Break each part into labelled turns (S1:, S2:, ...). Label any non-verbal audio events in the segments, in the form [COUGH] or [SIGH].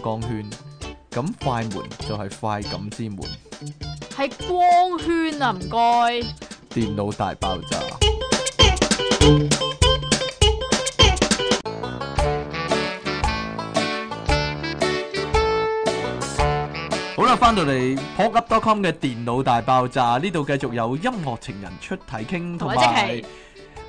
S1: 光圈，咁快門就係快感之門。
S2: 係光圈啊，唔該。
S1: 電腦大爆炸。好啦，翻到嚟 p o p u p c o m 嘅電腦大爆炸呢度，繼續有音樂情人出體傾，同
S2: 同埋
S1: 埋
S2: 即期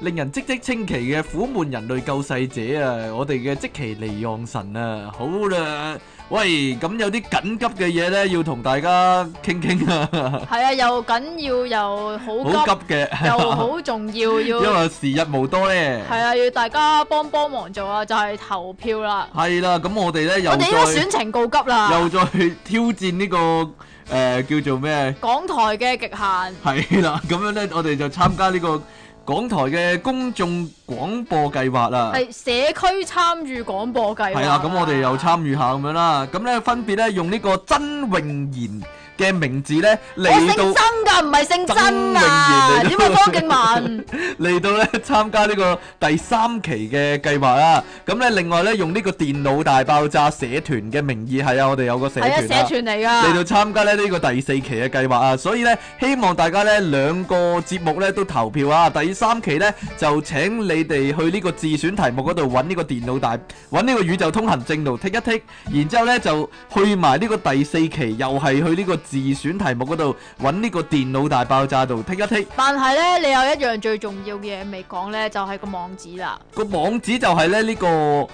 S1: 令人嘖嘖稱奇嘅苦悶人類救世者啊！我哋嘅即其離岸神啊！好啦，喂，咁有啲緊急嘅嘢呢，要同大家傾傾啊，
S2: 係啊，又緊要又
S1: 好
S2: 好急，
S1: 急嘅。
S2: 又好重要，要
S1: [LAUGHS] 因為時日無多咧。
S2: 係啊，要大家幫幫忙做啊，就係投票啦。
S1: 係啦，咁我哋咧又
S2: 我哋應該
S1: 再
S2: 選情告急啦
S1: 又，再挑戰呢、個呃叫做咩？
S2: 港台嘅極限。
S1: 係啦，咁樣咧，我哋就參加呢個港台嘅公眾廣播計劃啦。
S2: 係社區參與廣播計劃。
S1: 係啦，啊咁我哋又參與下咁樣啦。咁咧分別咧用呢個曾穎賢嘅名字咧
S2: 我
S1: 嚟
S2: 姓
S1: 到
S2: 曾㗎，唔係姓曾啊！
S1: 曾永賢嚟㗎
S2: 點解方
S1: [LAUGHS]
S2: 敬文？
S1: 嚟到咧參加呢個第三期嘅計劃啦。咁咧另外咧用呢個電腦大爆炸社團嘅名義係啊，我哋有個社
S2: 係啊，
S1: 團啦
S2: 社。團嚟
S1: 嚟到
S2: 㗎。
S1: 參加咧呢個第四期嘅計劃啊，所以咧希望大家咧兩個節目咧都投票啊，第三期咧就請你哋去呢個自選題目嗰度揾呢個電腦大揾呢個宇宙通行證度剔一剔，然之後咧就去埋呢個第四期又係去呢個自選題目嗰度揾呢個電腦大爆炸度剔一剔，
S2: 但係咧，你有一樣最重要嘅嘢未講咧，就係個網址啦。
S1: 個網址就係咧呢個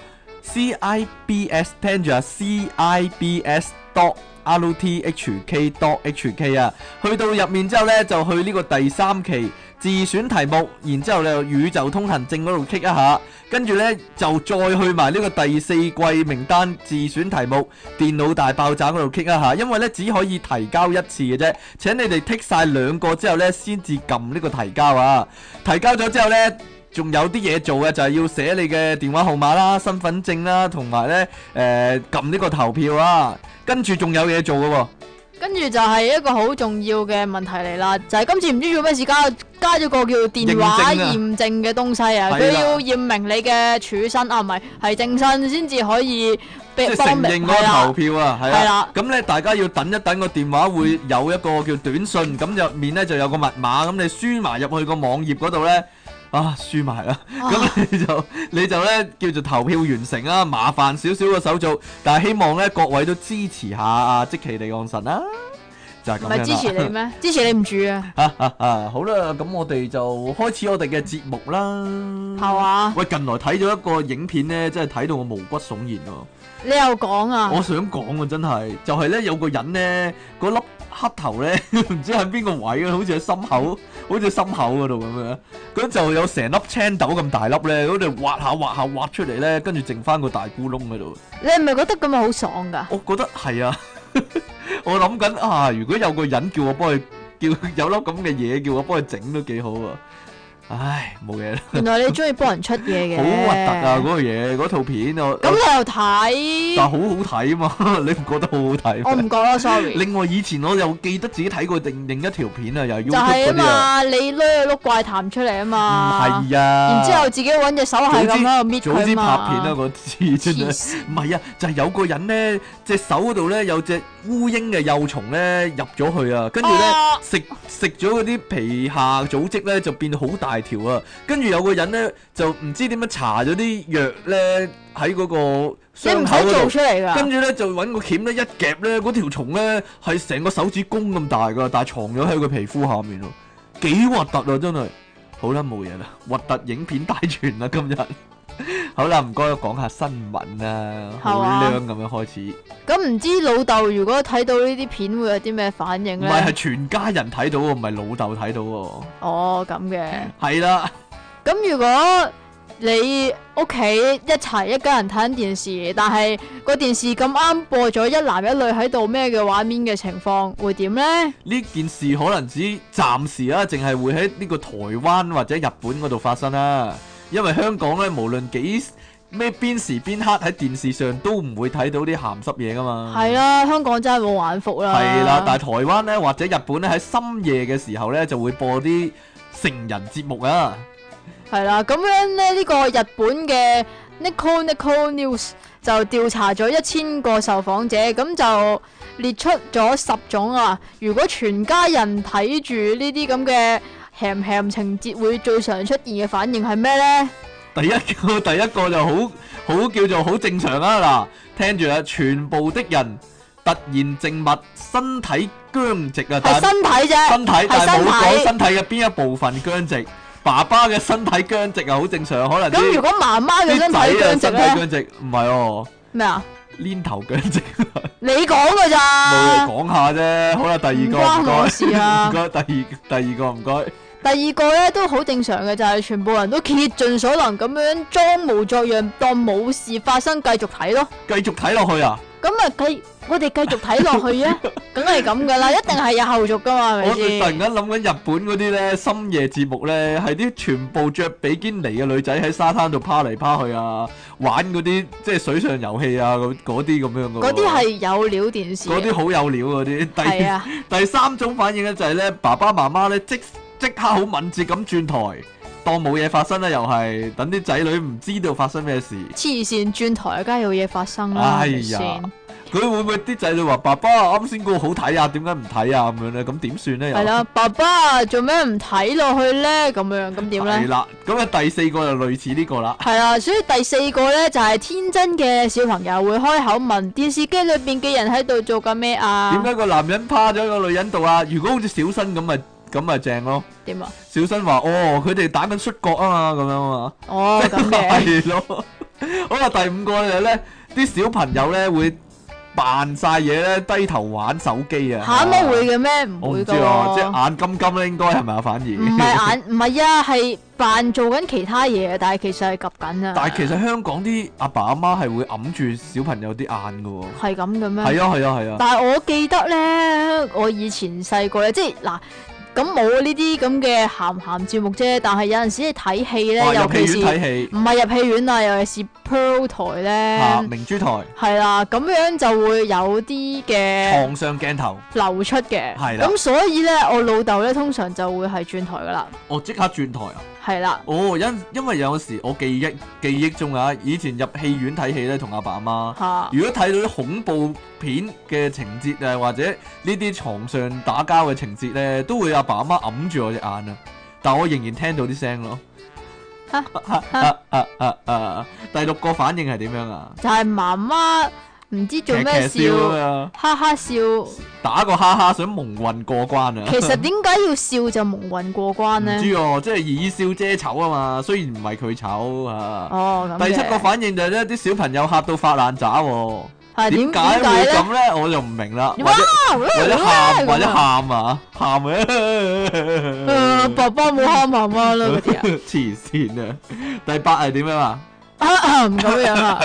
S1: CIBS 聽住啊 CIBS dot rthk dot hk 啊，去到入面之後呢，就去呢個第三期自選題目，然之後咧宇宙通行證嗰度 k 一下，跟住呢，就再去埋呢個第四季名單自選題目電腦大爆炸嗰度 k 一下，因為呢，只可以提交一次嘅啫，請你哋剔晒兩個之後呢，先至撳呢個提交啊，提交咗之後呢。仲有啲嘢做嘅，就係、要寫你嘅電話號碼啦、身份證啦，同埋呢誒撳呢個投票啊。跟住仲有嘢做嘅喎、
S2: 跟住就係一個好重要嘅問題嚟啦，就係、今次唔知做咩事加加咗個叫電話
S1: 認證啊
S2: 驗證嘅東西啊，
S1: 係啦
S2: 佢要驗明你嘅處身啊，唔係係正身先至可以
S1: 即
S2: 俾
S1: 係
S2: 幫
S1: 承認
S2: 明
S1: 嗰個
S2: 係
S1: 投
S2: 啦。
S1: 票啊，係
S2: 係
S1: 啊
S2: 啦。
S1: 咁咧，大家要等一等個電話會有一個叫短信，咁入面呢就有個密碼，咁你輸埋入去個網頁嗰度呢，啊，輸埋啦。
S2: 啊
S1: 咁你就你就咧叫做投票完成啦，麻煩少少嘅手續，但係希望呢各位都支持下啊，即其地岸神啦、就係
S2: 唔
S1: 咁樣
S2: 係
S1: 啦
S2: 支持你咩？支持你唔住啊，
S1: 哈哈哈好啦，咁我哋就開始我哋嘅節目啦。
S2: 係嘛？
S1: 喂，近來睇咗一個影片呢，真係睇到我毛骨悚然喎。
S2: 你又講啊？
S1: 我想講啊，真係就係呢，有個人呢，嗰粒黑頭 [LAUGHS] 呢，唔知喺邊個位啊，好似喺心口，好似心口嗰度咁樣。咁就有成粒青豆咁大粒呢，嗰度挖下挖下挖出嚟呢，跟住剩翻個大咕窿喺度。
S2: 你係咪覺得咁樣好爽㗎？
S1: 我覺得係啊， [LAUGHS] 我諗緊啊，如果有個人叫我幫佢，叫有粒咁嘅嘢叫我幫佢整都幾好啊。唉，冇嘢啦，
S2: 原來你中意幫人出嘢嘅，
S1: 好核突啊！嗰！個嘢，嗰套片我，
S2: 咁你
S1: 但
S2: 又睇？
S1: 好好睇啊嘛， [LAUGHS] 你唔覺得好好
S2: 我
S1: 睇咩？
S2: 唔覺咯，sorry。啊
S1: 另外以前我又記得自己睇過另另一條片啊，又係
S2: 就
S1: YouTube
S2: 係啊
S1: 嗰啲啊，
S2: 嘛，你攞個碌怪談出嚟啊嘛。
S1: 唔係啊，
S2: 然之後自己揾隻手係咁喺度搣
S1: 早知
S2: 佢啊
S1: 拍片
S2: 嘛。
S1: 啦，嗰次真係
S2: 黐。線
S1: 唔係啊，就係、有個人咧，隻手嗰度咧有隻烏蠅嘅幼蟲咧入咗去啊，跟住咧
S2: 啊
S1: 食食咗嗰啲皮下組織咧就變到好大條啊，跟住有個人咧就唔知點樣搽咗啲藥咧喺嗰個
S2: 你
S1: 傷
S2: 唔
S1: 口嗰
S2: 使做啊
S1: 度。
S2: 出嚟㗎，
S1: 跟住咧就揾個鉗咧一夾咧，嗰條蟲咧係成個手指公咁大噶，但係藏咗喺佢皮膚下面咯，幾核突啊真係。好啦，冇嘢
S2: [LAUGHS]
S1: 啦，核突影片大全啦今日。好啦，唔該講下新聞啦，好
S2: 係嘛
S1: 靚咁樣開始，
S2: 咁唔知老豆如果睇到呢啲片會有啲咩反應
S1: 唔係係
S2: 咧？
S1: 全家人睇到喎，唔係老豆睇到喎，
S2: 哦，咁嘅。
S1: 係啦，
S2: 咁如果你屋企一齊一家人睇緊電視，但係個電視咁啱播咗一男一女喺度咩嘅畫面嘅情況，會點咧？
S1: 呢件事可能只暫時啦，淨係會喺呢個台灣或者日本嗰度發生啦，因為香港咧無論幾咩邊時邊刻喺電視上都唔會睇到啲鹹濕嘢噶嘛，
S2: 係啦，香港真係冇玩福啦。
S1: 啊係啦，但係台灣咧或者日本咧喺深夜嘅時候咧就會播啲成人節目啊。
S2: 係啦，咁樣咧呢個日本嘅 Nico Nico News 就調查咗一千個受訪者，咁就列出咗十種啊。如果全家人睇住呢啲咁嘅鹹鹹情節，會最常出現嘅反應係咩呢？
S1: 第一個 [LAUGHS] 第一個就好好叫做好正常啦。嗱，聽住啦，全部的人突然靜默，身體僵直啊，
S2: 係
S1: 但
S2: 身體
S1: [LAUGHS]
S2: 啫，
S1: 身體但係冇
S2: 身體
S1: 講身體嘅邊一部分僵直。爸爸嘅身體僵直啊，好正常，可能
S2: 咁
S1: 啲
S2: 如果媽媽嘅
S1: 啲
S2: 身
S1: 仔啊
S2: 體僵直
S1: 身體
S2: 咧，
S1: 僵直，唔係哦，
S2: 咩啊？
S1: 黏頭僵直。
S2: 你講噶
S1: 冇
S2: 咋？
S1: 講啊下啫，好啦，第二
S2: 啊唔
S1: 個唔
S2: 關我
S1: 該，
S2: 事啊
S1: [LAUGHS] 唔！
S2: [LAUGHS]
S1: 該，第二第二個唔該，
S2: 第二個咧都好正常嘅，就係、全部人都竭盡所能咁樣裝模作樣，當冇事發生，繼續睇咯。
S1: 繼續睇落去啊！
S2: 咁啊，繼我哋繼續睇落去啊，
S1: [LAUGHS]
S2: 梗係咁噶啦，一定係有後續噶嘛，
S1: 我
S2: 係咪
S1: 哋突然
S2: 先？
S1: 間諗緊日本嗰啲咧深夜節目咧，係啲全部着比堅尼嘅女仔喺沙灘度趴嚟趴去啊，玩嗰啲即係水上遊戲啊，咁嗰啲咁樣嘅喎。
S2: 嗰啲係有料電視
S1: 嗰
S2: 嘅，
S1: 啲好有料嗰啲。
S2: 係
S1: 第
S2: 啊，
S1: 第三種反應咧就係咧，爸爸媽媽咧即即刻好敏捷咁轉台，當冇嘢發生啦，又係等啲仔女唔知道發生咩事。
S2: 黐線轉台梗係有嘢發生啦，
S1: 哎
S2: 係咪
S1: 呀
S2: 先？
S1: 佢會唔會啲仔女話爸爸啱先嗰個好睇啊？點解唔睇啊？咁樣咧，咁點算咧？又
S2: 係啦，爸爸做咩唔睇落去咧？咁樣咁點
S1: 係
S2: 咧？
S1: 啦，咁啊第四個就類似呢個啦。
S2: 係啦，所以第四個咧就係、天真嘅小朋友會開口問電視機裏邊嘅人喺度做緊咩
S1: 點
S2: 啊？
S1: 解個男人趴咗喺個女人度啊？如果好似小新咁咪啊咁咪正咯。
S2: 點啊？
S1: 小新話：哦，佢哋打緊摔角啊嘛，咁樣啊
S2: 哦，咁
S1: 嘛，[LAUGHS]
S2: 嘅。
S1: 係咯。好啦，第五個就係咧，啲小朋友咧會扮晒嘢咧，低頭玩手機啊。
S2: 吓乜會嘅咩？唔
S1: 我
S2: 會
S1: 唔知
S2: 噶
S1: 啊，即
S2: 喎，
S1: 係眼金金咧，應該係咪啊？反而
S2: 唔係眼唔係啊，係扮做緊其他嘢，但係其實係及緊啊。
S1: 但係其實香港啲阿爸阿媽係會揞住小朋友啲眼嘅喎，
S2: 係咁嘅咩？
S1: 係啊係啊係啊，
S2: 但係我記得咧，我以前細個咧，即係嗱，咁冇呢啲咁嘅鹹鹹節目啫。但係有陣時你睇戲
S1: 哇
S2: 咧，
S1: 入
S2: 尤
S1: 哦戲
S2: 其是
S1: 院睇戲
S2: 唔係入戲院啊，尤其是 Pearl 台
S1: 嚇
S2: 咧，
S1: 明珠台
S2: 係啦，咁樣就會有啲嘅
S1: 床上鏡頭，
S2: 流出嘅。
S1: 係啦
S2: 咁所以咧，我老豆咧通常就會係轉台噶啦，
S1: 我即刻轉台啊！
S2: 係啦，
S1: 哦，因因為有時我記憶記憶中啊，以前入戲院睇戲咧，同阿爸阿媽，
S2: 嚇
S1: 如果睇到啲恐怖片嘅情節啊，或者呢啲床上打交嘅情節咧，都會阿爸阿媽揞住我隻眼啊，但我仍然聽到啲聲咯。 [LAUGHS]
S2: 嚇
S1: 啊啊啊啊！第六個反應係點樣啊？
S2: 就係媽媽唔知做咩
S1: 劇劇
S2: 笑，
S1: 啊！
S2: 哈哈笑。
S1: 打個哈哈想蒙混過關啊！
S2: [LAUGHS] 其實點解要笑就蒙混過關
S1: 唔
S2: 呢？
S1: 知哦，即係以笑遮醜啊嘛。雖然唔係佢醜啊。
S2: 哦，咁嘅
S1: 第七個反應就係咧，啲小朋友嚇到發爛渣喎。點
S2: 係啊點
S1: 解
S2: 點解
S1: 會
S2: 咧？
S1: 咁咧？我就唔明啦。或
S2: 哇
S1: 者或者喊，或者
S2: 咁啊
S1: 喊啊，喊啊！
S2: 誒爸爸冇喊媽媽啊啦嗰
S1: [LAUGHS]
S2: 啲啊
S1: 黐線啊！第八係點樣啊？
S2: 咳咳咁
S1: [LAUGHS]
S2: 樣啊，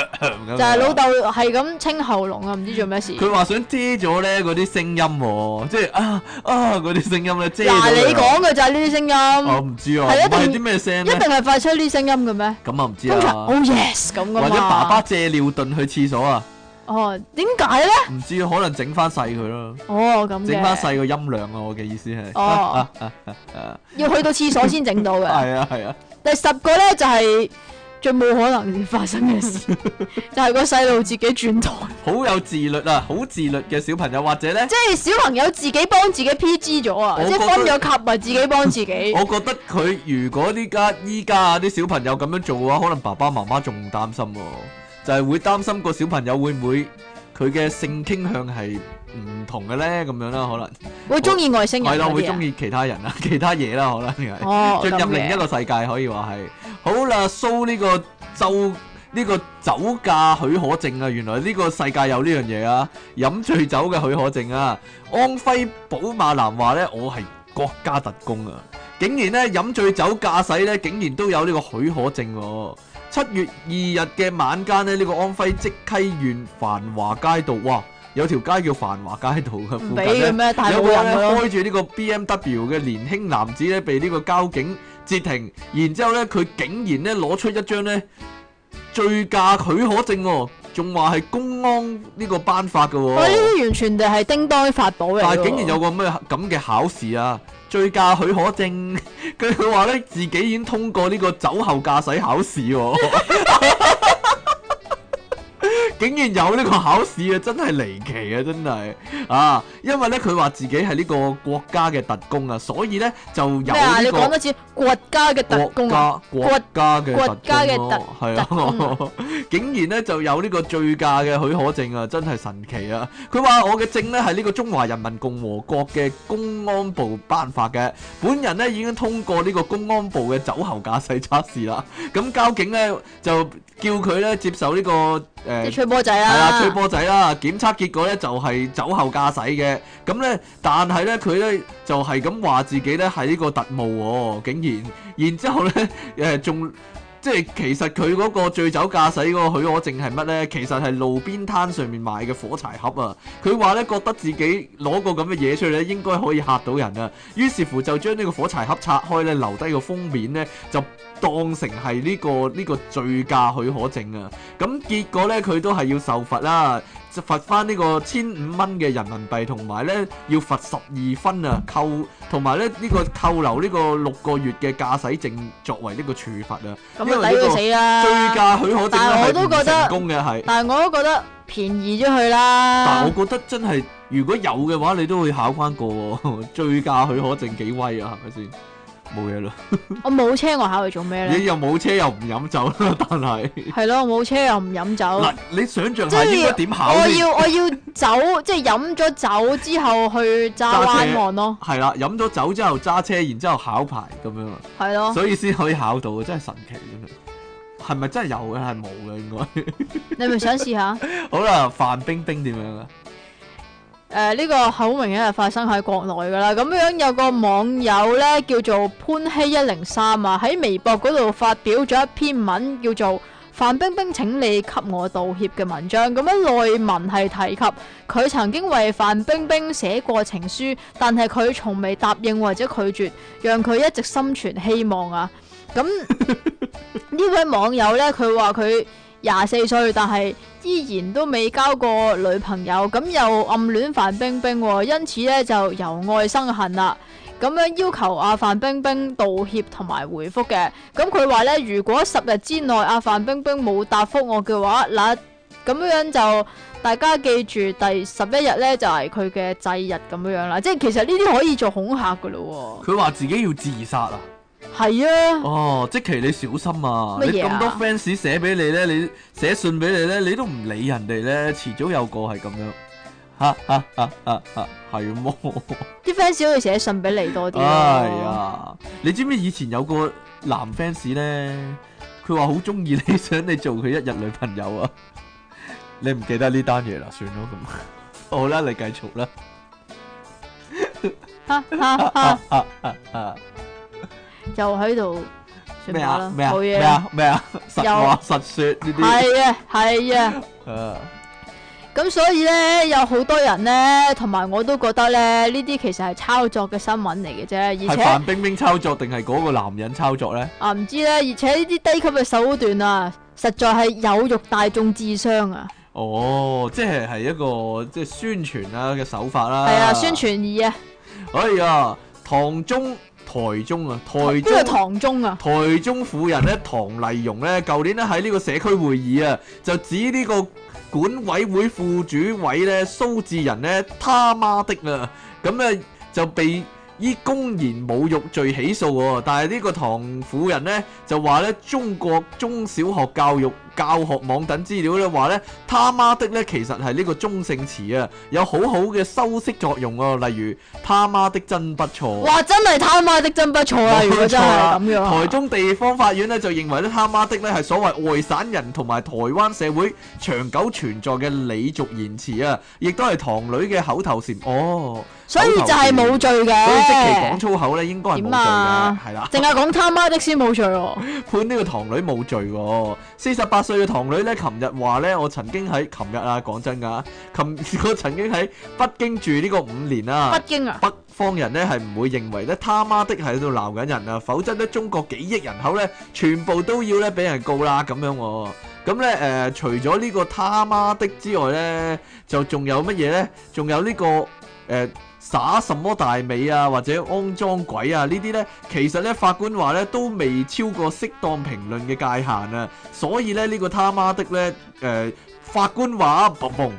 S1: 就
S2: [LAUGHS] 就係老豆係咁清喉嚨啊，唔知做咩事。
S1: 佢話想遮咗咧嗰啲聲音喎，即係啊啊嗰啲聲音咧遮咗佢啊。
S2: 嗱，你講嘅就係呢啲聲
S1: 我
S2: 音，
S1: 唔知啊，
S2: 係
S1: 唔
S2: 一定
S1: 係啲咩聲
S2: 一
S1: 咧？
S2: 定係發出呢啲聲音嘅咩？
S1: 咁啊唔知
S2: 通常
S1: 啊
S2: oh。yes 咁噶嘛。
S1: 或者爸爸借尿遁去廁所啊？
S2: 哦，點解咧？
S1: 唔知可能整翻細佢咯，
S2: 哦咁
S1: 整翻
S2: 嘅，
S1: 細個音量啊！我嘅意思係， [LAUGHS]
S2: 哦要去到廁所先整到嘅。
S1: 係啊係啊，
S2: 第十個咧就係最冇可能發生
S1: [LAUGHS]
S2: 嘅事，就係個細路自己轉台，
S1: 好有自律啊，好自律嘅小朋友，或者咧，
S2: 即係小朋友自己幫自己 PG 咗啊，
S1: 我
S2: 即係
S1: 覺得
S2: 分咗級啊，自己幫自己。
S1: 我覺得佢如果呢家依家啊啲小朋友咁樣做嘅話，可能爸爸媽媽仲擔心喎，就係會擔心個小朋友會唔會佢嘅性傾向係唔同嘅咧，咁樣啦，可能
S2: 會中意外星人
S1: 係啦，
S2: 嗰
S1: 會
S2: 啲
S1: 中
S2: 啊？
S1: 意其他人啊，其他嘢啦，可能係。
S2: 哦，
S1: 進入
S2: 咁
S1: 另一
S2: 嘅
S1: 個世界可以話係。好啦，蘇呢個酒呢、個酒駕許可證啊，原來呢個世界有呢樣嘢啊，飲醉酒嘅許可證啊。安徽寶馬南話呢，我係國家特工啊，竟然呢，飲醉酒駕駛呢，竟然都有呢個許可證喎、七月二日嘅晚間呢，呢、個安徽績溪縣繁華街道，哇，有條街叫繁華街道嘅附
S2: 唔
S1: 近
S2: 俾
S1: 呢
S2: 嘅咩？啊太
S1: 有
S2: 冇
S1: 個
S2: 人
S1: 人咧
S2: 㗎咯，
S1: 開住呢個 BMW 嘅年輕男子咧，被呢個交警截停，然之後咧佢竟然咧攞出一張咧醉駕許可證喎、仲話係公安呢個頒發嘅喎、
S2: 我哦呢啲完全就係叮當法寶嚟㗎喎。
S1: 但係竟然有個咩咁嘅考試啊！醉駕許可證， [LAUGHS] 佢佢話咧自己已經通過呢個酒後駕駛考試喎、 [LAUGHS] 竟然有呢個考試啊，真係離奇啊，真係啊！因為咧佢話自己係呢個國家嘅特工啊，所以咧就有
S2: 咩啊？你
S1: 呢
S2: 講
S1: 個
S2: 多次國家嘅特工
S1: 國
S2: 啊！
S1: 家國家嘅
S2: 國家嘅
S1: 特工咯，係
S2: 特工
S1: 啊！ [LAUGHS] 竟然咧就有呢個醉駕嘅許可證啊，真係神奇啊！佢話我嘅證咧係呢個中華人民共和國嘅公安部頒發嘅，本人咧已經通過呢個公安部嘅酒後駕駛測試啦。咁交警咧就叫佢咧接受呢、個誒。
S2: 即係啊吹波仔
S1: 係啦，
S2: 啦
S1: 吹，波仔啦，檢測結果咧就係酒後駕駛嘅，咁咧，但係咧佢咧就係咁話自己咧係呢個特務喎、竟然，然之後咧誒仲即係其實佢嗰個醉酒駕駛嗰個許可證係乜咧？其實係路邊攤上面賣嘅火柴盒啊！佢話咧覺得自己攞個咁嘅嘢出嚟咧應該可以嚇到人啊，於是乎就將呢個火柴盒拆開咧，留低個封面咧就。當成係呢、個呢、個醉駕許可證啊！咁結果咧，佢都係要受罰啦，就罰翻呢個千五蚊嘅人民幣，同埋咧要罰十二分啊，扣同埋咧呢、呢個扣留呢個六個月嘅駕駛證作為呢個處罰啊。
S2: 咁啊
S1: 因為
S2: 抵
S1: 呢
S2: 佢
S1: 個
S2: 死啦！
S1: 醉駕許可證
S2: 但
S1: 咧
S2: 係
S1: 係
S2: 我都
S1: 唔
S2: 覺得啊
S1: 成功嘅係，
S2: 但係我都覺得便宜咗佢啦
S1: 但。我覺得真係如果有嘅話，你都會考翻個喎 [LAUGHS] 醉駕許可證幾威啊，係咪先？冇嘢啦，
S2: 我冇車，我考佢做咩
S1: 你
S2: 咧？
S1: 又冇車又唔飲酒啦，但係
S2: 係咯，我冇車又唔飲酒。
S1: 嗱，你想象
S2: 即
S1: 下
S2: 係
S1: 應該點考
S2: 我
S1: 先？
S2: 要我要走， [LAUGHS] 即係飲咗酒之後去揸
S1: 揸
S2: 彎
S1: 車
S2: 岸咯，
S1: 係啦，飲咗酒之後揸車，然之後考牌咁樣啊，
S2: 係咯。
S1: 所以先可以考到，真係神奇真係。係咪真係有嘅？係冇嘅應
S2: 你咪想
S1: [LAUGHS]
S2: 試下？
S1: 該。 [LAUGHS] 好啦，范冰冰點樣啊？
S2: 誒呢個好明顯係發生喺國內㗎啦，咁樣有個網友呢，叫做潘希一零三啊，喺微博嗰度發表咗一篇文叫做《范冰冰請你給我道歉》嘅文章，咁樣內文係提及佢曾經為范冰冰寫過情書，但係佢從未答應或者拒絕，讓佢一直心存希望啊。咁呢位網友呢，佢話佢。廿四歲，但係依然都未交過女朋友，咁又暗戀范冰冰喎，因此咧就由愛生恨啦。咁樣要求阿范冰冰道歉同埋回覆嘅，咁佢話咧，如果十日之內阿范冰冰冇答覆我嘅話，嗱咁樣就大家記住第十一日咧就係佢嘅祭日咁樣樣啦，即係其實呢啲可以做恐嚇噶咯
S1: 佢話自己要自殺啊！
S2: 喎，係啊。
S1: 哦，即其你小心啊！
S2: 乜
S1: 你
S2: 嘢
S1: 咁
S2: 啊
S1: 多 fans 寫俾你咧，你寫信俾你咧，你都唔理人哋咧，遲早有個係咁樣。嚇嚇嚇嚇嚇，係麼？
S2: 啲 fans 可以寫信俾你多啲咯啊
S1: 哎呀，你知唔知以前有個男 fans 咧，佢話好中意你，想你做佢一日女朋友啊？ [LAUGHS] 你唔記得呢單嘢啦，算咯咁。 [LAUGHS] 好啦，你繼續啦。
S2: 哈哈哈
S1: 啊，
S2: 又喺度算
S1: 咩
S2: 吧
S1: 啊
S2: 啦，
S1: 咩啊
S2: 冇
S1: 咩
S2: 嘢啦。
S1: 啊咩啊，實話實說呢
S2: 係啊，係啊，
S1: 啲。啊
S2: 咁所以呢，有好多人呢，同埋我都覺得咧，呢啲其實係抄作嘅新聞嚟嘅啫，而
S1: 係
S2: 且
S1: 范冰冰抄作定係嗰個男人抄作咧？
S2: 啊唔知呢，而且呢啲低級嘅手段啊，實在係有辱大眾智商啊，
S1: 哦，即係係一個即係宣傳啦嘅手法啦。
S2: 係啊，宣。傳意啊，
S1: 哎呀，唐中台中啊，台
S2: 哦呢個
S1: 中。
S2: 堂中啊，
S1: 台中婦人咧，唐麗蓉咧，舊年咧喺呢個社區會議啊，就指呢個管委會副主委咧蘇志仁咧，他媽的啊，咁咧就被依公然侮辱罪起訴喎。但係呢個唐婦人咧就話咧，中國中小學教育教學網等資料咧話咧，他媽的咧其實係呢個中性詞啊，有好好嘅修飾作用啊，例如他媽的真不錯。
S2: 哇，真係他媽的真不錯啊！如果真係咁樣啊，
S1: 台中地方法院咧就認為咧他媽的咧係所謂外省人同埋台灣社會長久存在嘅禮俗言辭啊，亦都係堂女嘅口頭禪。哦，
S2: 所以就係冇罪嘅，
S1: 所以即期講粗口咧應該係冇罪
S2: 點啊
S1: 嘅，係啦、
S2: 淨係講他媽的先冇罪喎。
S1: 判呢個堂女冇罪喎、四十八歲嘅堂女咧，琴日話咧，我曾經喺琴日啊，講真㗎，琴 [LAUGHS] 我曾經喺北京住呢個五年啦、
S2: 北京啊，
S1: 北方人咧係唔會認為咧他媽的係喺度鬧緊人啊，否則咧中國幾億人口咧，全部都要咧俾人告啦咁樣喎。咁咧誒，除咗呢個他媽的之外咧，就仲有乜嘢咧？仲有呢個誒耍什麼大美啊，或者安裝鬼啊呢啲呢，其實呢，法官話呢都未超過適當評論嘅界限啊，所以呢，呢、個他媽的呢，誒、法官話嘣嘣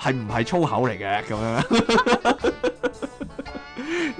S1: 係唔係粗口嚟嘅咁樣？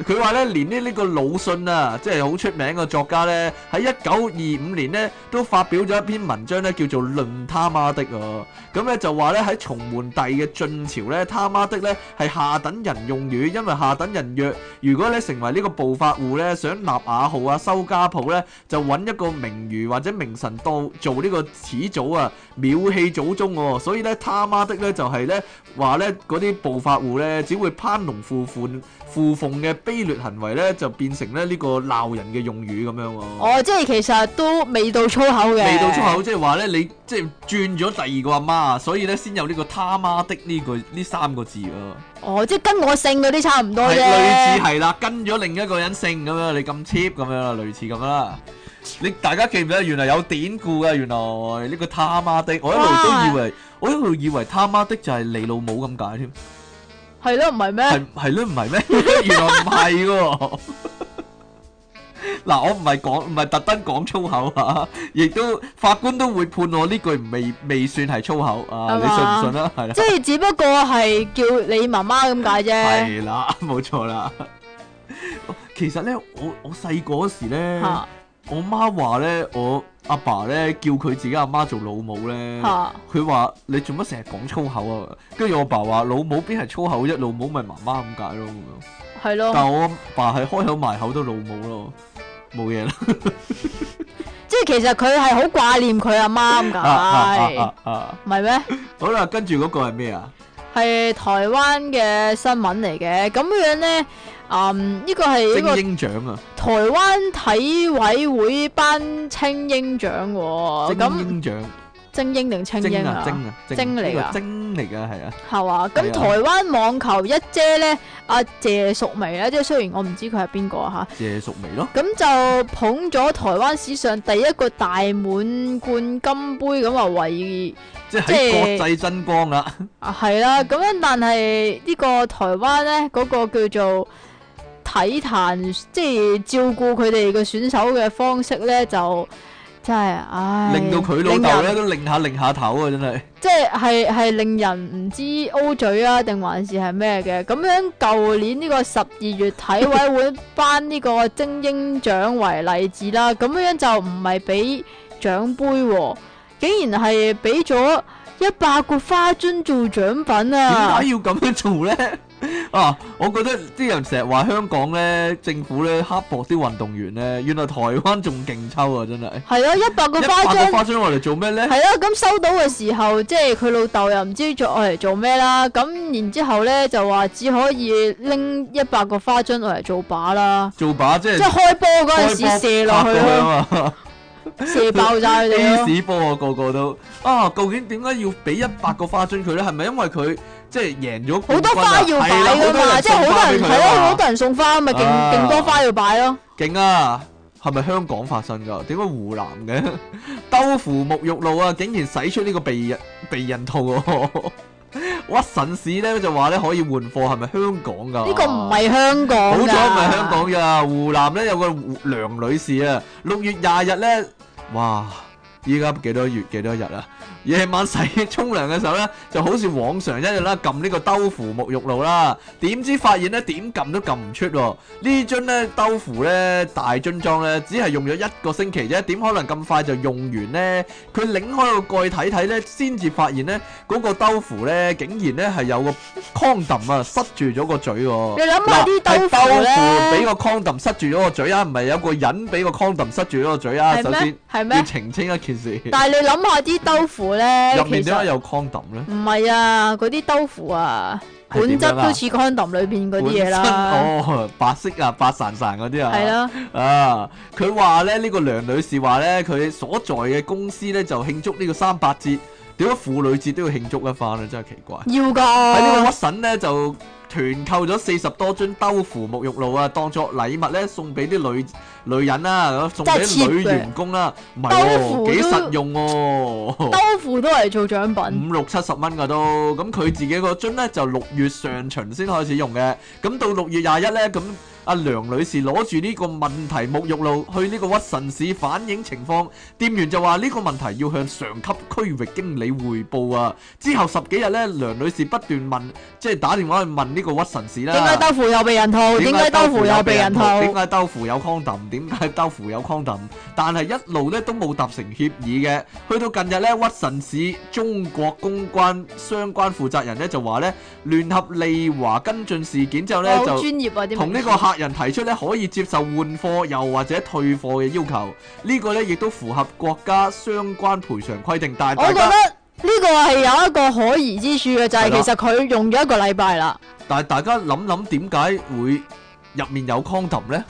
S1: 佢話呢，連呢呢個魯迅啊，即係好出名嘅作家呢，喺一九二五年呢都發表咗一篇文章呢，叫做《論他媽的》啊。咁咧就話咧喺重門第嘅晉朝咧，他媽的咧係下等人用語，因為下等人若如果咧成為呢個暴發戶咧，想立雅號啊、收家鋪咧，就揾一個名儒或者名臣當做呢個始祖啊，廟戲祖宗喎、所以咧他媽的咧就係咧話咧嗰啲暴發戶咧，只會攀龍附鳳、附鳳嘅卑劣行為咧，就變成咧呢個鬧人嘅用語咁樣喎、
S2: 哦，即係其實都未到粗口嘅，
S1: 未到出口，即係話咧，你即係轉咗第二個阿媽，所以咧先有呢個他媽的呢句呢三個字啊，
S2: 哦，即係跟我姓嗰啲差唔多
S1: 係
S2: 啫，
S1: 類似係啦，跟咗另一個人姓咁樣，你咁 cheap 咁樣啦，類似咁啦。你大家記唔記得？原來有典故噶，原來呢個他媽的，我一路都以為，我一路以為他媽的就係你老母咁解添，
S2: 係咯，唔係咩？
S1: 係係咯，唔係咩？原來唔係喎。嗱，我唔係講，唔係特登講粗口啊，亦都法官都會判我呢句未未算係粗口啊，
S2: 係
S1: 你信唔
S2: 嘛
S1: 信啦？係啦
S2: 即，係只不過係叫你媽媽咁解
S1: 係啦，冇錯啦。其實咧，我我細個嗰時
S2: 啫，
S1: 咧，
S2: 吓
S1: 我媽話咧，我阿爸咧叫佢自己阿媽做老母咧，
S2: 吓
S1: 佢話你做乜成日講粗口啊？跟住我爸話老母邊係粗口啫，老母咪媽媽咁解咯咁樣。
S2: 係咯，
S1: 但我阿爸係開口埋口都老母咯，冇嘢啦。
S2: 即係其實佢係好掛念佢阿媽咁解，
S1: 啊啊啊
S2: 唔係咩？
S1: 好啦，跟住嗰個係咩啊？
S2: 係台灣嘅新聞嚟嘅，咁樣呢，嗯，呢個係一個
S1: 精英獎啊，
S2: 台灣體委會頒青英獎喎，
S1: 精
S2: 哦咁
S1: 英獎，
S2: 精英定青英
S1: 精
S2: 啊
S1: 啊？精啊，
S2: 精嚟㗎
S1: 呢個精嚟㗎，係啊，
S2: 係嘛？
S1: 係啊
S2: 咁台灣網球一姐呢，阿謝淑薇呢，即係雖然我唔知佢係邊個啊嚇
S1: 謝淑薇咯，，
S2: 咁就捧咗台灣史上第一個大滿貫金杯咁話為
S1: 即係
S2: 即
S1: 喺
S2: 係
S1: 國際爭光啦，
S2: 啊係啦，
S1: 嗯
S2: 咁樣但係呢個台灣呢，嗰、個叫做體壇，即係照顧佢哋嘅選手嘅方式呢，就真係唉，
S1: 令到佢老
S2: 令
S1: 豆
S2: 人
S1: 咧都擰下擰下頭啊，真係
S2: 即係係令人唔知 O 嘴啊，定還是係咩嘅？咁樣舊年呢個十二月體委會頒呢個精英獎為例子啦，咁樣就唔係俾獎杯喎、竟然係俾咗一百個花樽做獎品
S1: 點
S2: 啊
S1: 解！要咁樣做咧？ [LAUGHS] 啊，我覺得啲人成日話香港咧，政府咧刻薄啲運動員咧，原來台灣仲勁抽啊，真係
S2: 係咯，一百個
S1: 一百
S2: 花
S1: 個
S2: 樽。
S1: 花樽我嚟做咩咧？
S2: 係啊咯，咁收到嘅時候，即係佢老豆又唔知做我嚟做咩啦，咁然之後咧就話只可以拎一百個花樽我嚟做靶啦，
S1: 做靶即
S2: 即
S1: 係
S2: 係開波嗰陣
S1: 開波
S2: 時射落去
S1: 拍咁樣
S2: 咯，
S1: 啊！
S2: 射爆晒佢哋
S1: A
S2: 咯。
S1: 屎波啊，個個都啊，究竟點解要俾一百個花樽佢咧？係咪因為佢即係贏咗
S2: 好
S1: 冠軍
S2: 多
S1: 啊
S2: 花要擺噶
S1: 係啦
S2: 嘛，即係好多人
S1: 送花俾佢
S2: 係咯，
S1: 啊
S2: 好多人送花咪勁
S1: 啊
S2: 勁多花要擺咯。
S1: 勁啊！係咪香港發生㗎？點解湖南嘅兜扶沐浴露啊，竟然使出呢個避孕避孕套喎、 [LAUGHS] 屈臣氏咧就話咧可以換貨，係咪香港㗎？
S2: 呢個唔係香港
S1: 好
S2: 㗎
S1: 咗唔係香港㗎，湖南咧有個胡梁女士啊，六月廿日咧，哇！依家幾多月幾多日啊？夜晚洗沖涼嘅時候咧，就好似往常一日啦，撳呢個兜扶沐浴露啦。點知發現咧點撳都撳唔出喎、呢樽咧兜扶咧大樽裝咧，只係用咗一個星期啫，點可能咁快就用完呢？佢擰開個蓋睇睇咧，先至發現咧嗰、個兜扶咧竟然咧係有個 condom 啊塞住咗個嘴喎、
S2: 你諗下啲
S1: 嗱係
S2: 兜扶咧
S1: 俾個 condom 塞住咗個嘴啊，唔係有個人俾個 condom 塞住咗個嘴啊。
S2: 係
S1: 首先
S2: 咩？係
S1: 要
S2: 咩？
S1: 澄清一件事，
S2: 但係你諗下啲兜扶咧，
S1: 入面
S2: 其
S1: 點解
S2: 實
S1: 有 condom 咧？
S2: 唔係啊，嗰啲兜扶啊，
S1: 係
S2: 本
S1: 點
S2: 質
S1: 樣啊
S2: 都似 condom 裏邊嗰啲
S1: 本
S2: 嘢
S1: 身
S2: 啦，
S1: 哦，白色啊，白潺潺嗰啲啊。
S2: 係啦。
S1: 啊！佢話咧，呢、個梁女士話咧，佢所在嘅公司咧就慶祝呢個三八節，點解婦女節都要慶祝一番啊咧？真係奇怪。
S2: 要噶。
S1: 喺呢個屈臣咧就團購咗四十多樽兜芙沐浴露啊，當作禮物咧送俾啲女女人啦、送俾
S2: 真係 cheap
S1: 啲女
S2: 嘅
S1: 員工啦、啊唔係
S2: 兜
S1: 喎，
S2: 芙
S1: 幾
S2: 都
S1: 實用喎、
S2: 兜褲都嚟做獎品，
S1: 五六七十蚊噶都，咁佢自己個樽呢，就六月上旬先開始用嘅，咁到六月廿一呢，咁阿梁女士攞住呢個問題沐浴露去呢個屈臣氏反映情況，店員就話呢個問題要向上級區域經理匯報啊。之後十幾日呢，梁女士不斷問，即係打電話去問呢個屈臣氏啦。
S2: 點解兜褲有避孕
S1: 哦
S2: 套？點解兜褲有避孕套？
S1: 點解兜芙有 condom？點解兜芙有 condom？但係一路咧都冇達成協議嘅。去到近日咧，屈臣氏中國公關相關負責人咧就話咧，聯合利華跟進事件之後
S2: 哇
S1: 咧
S2: 好
S1: 就
S2: 專。業啊！啲
S1: 同呢個客人提出咧可以接受換貨又或者退貨嘅要求，呢、個咧亦都符合國家相關賠償規定。但係大
S2: 我覺
S1: 家
S2: 得呢個係有一個可疑之處嘅，就
S1: 係啦
S2: 係其實佢用咗一個禮拜啦，
S1: 但係大家諗諗點解會入面有 condom 呢？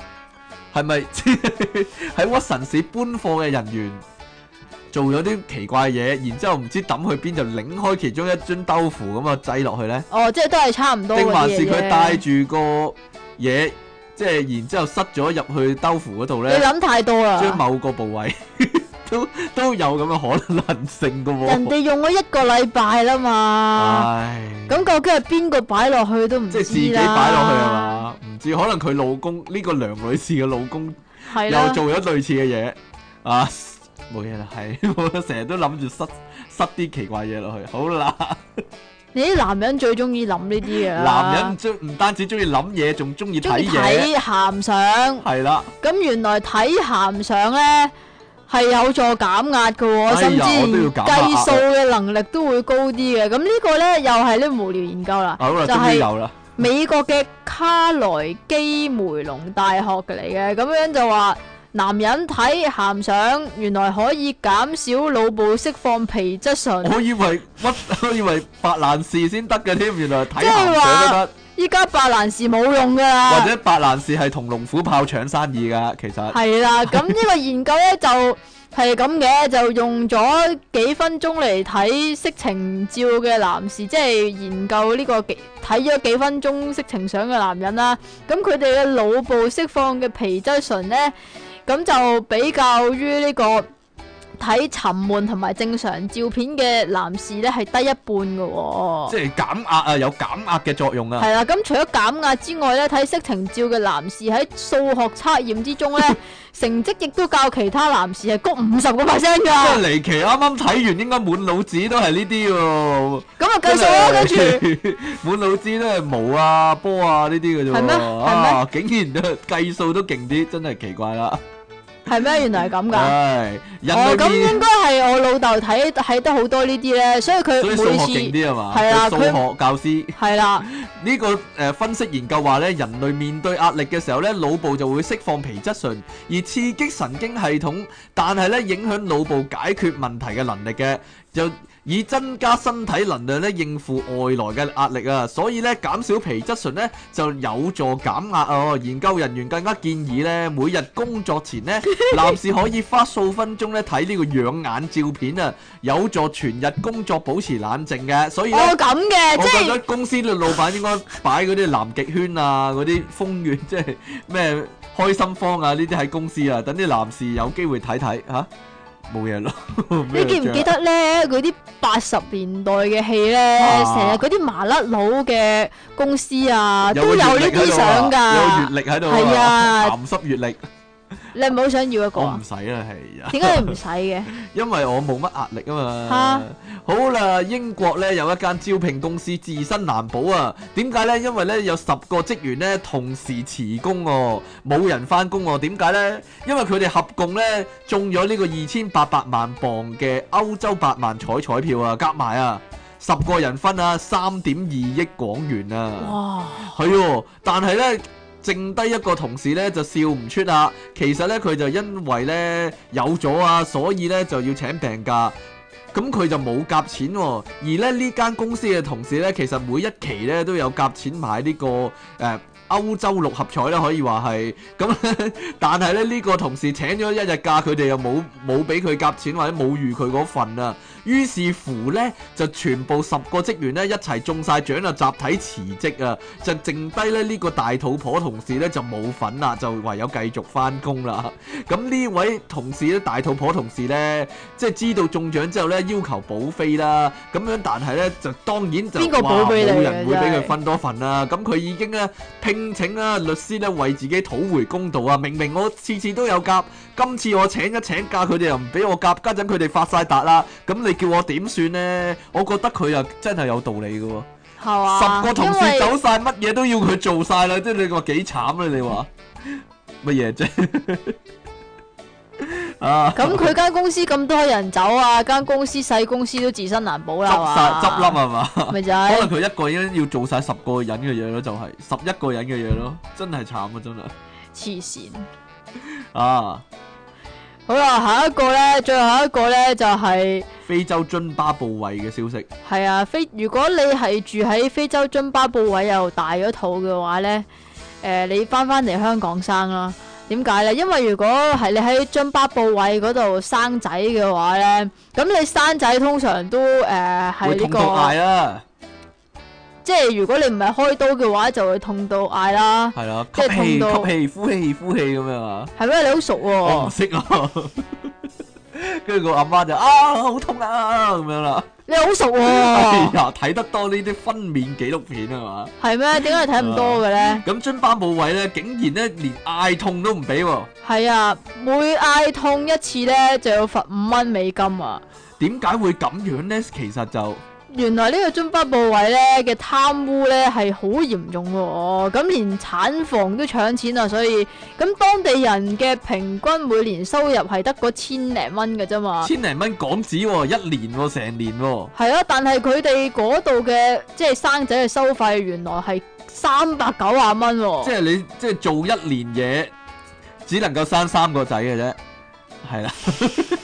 S1: 係咪 [LAUGHS] 喺屈臣氏搬貨嘅人員做咗啲奇怪嘢，然之後唔知抌去邊就擰開其中一樽豆腐咁啊擠落去呢？
S2: 哦，即係都係差唔多嗰
S1: 定
S2: 啲
S1: 還
S2: 嘢
S1: 是佢
S2: 啫
S1: 帶住個嘢，即係然之後塞咗入去豆腐嗰度
S2: 你
S1: 呢，
S2: 諗太多
S1: 將
S2: 啦。
S1: 某個部位 [LAUGHS] 都都有咁嘅可能性嘅
S2: 人
S1: 喎。
S2: 哋用咗一個禮拜啦嘛，
S1: 唉。
S2: 咁究竟係邊個擺落去都唔
S1: 啊即
S2: 知
S1: 係自己
S2: 啦。
S1: 擺落去係？嘛？唔知可能佢老公呢、個梁女士嘅老公
S2: 係
S1: 又
S2: 啦，
S1: 做咗類似嘅嘢啊！冇嘢啦，係 [LAUGHS] 我成日都諗住塞塞啲奇怪嘢落去。好啦，
S2: 你啲男人最中意諗呢啲嘢啦。
S1: 男人唔中唔單止中意諗嘢，仲中意
S2: 中
S1: 睇
S2: 意
S1: 嘢，
S2: 睇鹹相，
S1: 係啦。
S2: 咁原來睇鹹相咧係有助減壓嘅喎，
S1: 哎
S2: 甚
S1: 呀我都要
S2: 至
S1: 減壓啊
S2: 計數嘅能力都會高啲嘅。咁呢個咧又係呢無聊研究啦，
S1: 好啦，
S2: 就
S1: 終於
S2: 係
S1: 有啦。
S2: 美國嘅卡萊基梅隆大學嚟嘅，咁樣就話男人睇鹹相原來可以減少腦部釋放皮質醇。
S1: 我以為乜， [LAUGHS] 我以為白蘭氏先得嘅添，原來睇
S2: 即係啊
S1: 鹹相都得，
S2: 依家白蘭氏冇用噶
S1: 或
S2: 啦，
S1: 者白蘭氏係同龍虎豹搶生意㗎。其實
S2: 係啦。咁呢個研究咧就係咁嘅，就用咗幾分鐘嚟睇色情照嘅男士，即係研究呢、個幾睇咗幾分鐘色情相嘅男人啦。咁佢哋嘅腦部釋放嘅皮質醇咧，咁就比較於呢、個。睇沉悶同埋正常照片嘅男士咧，係低一半嘅喎、
S1: 即係減壓啊，有減壓嘅作用啊。
S2: 係啦，咁除咗減壓之外咧，睇色情照嘅男士喺數學測驗
S1: [LAUGHS]
S2: 之中咧，成績亦都較其他男士係高五十個 percent
S1: 真係
S2: 㗎。
S1: 離奇，啱啱睇完應該滿腦子都係呢啲喎。
S2: 咁啊，計數啦，跟住
S1: 住 [LAUGHS] 滿腦子都係毛啊、波啊呢啲嘅啫喎。
S2: 係咩
S1: 啊，竟然都計數都勁啲，真係奇怪啦。
S2: 係咩？原來係咁㗎。
S1: 唉，人
S2: 哦，
S1: 類
S2: 咁應
S1: 面
S2: 該係我老豆睇睇得好多呢啲咧，所以佢
S1: 所以數學勁
S2: 每次
S1: 啲係嘛？
S2: 係
S1: 佢
S2: 啊
S1: 數
S2: 佢
S1: 學教師
S2: 係啦，
S1: 呢個誒分析研究話咧，人類面對壓力嘅時候咧，腦部就會釋放皮質醇，而刺激神經系統，但係咧影響腦部解決問題嘅能力嘅，就以增加身體能量咧應付外來嘅壓力啊。所以咧減少皮質醇咧就有助減壓哦。研究人員更加建議咧，每日工作前咧，男士可以花數分鐘咧睇呢個養眼照片啊，有助全日工作保持冷靜嘅。所以咧
S2: 哦。咁
S1: [LAUGHS]
S2: 嘅，
S1: 我
S2: 即
S1: 覺得
S2: 係
S1: 公司嘅老闆應該擺嗰啲南極圈啊，嗰啲風月 [LAUGHS] 即係咩開心坊啊呢啲喺公司啊，等啲男士有機會睇睇吓，冇嘢咯。 [LAUGHS]
S2: 你記唔記得咧嗰啲八十年代嘅戲咧，
S1: 啊
S2: 成日嗰啲麻甩佬嘅公司啊，
S1: 有
S2: 都有
S1: 個月曆
S2: 呢
S1: 喺
S2: 啲
S1: 度啊
S2: 相㗎。
S1: 有月歷喺度
S2: 係啊
S1: 鹹濕月歷，
S2: 你係咪好想要一個
S1: 我
S2: 啊
S1: 唔？使啦，係啊。
S2: 點解你唔使嘅？
S1: 因為我冇乜壓力啊嘛。好啦，英國咧有一間招聘公司自身難保啊。點解呢？因為咧有十個職員咧同時辭工喎、冇人翻工喎。點解呢？因為佢哋合共咧中咗呢個二千八百萬磅嘅歐洲百萬彩彩票啊，夾埋啊十個人分啊三點二億港元啊。
S2: 哇！
S1: 係喎，但係咧，剩低一個同事咧就笑唔出啦。其實咧，佢就因為咧有咗啊，所以咧就要請病假。咁佢就冇夾錢喎、而咧呢間公司嘅同事咧，其實每一期咧都有夾錢買呢、個誒、呃歐洲六合彩啦，可以話係咁 [LAUGHS] 咧。但係咧呢、個同事請咗一日假，佢哋又冇冇俾佢夾錢或者冇預佢嗰份啊。於是乎呢，就全部十個職員呢一齊中晒獎啊，集體辭職啊，就剩低咧呢、個大肚婆同事呢就冇份啦，就唯有繼續翻工啦。咁呢位同事咧，大肚婆同事呢，即係知道中獎之後呢，要求補飛啦。咁樣但係呢，就當然就
S2: 邊個
S1: 哇
S2: 補
S1: 冇
S2: 飛你啊
S1: 人會俾
S2: 真
S1: 佢
S2: 係
S1: 分多份啦。咁佢已經呢，聘請啦律師呢，為自己討回公道啊！明明我次次都有夾。今次我請一請假，佢哋又唔俾我夾，家陣佢哋發晒達啦，咁你叫我點算呢？我覺得佢又真係有道理嘅喎，
S2: 係嘛？
S1: 十個同
S2: 因為
S1: 事走晒，乜嘢都要佢做晒啦，即係你話幾慘啊？你話乜嘢啫？ [LAUGHS] 啊，
S2: 咁佢間公司咁多人走啊，間公司細公司都自身難保啦，係
S1: 執晒執
S2: 嘛？
S1: 笠係嘛？
S2: 咪就
S1: 可能
S2: 係
S1: 佢一個人要做晒十個人嘅嘢咯，就係十一個人嘅嘢咯，真係慘啊！真係
S2: 黐線。
S1: 啊，
S2: 好啦，下一個咧，最後一個咧就係、
S1: 非洲津巴布韋嘅消息。
S2: 係啊，非如果你係住喺非洲津巴布韋又大咗肚嘅話呢，誒、你翻翻嚟香港生啦。點解呢？因為如果係你喺津巴布韋嗰度生仔嘅話呢，咁你生仔通常都誒
S1: 會
S2: 係呢
S1: 痛
S2: 個，
S1: 到嗌啊，
S2: 即係如果你唔係開刀嘅話，就會痛到嗌啦。
S1: 係啦，
S2: 即
S1: 吸
S2: 係痛
S1: 氣
S2: 到哦
S1: 吸氣，呼氣呼氣咁樣啊。
S2: 係咩？你好熟喎、
S1: 我唔識啊。 [LAUGHS] 跟住個阿媽就啊好痛啊咁樣啦。
S2: 你好熟喎、
S1: 哎
S2: 哦
S1: 呀，睇得多呢啲分娩紀錄片啊嘛。
S2: 係咩？點解你睇唔多嘅呢？
S1: 咁津巴布韋咧，竟然咧連嗌痛都唔俾喎。
S2: 係啊，每嗌痛一次呢，就要罰五蚊美金啊！
S1: 點解會咁樣咧？其實就
S2: 原來呢個津巴布韋咧嘅貪污咧係好嚴重嘅喎，咁連產房都搶錢啊，所以咁當地人嘅平均每年收入係得嗰千零蚊嘅啫嘛，
S1: 千零蚊港紙喎，一年喎，成年喎，
S2: 係啊，但係佢哋嗰度嘅即係生仔嘅收費原來係三百九啊蚊
S1: 即
S2: 喎，
S1: 係你即係做一年嘢，只能夠生三個仔嘅啫，係啦。 [LAUGHS]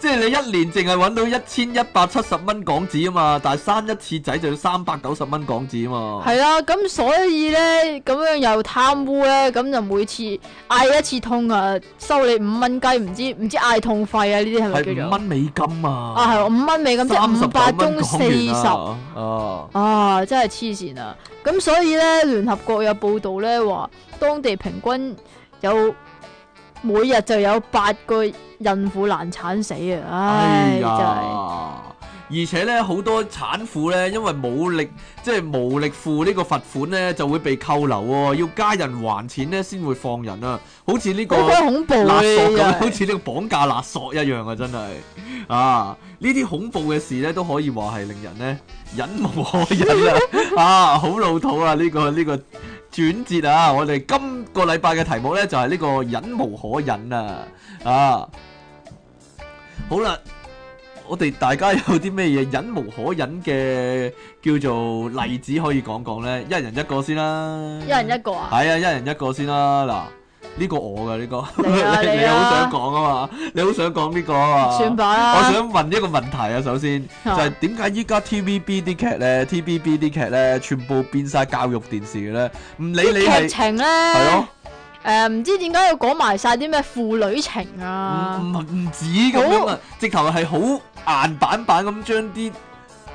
S1: 即係你一年淨係揾到一千一百七十蚊港紙啊嘛，但係生一次仔就要三百九十蚊港紙啊嘛。
S2: 係啦，咁所以咧咁樣又貪污咧，咁就每次嗌一次痛啊，收你五蚊雞，唔知唔知嗌痛費啊，呢啲係咪
S1: 係
S2: 叫
S1: 五
S2: 做
S1: 蚊？美金啊！
S2: 啊，係五蚊美金，即係五百中四十。
S1: 啊！
S2: 啊，真係黐線啊！咁所以咧，聯合國有報道咧話，當地平均有每日就有八個孕婦難產死啊！
S1: 哎
S2: 唉，真係
S1: 呀！而且咧，好多產婦咧，因為冇力，即係無力付呢個罰款咧，就會被扣留喎、要家人還錢咧先會放人啊！好似呢、個
S2: 好鬼恐怖啊！
S1: 勒索
S2: 真
S1: 咁，好
S2: 係
S1: 似呢個綁架勒索一樣啊！真係啊，呢啲恐怖嘅事咧，都可以話係令人咧忍無可忍啊！
S2: [LAUGHS]
S1: 啊，好老土啊！呢、個呢、個轉折啊！我哋今個禮拜嘅題目咧就係、呢個忍無可忍啊！啊，好啦。我哋大家有啲咩嘢忍無可忍嘅叫做例子可以講講呢？一人一個先啦，
S2: 一人一個啊！
S1: 係啊，一人一個先啦。嗱，呢個我噶呢個，[LAUGHS]
S2: 你啊
S1: 你
S2: 你
S1: 你
S2: 啊
S1: 好想講啊嘛，你好想講呢個啊嘛。
S2: 算吧
S1: 我
S2: 啦，
S1: 想問一個問題啊，首先就
S2: 啊
S1: 係點解依家 TVB 啲劇呢 TVB 啲劇呢，全部變晒教育電視嘅咧？唔理你
S2: 啲劇
S1: 係
S2: 情啊
S1: 係
S2: 咧
S1: 咯，
S2: 誒唔知點解要講埋晒啲咩父女情
S1: 唔
S2: 啊，
S1: 唔唔止咁樣啊，直頭係好硬板板咁將啲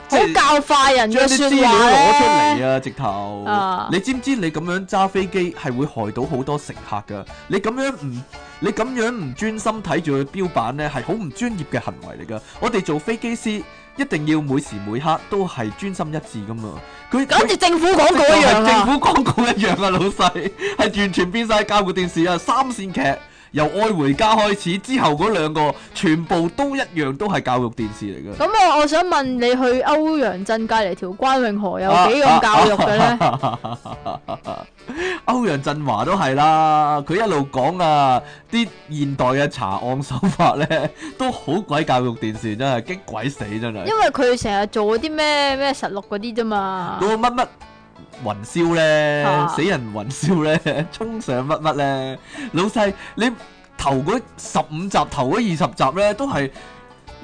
S1: 即
S2: 好啊
S1: 係
S2: 教化人
S1: 將
S2: 嘅
S1: 啲資
S2: 説
S1: 料
S2: 話
S1: 攞出嚟
S2: 咧。
S1: 啊！直頭
S2: 啊，
S1: 你知唔知你咁樣揸飛機係會害到好多乘客噶？你咁樣唔，你咁樣唔專心睇住佢標板呢，係好唔專業嘅行為嚟噶。我哋做飛機師一定要每時每刻都係專心一致噶嘛。佢
S2: 簡直政府廣
S1: 佢
S2: 告一樣
S1: 係政
S2: 啊！
S1: 府廣告一樣啊，老細 [LAUGHS] 係完全變晒教育電視啊，三線劇。由《愛回家》開始之後嗰兩個，全部都一樣，都係教育電視嚟嘅。
S2: 咁啊，我想問你去歐陽震界嚟條關永河有
S1: 啊
S2: 幾咁教育嘅
S1: [LAUGHS]
S2: 咧？
S1: 歐陽振華都係啦，佢一路講啊，啲現代嘅查案手法咧，都好鬼教育電視，真係激鬼死真係。
S2: 因為佢成日做嗰啲咩咩實錄嗰啲啫嘛
S1: 嗰。個乜乜雲霄咧，
S2: 啊
S1: 死人雲霄 [LAUGHS] 咧，衝上乜乜咧，老細你頭嗰十五集、頭嗰二十集咧，都係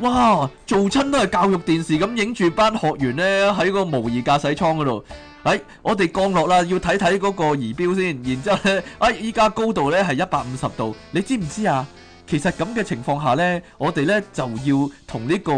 S1: 哇做親都係教育電視咁影住班學員咧喺個模擬駕駛艙嗰度。哎，我哋降落啦，要睇睇嗰個儀表先。然之後咧，哎，依家高度咧係一百五十度，你知唔知啊？其實咁嘅情況下咧，我哋咧就要同呢、個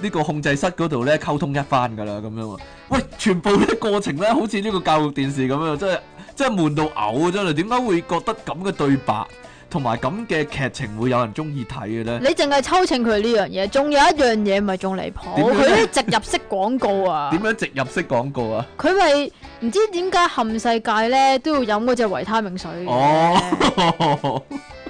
S1: 呢、個控制室嗰度咧溝通一番噶啦，咁樣喎。喂，全部咧過程咧，好似呢個教育電視咁樣，真係真係悶到嘔啊真係。點解會覺得咁嘅對白同埋咁嘅劇情會有人中意睇嘅咧？
S2: 你淨係抽秤佢呢樣嘢，仲有一樣嘢咪仲離譜，
S1: 點樣呢
S2: 佢啲植入式廣告啊
S1: 點，樣植入式廣告啊？
S2: 佢咪唔知點解冚世界咧都要飲嗰只維他命水嘅
S1: 哦， [LAUGHS]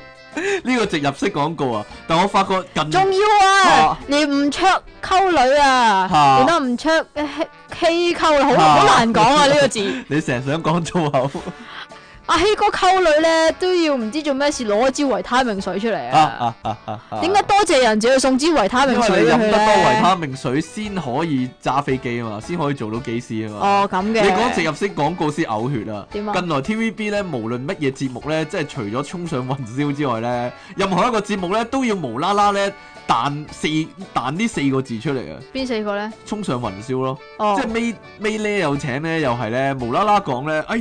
S1: 呢個植入式廣告啊！但我發覺近
S2: 仲要啊
S1: [LAUGHS] 啊！
S2: 連吳卓溝女啊，
S1: 啊
S2: 連阿吳卓希希溝女，
S1: 啊
S2: 好好難講啊呢個字。
S1: 你成日想講粗口
S2: 阿希哥溝女咧都要唔知做咩事攞一支維他命水出嚟
S1: 啊
S2: 啊！
S1: [LAUGHS] 啊啊啊啊！
S2: 點解多謝人就要送支維他
S1: 因為
S2: 命水
S1: 你
S2: 俾
S1: 飲
S2: 佢
S1: 得多維
S2: 咧？
S1: 他命水先可以揸飛機啊嘛，先可以做到機師啊嘛。
S2: 哦咁
S1: 你
S2: 嘅。
S1: 講植入式廣告先嘔血啊！
S2: 點啊
S1: 近來 TVB 咧，無論乜嘢節目咧，即係除咗衝上雲霄之外咧，任何一個節目咧都要無啦啦咧彈四彈呢四個字出嚟啊！
S2: 邊四個咧？
S1: 衝上雲霄咯〜
S2: 哦
S1: 即係尾尾咧又請咧又係咧無啦啦講咧，哎，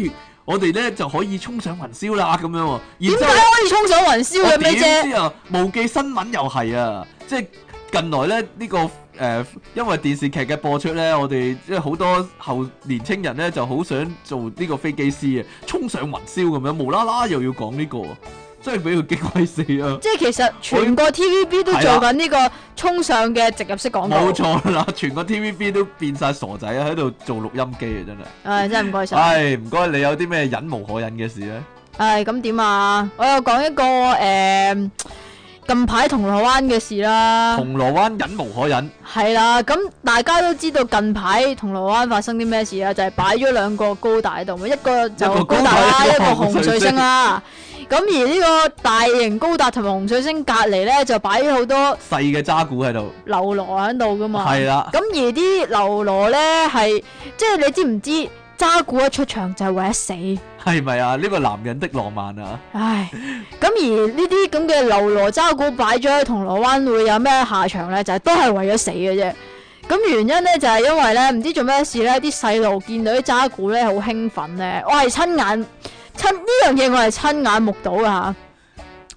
S1: 我哋咧就可以衝上雲霄啦咁樣喎。然
S2: 點
S1: 之
S2: 解
S1: 後
S2: 可以衝上雲霄
S1: 我
S2: 嘅咩
S1: 點
S2: 啫？
S1: 知啊？無記新聞又係啊，即係近來咧呢、個誒、呃因為電視劇嘅播出咧，我哋即係好多後年青人咧就好想做呢個飛機師啊，衝上雲霄咁樣，無啦啦又要講呢、個啊，真係俾佢激鬼死啊！
S2: 即係其實全個 TVB 都做緊呢個衝上嘅植入式廣告。
S1: 冇。錯啦，全個 TVB 都變晒傻仔啊，喺度做錄音機啊，真係。
S2: 唉，真係唔該晒。
S1: 唉，唔該，你有啲咩忍無可忍嘅事咧？
S2: 唉，咁點啊？我又講一個诶，誒近排銅鑼灣嘅事啦。
S1: 銅鑼灣忍無可忍，
S2: 係啦，咁大家都知道近排銅鑼灣發生啲咩事啦，啊就係擺咗兩個高大喺度，一個
S1: 一個
S2: 就
S1: 高
S2: 高
S1: 達
S2: 達啦，
S1: 一個
S2: 一個
S1: 紅
S2: 紅
S1: 水
S2: 水
S1: 星
S2: 星啦。咁而呢個大型高達同埋紅水星隔離咧，就擺咗好多
S1: 細嘅渣古喺度，
S2: 流羅喺度噶嘛。
S1: 係啦，
S2: 咁而啲流羅咧係，即係你知唔知渣古一出場就係為咗死？
S1: 係咪啊？呢個男人的浪漫啊，
S2: 唉，咁而呢啲咁嘅流羅渣古擺咗喺銅鑼灣會有咩下場咧？就係、都係為咗死嘅啫。咁原因咧就係、因為咧唔知做咩事咧，啲細路見到啲渣古咧好興奮咧，我係親眼親呢樣嘢我係親眼目睹噶嚇。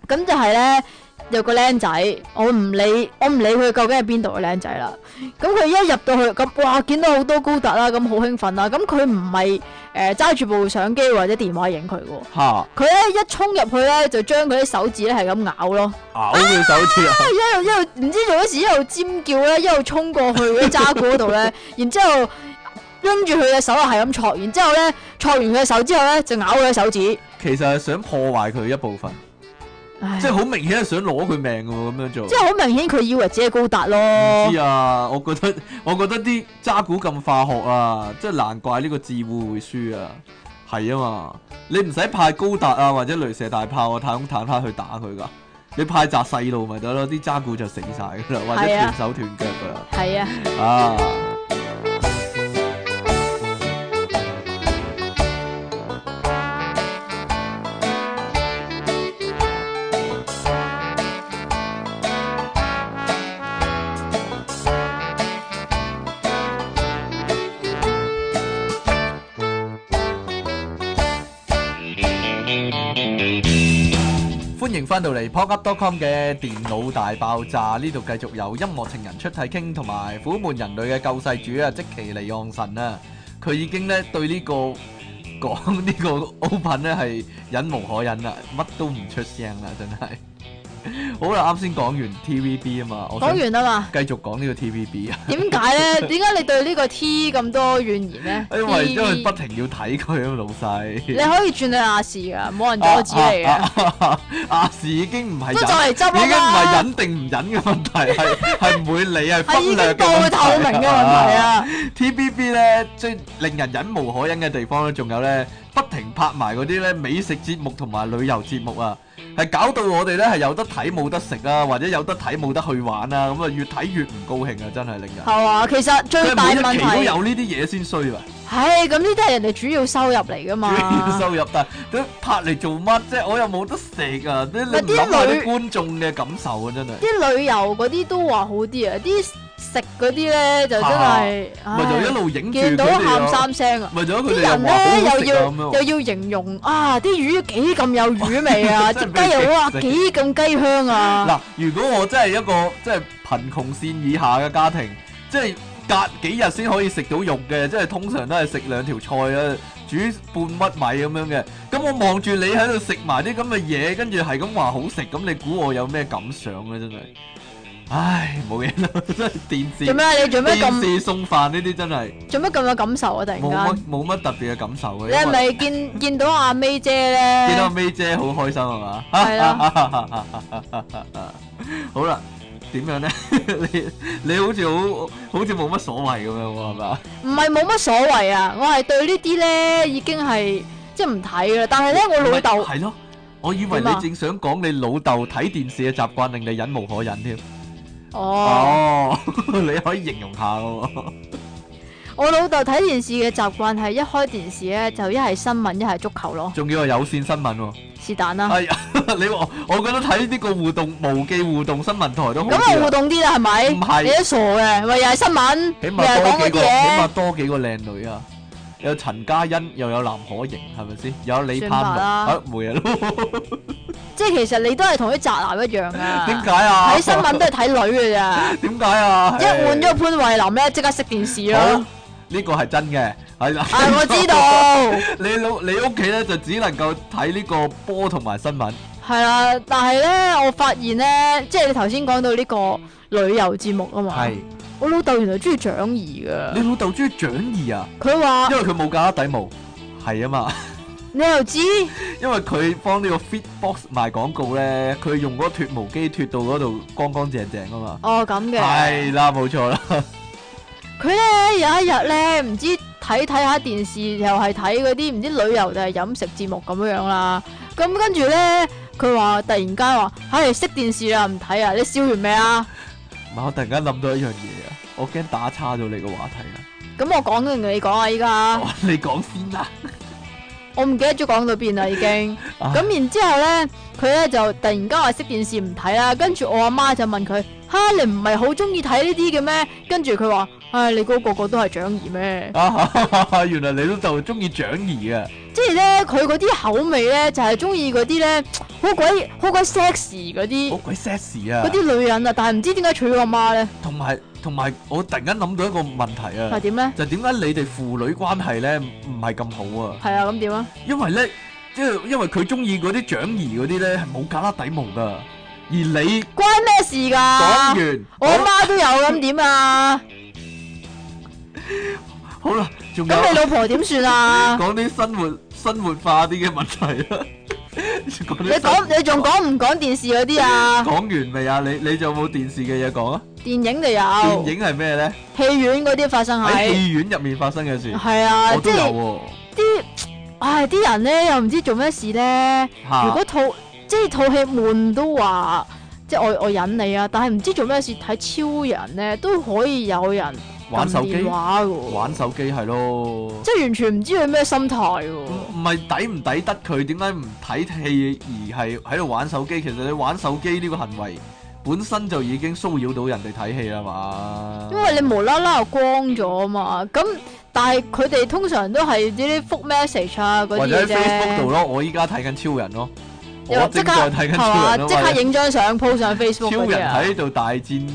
S2: 咁就係咧有個僆仔，我唔理我唔理佢究竟係邊度嘅僆仔啦。咁佢一入到去咁，哇見到好多高達啦，咁好興奮啦。咁佢唔係誒揸住部相機或者電話影佢喎。
S1: 嚇
S2: 佢咧一衝入去咧，就將佢啲手指咧係咁咬咯，
S1: 咬佢手指啊，
S2: 一路一路唔知做乜事，一路尖叫咧，一路衝過去嗰啲渣古嗰度咧，然之後拎住佢嘅手係咁戳，然之後咧戳完佢嘅手之後咧就咬佢嘅手指，
S1: 其實係想破壞佢一部分，
S2: 唉
S1: 即係好明顯係想攞佢命嘅喎，咁樣做
S2: 即。係好明顯佢以為自己係高達
S1: 唔
S2: 咯
S1: 知，啊，我覺得我覺得啲渣古咁化學啊，即係難怪呢個智護會輸啊，係啊嘛，你唔使派高達啊或者雷射大炮啊太空坦克去打佢噶，你派扎細路咪得咯，啲渣古就死晒噶啦，或者
S2: 係
S1: 斷
S2: 啊
S1: 手斷腳噶啦。
S2: 係啊，
S1: 啊！歡迎翻到嚟 pocket.com 嘅電腦大爆炸，呢度繼續有音樂情人出體傾同埋苦悶人類嘅救世主啊，即其尼昂神啊，佢已經咧對呢、個講呢個 open 咧係忍無可忍啦，乜都唔出聲啦，真係。好啦，啱先講完 TVB 啊嘛，我
S2: 講
S1: 想
S2: 完啦嘛，
S1: 繼續講呢個 TVB 啊，
S2: 點解咧？點解你對呢個 T 咁多怨言咧？
S1: 因為
S2: T
S1: 因為不停要睇佢啊，老細。
S2: 你可以轉去亞視噶，冇人阻止你嘅，
S1: 亞視已經唔係
S2: 都就
S1: 忍
S2: 嚟 [LAUGHS] 執
S1: 已經唔係
S2: 啦嘛，
S1: 忍定唔忍嘅問題，係
S2: [LAUGHS]
S1: 係唔會理係
S2: 係已
S1: 忽略
S2: 經
S1: 嘅
S2: 到透明嘅問題啊！
S1: ！TVB 咧最令人忍無可忍嘅地方咧，仲有咧不停拍埋嗰啲咧美食節目同埋旅遊節目啊，係搞到我哋咧係有得睇冇得食啊，或者有得睇冇得去玩啊，咁啊越睇越唔高興啊，真係令人。
S2: 係嘛？其實最大
S1: 佢每
S2: 問
S1: 一期都
S2: 題，
S1: 有呢啲嘢先衰啊！
S2: 唉，咁呢啲係人哋主要收入嚟噶嘛？
S1: 主要收入，但係都拍嚟做乜啫？我又冇得食啊！你你
S2: 咪
S1: 唔
S2: 啲
S1: 諗下啲
S2: 女
S1: 觀眾嘅感受啊，真係。
S2: 啲旅遊嗰啲都話好啲啊，啲食嗰啲咧就真係，
S1: 啊咪就一
S2: 唉
S1: 路影住
S2: 見
S1: 佢
S2: 到
S1: 哋
S2: 喊
S1: 啊，
S2: 三聲啊！
S1: 咪就佢
S2: 啲
S1: 哋又
S2: 人
S1: 話好好食
S2: 咧又
S1: 啊
S2: 要
S1: 咁樣。
S2: 又要形容啊啲魚幾咁有魚
S1: [LAUGHS]
S2: 味啊，
S1: 真係
S2: 啲
S1: 俾
S2: 雞又哇
S1: 食
S2: 幾咁雞香啊！
S1: 嗱，如果我真係一個即係貧窮線以下嘅家庭，即係隔幾日先可以食到肉嘅，即係通常都係食兩條菜啊，煮半乜米咁樣嘅。咁我望住你喺度食埋啲咁嘅嘢，跟住係咁話好食，咁你估我有咩感想啊？真係，唉，冇嘢啦，真係電
S2: 做
S1: 視
S2: 咩？你做咩
S1: 電
S2: 咁
S1: 視送飯呢啲真係
S2: 做咩咁有感受啊？突然
S1: 冇
S2: 間
S1: 乜，冇乜特別嘅感受嘅。
S2: 你係
S1: 因為
S2: 咪見見到阿 May 姐
S1: 見到啊
S2: 咧？
S1: May 姐好開心係嘛？
S2: 係
S1: 啦。 [LAUGHS] 好啦，點樣咧？ [LAUGHS] 你你好似好好似冇乜所謂咁樣喎，係嘛？
S2: 唔係冇乜所謂啊！我係對呢啲咧已經係即係唔睇噶啦。但係咧，我老
S1: 唔係
S2: 豆
S1: 係咯，我以為你
S2: 點啊
S1: 正想講你老豆睇電視嘅習慣令你忍無可忍添。
S2: 哦，
S1: 哦， [LAUGHS] 你可以形容下喎。
S2: 我老豆睇電視嘅習慣係一開電視咧就一係新聞一係足球咯，
S1: 仲要係有線新聞喎。
S2: 是但啦。
S1: 係啊， [LAUGHS] 你話我我覺得睇呢個互動無記互動新聞台都好
S2: 咁啊
S1: 啲
S2: 互
S1: 啊，
S2: 動啲啦，係咪？
S1: 唔係
S2: 你都傻嘅，咪又係新聞，
S1: 起
S2: 又
S1: 碼
S2: 係講
S1: 多
S2: 嗰
S1: 幾個，
S2: 啲
S1: 起碼
S2: 嘢，
S1: 多幾個靚女啊！有陳嘉欣，又有藍可瑩，係咪先？有李
S2: 算
S1: 盼
S2: 吧
S1: 樂，
S2: 啦
S1: 啊冇嘢咯。
S2: 即係其實你都係同啲宅男一樣啊。
S1: 點解啊？，
S2: 睇新聞都係睇女嘅咋
S1: [LAUGHS] 點解啊？
S2: 一換咗潘慧琳咧，即刻熄電視
S1: 好
S2: 咯。
S1: 呢個係真嘅，係啦。
S2: 啊，我
S1: [LAUGHS]
S2: 知。道。
S1: 你老你屋企咧就只能夠睇呢個波同埋新聞，
S2: 係啦，但係咧，我發現咧，即係你頭先講到呢個旅遊節目啊嘛，
S1: 嗯係
S2: 我老豆原來中意蔣怡噶
S1: 你，老豆中意蔣怡啊，
S2: 佢話
S1: 因為佢冇假底毛，係啊 [LAUGHS] 嘛，
S2: 你又知，
S1: 因為佢幫呢個 Fitbox 賣廣告咧，佢用嗰個脱毛機脱到嗰度乾乾淨淨啊嘛，
S2: 哦咁嘅，
S1: 係啦，冇錯啦，
S2: 佢咧有一日咧，唔知睇睇下電視，又係睇嗰啲唔知旅遊定係飲食節目咁樣樣啦，咁跟住咧，佢話突然間話，唉，熄電視啦，唔睇啊，你笑完未啊？
S1: 唔係我突然間諗到一樣嘢啊，我驚打岔咗你個話題啦，
S2: 咁我講定你講啊，依家
S1: 哦你講先啦，
S2: 我唔記得咗講到邊啦，已經。
S1: 啊
S2: 咁然之後咧，佢咧就突然間話熄電視唔睇啦，跟住我阿媽就問佢：哈，你唔係好中意睇呢啲嘅咩？跟住佢話：唉，你估個個都係長兒咩？
S1: [LAUGHS] 啊原來你老豆中意蔣怡啊，
S2: 即係咧，佢嗰啲口味咧，就係中意嗰啲咧，好鬼好鬼 sexy 嗰
S1: 好
S2: 啲
S1: 鬼 sexy 啊
S2: 嗰，啲女人啊，但係唔知點解娶咗阿媽咧，
S1: 同埋同埋我突然間諗到一個問題啊
S2: 係。點咧？
S1: 就點解你哋父女關係咧唔係咁好啊？
S2: 係啊，咁點啊？
S1: 因為咧，即係因為佢中意嗰啲長兒嗰啲咧係冇架啦底毛噶，而你
S2: 關咩事
S1: 講
S2: 㗎？
S1: 完，
S2: 我阿媽都有咁點啊？
S1: 好好啦，仲有
S2: 咁你老婆點算啊？
S1: 講啲生活生活化啲嘅問 [LAUGHS] 題啦。講啲
S2: 你
S1: 生
S2: 講你仲講唔講電視嗰啲啊？
S1: 講完未啊？你你仲有冇電視嘅嘢講啊？
S2: 電影就
S1: 電
S2: 有，
S1: 影係咩咧？
S2: 戲院嗰啲發生
S1: 喺
S2: 喺
S1: 戲院入面發生嘅事，
S2: 係啊，
S1: 我都
S2: 即
S1: 有
S2: 係
S1: 喎。
S2: 啲唉啲人咧又唔知做咩事咧。如
S1: 嚇
S2: 果套即係套戲悶都話，即係我我忍你啊，但係唔知做咩事睇超人咧都可以有人
S1: 玩手
S2: 撳
S1: 機
S2: 電，話噶，
S1: 玩手機係咯。
S2: 即係完全唔知佢咩心態
S1: 唔
S2: 喎。
S1: 唔係抵唔抵得佢？點解唔睇戲而係喺度玩手機？其實你玩手機呢個行為本身就已經騷擾到人哋睇戲啦嘛。
S2: 因為你無啦啦又光咗啊嘛，咁但係佢哋通常都係呢啲覆 message 啊嗰
S1: 或
S2: 啲
S1: 者
S2: 嘢
S1: 喺 Facebook 度
S2: 啫，
S1: 咯，我依家睇緊超人咯，我
S2: 又
S1: 正
S2: 即
S1: 在
S2: 刻
S1: 睇緊
S2: 係
S1: 超
S2: 嘛，
S1: 人咯，
S2: 即
S1: 或
S2: 刻
S1: 者
S2: 影張相 po 上 Facebook
S1: 超
S2: 嗰啲
S1: 人
S2: 啊。
S1: 喺度大戰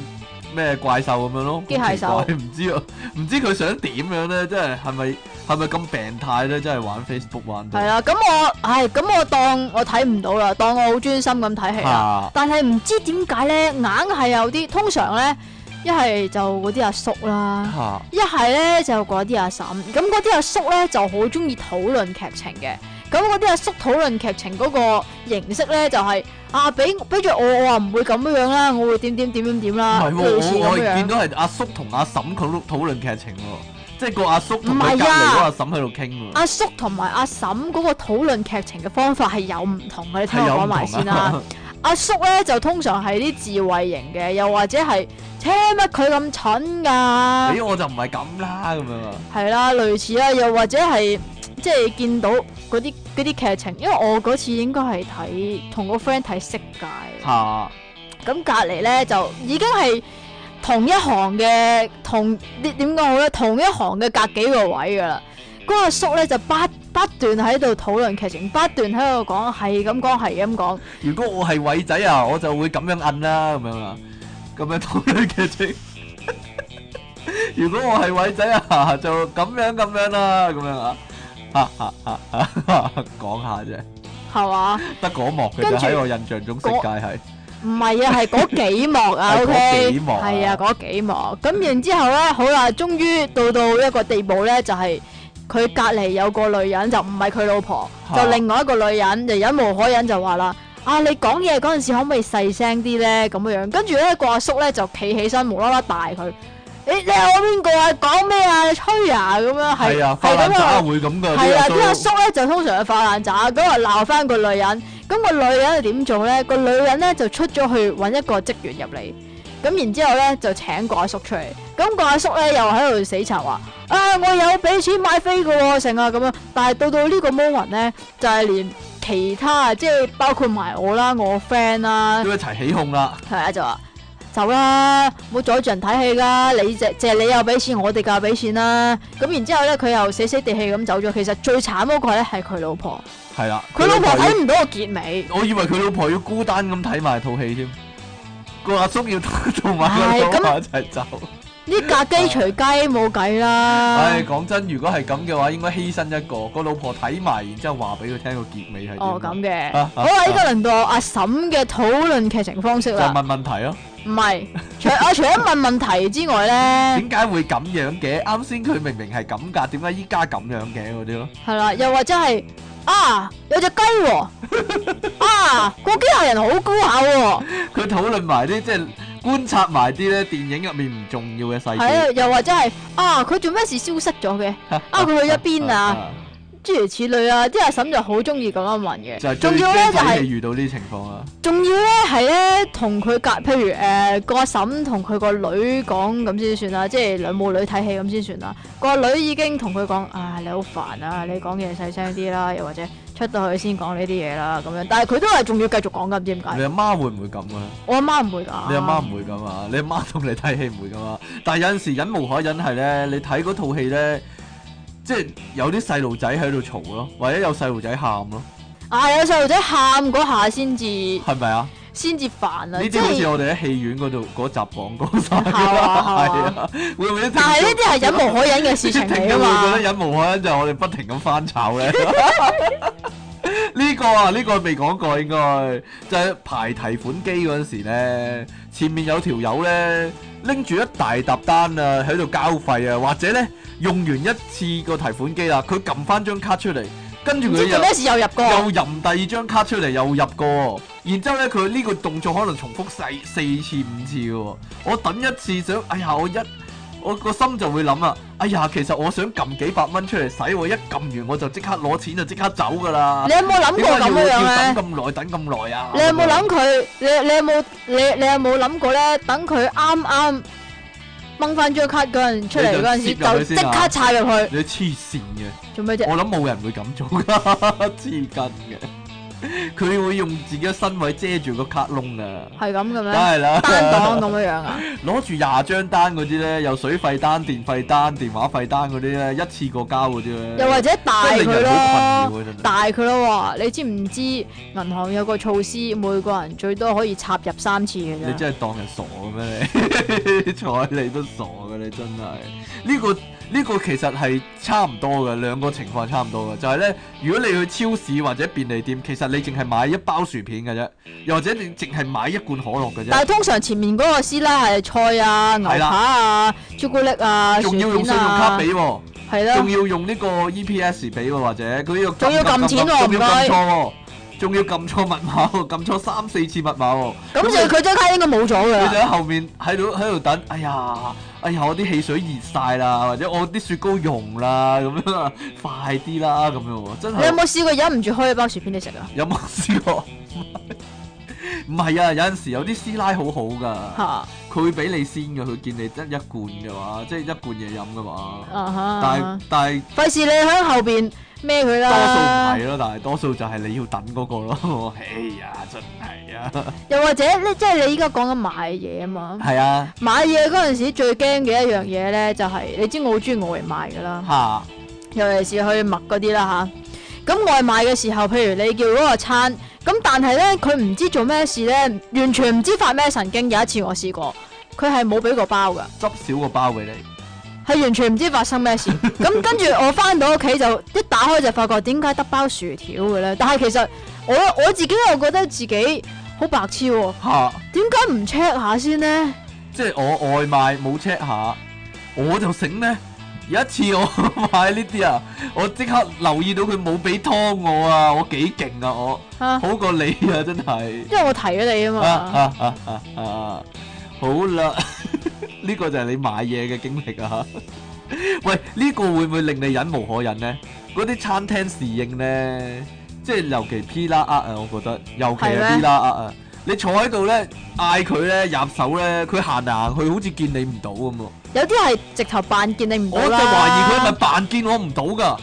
S1: 咩怪獸咁樣咯，
S2: 機械
S1: 好
S2: 獸
S1: 奇怪唔知啊，唔知佢想點樣咧？真係係咪係咪咁病態咧？真係玩 Facebook 玩
S2: 系
S1: 到
S2: 啊啦，咁我唉，咁我當我睇唔到啦，當我好專心咁睇戲啦。
S1: 嚇
S2: 但係啊唔知點解咧，硬係有啲通常咧，一係就嗰啲阿叔啦，
S1: 嚇
S2: 一係咧就嗰啲阿嬸。咁嗰啲阿叔咧就好中意討論劇情嘅。咁嗰啲阿叔討論劇情嗰個形式咧，就係、啊，俾俾住我，我話唔會咁樣樣啦，我會點點點點點
S1: 唔
S2: 啦，
S1: 係喎，
S2: 類似
S1: 我我
S2: 咁
S1: 係見
S2: 樣。
S1: 到係阿叔同阿嬸討論討論劇情喎，即係個阿叔同
S2: 唔
S1: 佢
S2: 係
S1: 隔
S2: 啊
S1: 離嗰個阿嬸喺度傾喎，
S2: 阿叔同埋阿嬸嗰個討論劇情嘅方法係有唔同嘅，你聽
S1: 係有唔
S2: 我講埋先
S1: 同
S2: 啦。
S1: 啊，
S2: 阿叔咧就通常係啲智慧型嘅，又或者係車乜佢咁蠢噶，
S1: [LAUGHS] 咦我就唔係咁啦咁樣啊，
S2: 係啦，類似啦，又或者係即係見到嗰啲嗰啲劇情，因為我嗰次應該係啊睇同個 friend 睇色戒，
S1: 嚇
S2: 咁隔離咧就已經係同一行嘅同點點講好咧？同一行嘅隔幾個位噶啦。嗰、個阿叔咧就不不斷喺度討論劇情，不斷喺度講，係咁講，係咁講。
S1: 如果我係偉仔啊，我就會咁樣摁啦，咁樣啊，咁樣討論劇情。 [LAUGHS] 如果我係偉仔啊，就咁樣咁樣啦，咁樣啊， [LAUGHS] 哈哈哈哈講下啫，
S2: 係嘛？
S1: 得嗰幕嘅
S2: 跟
S1: 啫，
S2: 住
S1: 喺我印象中，世界係
S2: 唔係啊，係嗰幾幕
S1: [LAUGHS]
S2: 啊
S1: 係嗰
S2: ，OK，
S1: 幾幕啊
S2: 係啊，嗰幾幕。咁然之後咧，好啦，終於到到一個地步咧，就係佢隔離有個女人，就唔係佢老婆，
S1: 嚇
S2: 就另外一個女人，就忍無可忍就話啦：啊，你講嘢嗰陣時可唔可以細聲啲咧？咁樣樣，跟住咧個阿叔咧就企起身，無啦啦大佢：你你係我邊個啊？講咩啊？你吹啊？咁樣係
S1: 係啊，花
S2: 係
S1: 冷
S2: 咁
S1: 渣
S2: 啊！
S1: 會咁噶，
S2: 係啊，
S1: 呢個
S2: 啲阿
S1: 都
S2: 叔咧就通常係發爛渣，咁啊鬧翻個女人，咁個女人係點做咧？個女人咧就出咗去揾一個職員入嚟，咁然之後咧就請個阿叔出嚟，咁個阿叔咧又喺度死撐話：啊，我有俾錢買飛嘅喎，成啊咁樣。但係到到呢個 moment 咧，就係、連其他即係包括埋我啦，我 friend 啦。
S1: 都一齊起哄啦，
S2: 係啊，就話走啦，唔好阻住人睇戲啦。你借借你又俾錢，我哋梗係俾錢啦。咁然之後咧，佢又死死地氣咁走咗。其實最慘嗰個咧係佢老婆，
S1: 係啦，
S2: 佢老婆
S1: 要
S2: 睇唔到個結尾。
S1: 我以為佢老婆要孤單咁睇埋套戲添，個阿叔要 [LAUGHS] 同埋
S2: 唉
S1: 佢老
S2: 咁
S1: 婆一齊走。
S2: 呢架雞隨雞冇計啦
S1: 啊唉，。講真，如果係咁嘅話，應該犧牲一個，個老婆睇埋，然之後話俾佢聽個結尾係點。
S2: 哦，咁嘅。
S1: 啊啊
S2: 好啦，依家輪到我阿嬸嘅討論劇情方式
S1: 就
S2: 啦。
S1: 問問題咯，
S2: 唔係，除 [LAUGHS] 我除咗問問題之外咧。
S1: 點解會咁樣嘅？啱先佢明明係咁㗎，點解依家咁樣嘅嗰啲咯？
S2: 系啦，又或者係啊，有隻雞喎，啊，個機械人好高下喎，
S1: 佢討論埋啲即係觀察埋啲咧電影入面唔重要嘅細
S2: 係啊
S1: 節。，
S2: 又或者係啊，佢做咩事消失咗
S1: [LAUGHS]
S2: 嘅，啊，佢去咗邊啊，？諸如此類啊，啲阿嬸就好中意咁樣問
S1: 就係最
S2: 嘅，仲
S1: 驚
S2: 要咧就
S1: 睇
S2: 係
S1: 戲。遇到呢啲情況啊！
S2: 仲要咧係咧同佢隔，譬如誒、呃、個阿嬸同佢個女講咁先算啦，即係兩母女睇戲咁先算啦。個女已經同佢講：啊，你好煩啊，你講嘢細聲啲啦，又或者出到去先講呢啲嘢啦咁樣。但係佢都係仲要繼續講㗎，唔知點解
S1: 你。阿媽會唔會咁啊？
S2: 我阿媽唔會㗎。
S1: 你阿媽唔會咁啊，你阿媽同你睇戲唔會咁啊。但係有陣時忍無可忍係咧，你睇嗰套戲咧，即係有啲細路仔喺度嘈咯，或者有細路仔喊咯，
S2: 啊！有細路仔喊嗰下先至
S1: 係咪啊？
S2: 先至煩
S1: 呢
S2: 啊！即
S1: 啲好似
S2: 係，
S1: 我哋喺戲院嗰度嗰集講過晒㗎
S2: 係
S1: 啦，
S2: 啊係啊
S1: 係啊，會唔會啲聽眾？
S2: 但係呢啲係忍無可忍嘅事情
S1: [LAUGHS] 啲
S2: 嚟㗎
S1: 聽眾會覺得
S2: 嘛。
S1: 忍無可忍就係我哋不停咁翻炒咧。呢個啊，呢、個未講過應該，就係、排提款機嗰陣時咧，前面有條友咧拎住一大沓單啊，喺度交費啊，或者咧用完一次個提款機啦，佢撳翻張卡出嚟，跟住
S2: 唔
S1: 佢
S2: 知做
S1: 又
S2: 咩事又入過。啊
S1: 又撳第二張卡出嚟，又入過喎，然之後咧佢呢個動作可能重複細四次五次嘅喎，我等一次想，哎呀我一我個心就會諗啊，哎呀其實我想撳幾百蚊出嚟使，我一撳完我就即刻攞錢就即刻走㗎啦
S2: 你，有冇諗
S1: 點解
S2: 過
S1: 要
S2: 咁樣樣咧
S1: 要？等咁耐等咁耐啊？
S2: 你有冇諗佢？你你有冇你你有冇諗過咧？等佢啱啱掹翻張卡嗰陣出嚟嗰陣時，
S1: 你就攝入
S2: 就
S1: 去先
S2: 即
S1: 啊
S2: 刻插入去，
S1: 你黐線嘅！
S2: 做咩啫？
S1: 我諗冇人會咁做噶， [LAUGHS] 黐筋嘅。佢會用自己嘅身位遮住個卡窿啊，
S2: 係咁嘅
S1: 梗
S2: 咩？
S1: 係啦。
S2: 單檔咁樣樣啊？
S1: 攞住廿張單嗰啲咧，有水費單、電費單、電話費單嗰啲咧，一次過交嗰啲咧，
S2: 又或者大
S1: 啊真係
S2: 佢
S1: 令人好
S2: 咯，
S1: 困擾啊真係。
S2: 大佢咯喎！你知唔知銀行有個措施，每個人最多可以插入三次嘅
S1: 你
S2: 啫？
S1: 真係當人傻嘅咩？ [LAUGHS] 你睬你都傻嘅，你真係呢、個呢、個其實係差唔多嘅，兩個情況差唔多嘅，就係、呢：如果你去超市或者便利店，其實你淨係買一包薯片嘅啫，又或者你淨係買一罐可樂嘅
S2: 但係
S1: 啫，
S2: 通常前面嗰個師奶係菜啊、牛
S1: 係
S2: 扒
S1: 啦
S2: 啊、朱古力啊、薯
S1: 仲要用
S2: 片
S1: 信用卡
S2: 啊
S1: 俾，喎。
S2: 係啦
S1: 仲。要用呢個 E EPS 俾喎，或者佢要
S2: 仲要撳錢喎
S1: 仲要
S2: 唔該
S1: 撳錯喎，仲要撳錯密碼喎， [LAUGHS] 撳錯三四次密碼喎。
S2: 咁就佢張卡應該冇咗㗎
S1: 佢
S2: 啦
S1: 就。喺後面喺度喺度等，哎呀，哎呀，我啲汽水熱晒啦，或者我啲雪糕溶啦，咁樣啊，快啲啦，咁樣喎，真
S2: 嗯你有
S1: 係
S2: 冇試過忍唔住開一包薯片你食啊？
S1: 有冇試過？ [LAUGHS] 唔係啊，有陣時有啲師奶好好
S2: 吓
S1: 噶，
S2: 啊
S1: 佢會俾你先噶，佢見你得一罐嘅話，即係一罐嘢飲噶
S2: 啊
S1: 嘛。但
S2: 哈
S1: 係，但係
S2: 費事你喺後邊孭佢
S1: 多數唔
S2: 啦，
S1: 係咯，但係多數就係你要等嗰個咯。 [LAUGHS] 哎呀，真係啊，
S2: 又或者咧，即係你依家講緊買嘢啊嘛。
S1: 係啊，
S2: 買嘢嗰陣時最驚嘅一樣嘢咧，就係、你知我好中意外賣噶啦，
S1: 嚇
S2: 尤其是去麥嗰啲啦吓，咁外賣嘅時候，譬如你叫嗰個餐，咁但係咧佢唔知做咩事咧，完全唔知發咩神經。有一次我試過，佢係冇俾過包噶，
S1: 執少個包俾你，
S2: 係完全唔知發生
S1: [LAUGHS]
S2: 咩事。咁跟住我翻到屋企就一打開就發覺點解得包薯條嘅咧？但係其實我我自己又覺得自己好白痴喎、
S1: 嚇，
S2: 點解唔 check 下先呢？
S1: 即係我外賣冇 check 下，我就醒咧。有一次我 [LAUGHS] 買呢啲啊，我即刻留意到佢冇俾湯我啊，我幾勁啊我，
S2: 啊，
S1: 好過你啊真係。
S2: 因為我提咗你啊嘛。
S1: 啊啊啊啊啊啊！好啦， [LAUGHS] 呢個就係你買嘢嘅經歷啊！喂，呢個會唔會令你忍無可忍呢？嗰啲餐廳侍應呢，即係尤其 P 啦呃啊，我覺得尤其
S2: 係
S1: 係
S2: 咩
S1: P 啦呃啊，你坐喺度呢，嗌佢呢，入手呢，佢行嚟行去好似見你唔到咁喎，
S2: 有啲係直頭扮見你唔
S1: 我
S2: 到
S1: 就
S2: 啦。
S1: 懷疑佢係咪扮見我唔到㗎？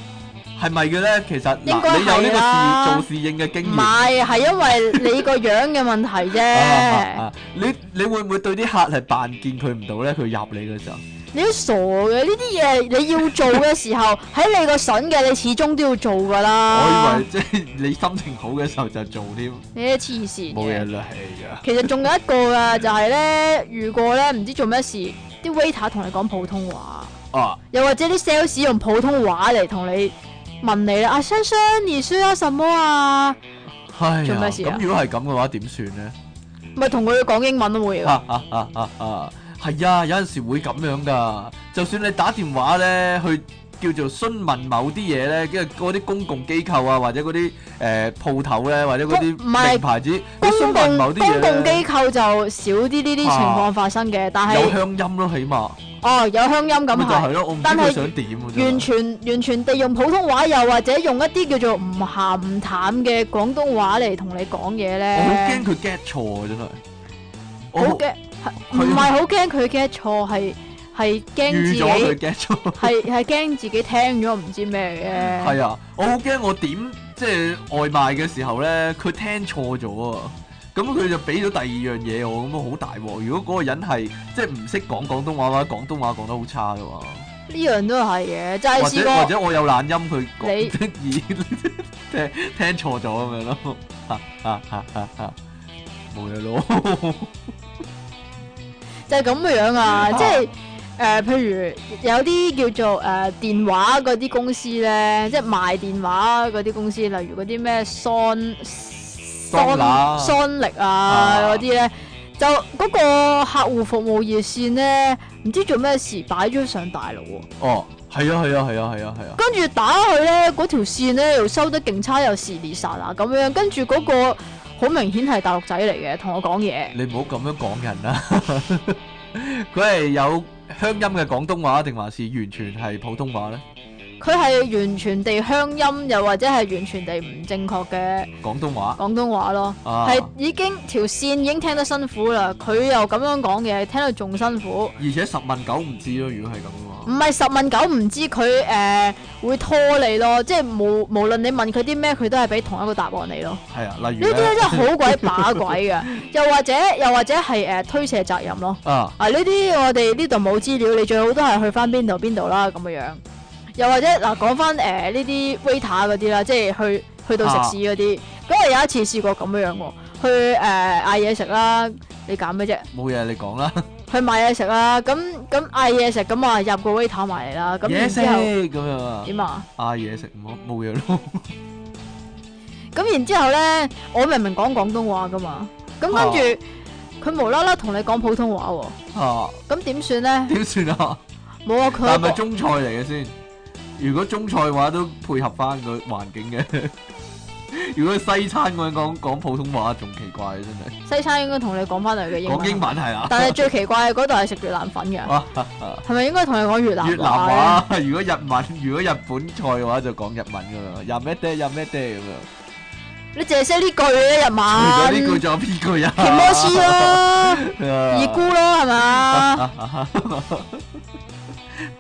S1: 係咪嘅呢？其實
S2: 應該
S1: 嗱，你有呢
S2: 係啊啦
S1: 個侍做侍應嘅經
S2: 唔
S1: 驗。
S2: 係，係因為你個樣嘅問
S1: [LAUGHS]
S2: 題
S1: 啊啊
S2: 啫。
S1: 啊你你會唔會對啲客係扮見佢唔到咧？佢入你嗰時候，
S2: 你都傻嘅，呢啲嘢你要做嘅時候，喺你個筍嘅，你始終都要做噶啦。
S1: 我以為即係你心情好嘅時候就做添，
S2: 你都黐線
S1: 冇嘢
S2: 嘅。
S1: 啦，係啊，
S2: 其實仲有一個㗎，就係咧，如果咧唔知做咩事，啲 waiter 同你講普通話，
S1: 啊
S2: 又或者啲 sales 用普通話嚟同你問你啦，啊珊珊，你需要什麼啊？
S1: 係
S2: 做咩事啊
S1: 咁如果係咁嘅話，點算咧？
S2: 咪同佢講英文都冇嘢㗎。
S1: 啊啊啊啊啊！係啊，有陣時會咁樣噶。就算你打電話咧，去叫做詢問某啲嘢咧，跟住嗰啲公共機構啊，或者嗰啲誒鋪頭咧，或者嗰啲
S2: 唔係
S1: 名牌子，你詢
S2: 公
S1: 問
S2: 共
S1: 某啲嘢
S2: 公共機
S1: 咧，
S2: 構就少啲呢啲情況發生嘅，但
S1: 有
S2: 係
S1: 鄉音咯，起碼
S2: 哦有鄉音
S1: 咁咪
S2: 咁
S1: 就係
S2: 係，
S1: 咯，我唔知
S2: 但係
S1: 佢想點啊真係
S2: 完全完全地用普通話，又或者用一啲叫做唔鹹唔淡嘅廣東話嚟同你講嘢
S1: 我好驚
S2: 咧，
S1: 佢 get 錯啊！真係，我
S2: 好驚，唔係好驚佢 get 錯，係係驚自
S1: 預咗佢
S2: 己
S1: get 錯，
S2: 係係驚自己聽咗唔知咩嘅，
S1: 係啊！我好驚我點即係外賣嘅時候咧，佢聽錯咗啊！咁佢就俾咗第二樣嘢我，咁啊好大鑊。如果嗰個人係即係唔識講廣東話或者廣東話講得好差嘅話，
S2: 呢樣都係嘅，就係
S1: 或
S2: 試
S1: 者或
S2: 過
S1: 者我有懶音，佢
S2: 你
S1: 講得意 [LAUGHS] 聽聽錯咗咁樣咯，啊啊啊啊啊！冇嘢咯， [LAUGHS]
S2: 就係咁嘅樣啊，
S1: 啊
S2: 即係。誒、譬如有啲叫做誒、呃電話嗰啲公司咧，即係賣電話嗰啲公司，例如嗰啲咩桑
S1: 桑拿
S2: 桑桑力啊
S1: 啊
S2: 嗰啲咧，就嗰個客戶服務熱線咧，唔知做咩事擺咗上大陸喎，
S1: 哦，係啊係啊係啊係啊係啊，
S2: 跟住打去咧嗰條線咧又收得勁差，又時裂殺啊咁樣，跟住嗰個好明顯係大陸仔嚟嘅，同我講嘢。
S1: 你唔好咁樣講人啦。 [LAUGHS] 佢係有鄉音嘅廣東話，定還是完全係普通話呢？
S2: 佢係完全地鄉音，又或者係完全地唔正確嘅
S1: 廣東話
S2: 廣東話咯，
S1: 嗯啊，
S2: 係、已經條線已經聽得辛苦啦，佢又咁樣講嘢，聽到仲辛苦。
S1: 而且十問九唔知咯。如果係咁嘅
S2: 唔
S1: 話，
S2: 係十問九唔知，佢誒、呃、會拖你咯，即係無無論你問佢啲咩，佢都係俾同一個答案你咯。
S1: 係啊，例
S2: 呢
S1: 如
S2: 啲
S1: 呢
S2: 真係好鬼把鬼嘅，又或者又或者係誒、呃推卸責任咯。
S1: 啊，
S2: 啊！呢啲我哋呢度冇資料，你最好都係去翻邊度邊度啦咁嘅樣。又或者嗱，講翻誒呢啲 waiter 嗰啲啦，即係去去到食肆嗰啲。咁、我有一次試過咁嘅樣喎，去誒嗌嘢食啦，你揀咩啫？
S1: 冇嘢你講啦，
S2: 去買嘢食啦，咁咁嗌嘢食，咁啊入個 waiter 埋嚟啦，咁
S1: 嘢
S2: 然
S1: 食
S2: 之後
S1: 咁樣啊，
S2: 點啊？
S1: 嗌嘢食唔好冇嘢咯， [LAUGHS]
S2: 咁然之後咧，我明明講廣東話噶嘛，咁
S1: 哦
S2: 跟住佢無啦啦同你講普通話
S1: 啊
S2: 喎，咁點算咧？
S1: 點算啊？
S2: 冇啊，佢
S1: 但係咪
S2: 一個
S1: 中菜嚟嘅先？如果中菜嘅話都配合翻個環境嘅。 [LAUGHS] 如果西餐咁樣講講普通話仲奇怪真係，
S2: 西餐應該同你講翻嚟嘅英
S1: 講英
S2: 文。
S1: 文係啦。 [LAUGHS]
S2: 但係最奇怪嘅嗰度係食越南粉嘅，
S1: 啊
S2: 係咪應該同你講越南
S1: 越南
S2: 話咧？
S1: 話，如果日文，如果日本菜嘅話就講日文噶啦，日咩爹，日咩爹咁樣。
S2: 你淨係識呢句
S1: [LAUGHS]
S2: 嘅一日
S1: 除咗呢句
S2: 文，
S1: 仲有邊句啊？
S2: 奇摩斯
S1: [LAUGHS] 啊
S2: 啦，二姑啦，係
S1: [LAUGHS]
S2: 嘛？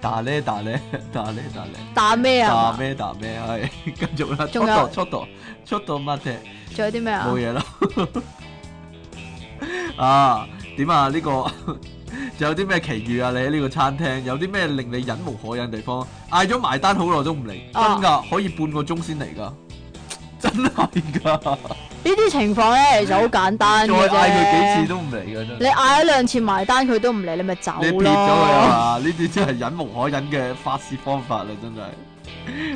S1: 打咧打咧 [LAUGHS] 打咧打咧
S2: 打咩
S1: 打
S2: 啊？
S1: 咩打咩係 [LAUGHS] 繼續啦，出
S2: 仲
S1: 道
S2: 有
S1: 出道出道乜啫？
S2: 仲有啲咩啊
S1: 冇？嘢啦。 [LAUGHS] 啊，點啊？呢、個 [LAUGHS] 仲有啲咩奇遇啊？你喺呢個餐廳有啲咩令你忍無可忍地方？嗌咗埋單好耐都唔嚟，
S2: 啊
S1: 真噶，可以半個鐘先嚟噶，真係噶。
S2: 呢啲情況咧其實好簡單
S1: 再嗌
S2: 嘅
S1: 佢幾次
S2: 啫。
S1: 都唔嚟噶，真
S2: 你
S1: 係。
S2: 嗌一兩次埋單佢都唔嚟，你咪走
S1: 你撇咗佢啊
S2: 咯。
S1: 嘛？呢啲真係忍無可忍嘅發泄方法啦，真係。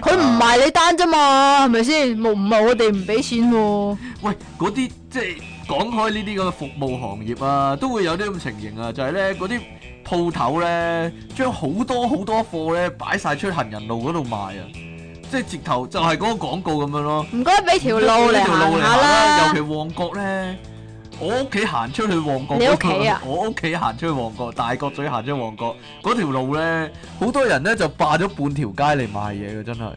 S2: 佢唔埋你單啫嘛，係咪先？冇唔係我哋唔俾錢喎。
S1: 喂，嗰啲即係講開呢啲咁嘅服務行業啊，都會有啲咁情形啊，就係咧嗰啲鋪頭咧，將好多好多貨咧擺晒出行人路嗰度賣啊，即係直頭就係嗰個廣告咁樣咯。
S2: 唔該俾條路嚟
S1: 呢條
S2: 行
S1: 路嚟
S2: 下
S1: 行啦，尤
S2: 啦
S1: 其。旺角咧。我屋企行出去旺角，
S2: 你屋企啊
S1: 我屋企行出去旺角，大角咀行出去旺角嗰條路咧，好多人咧就霸咗半條街嚟賣嘢嘅，真係，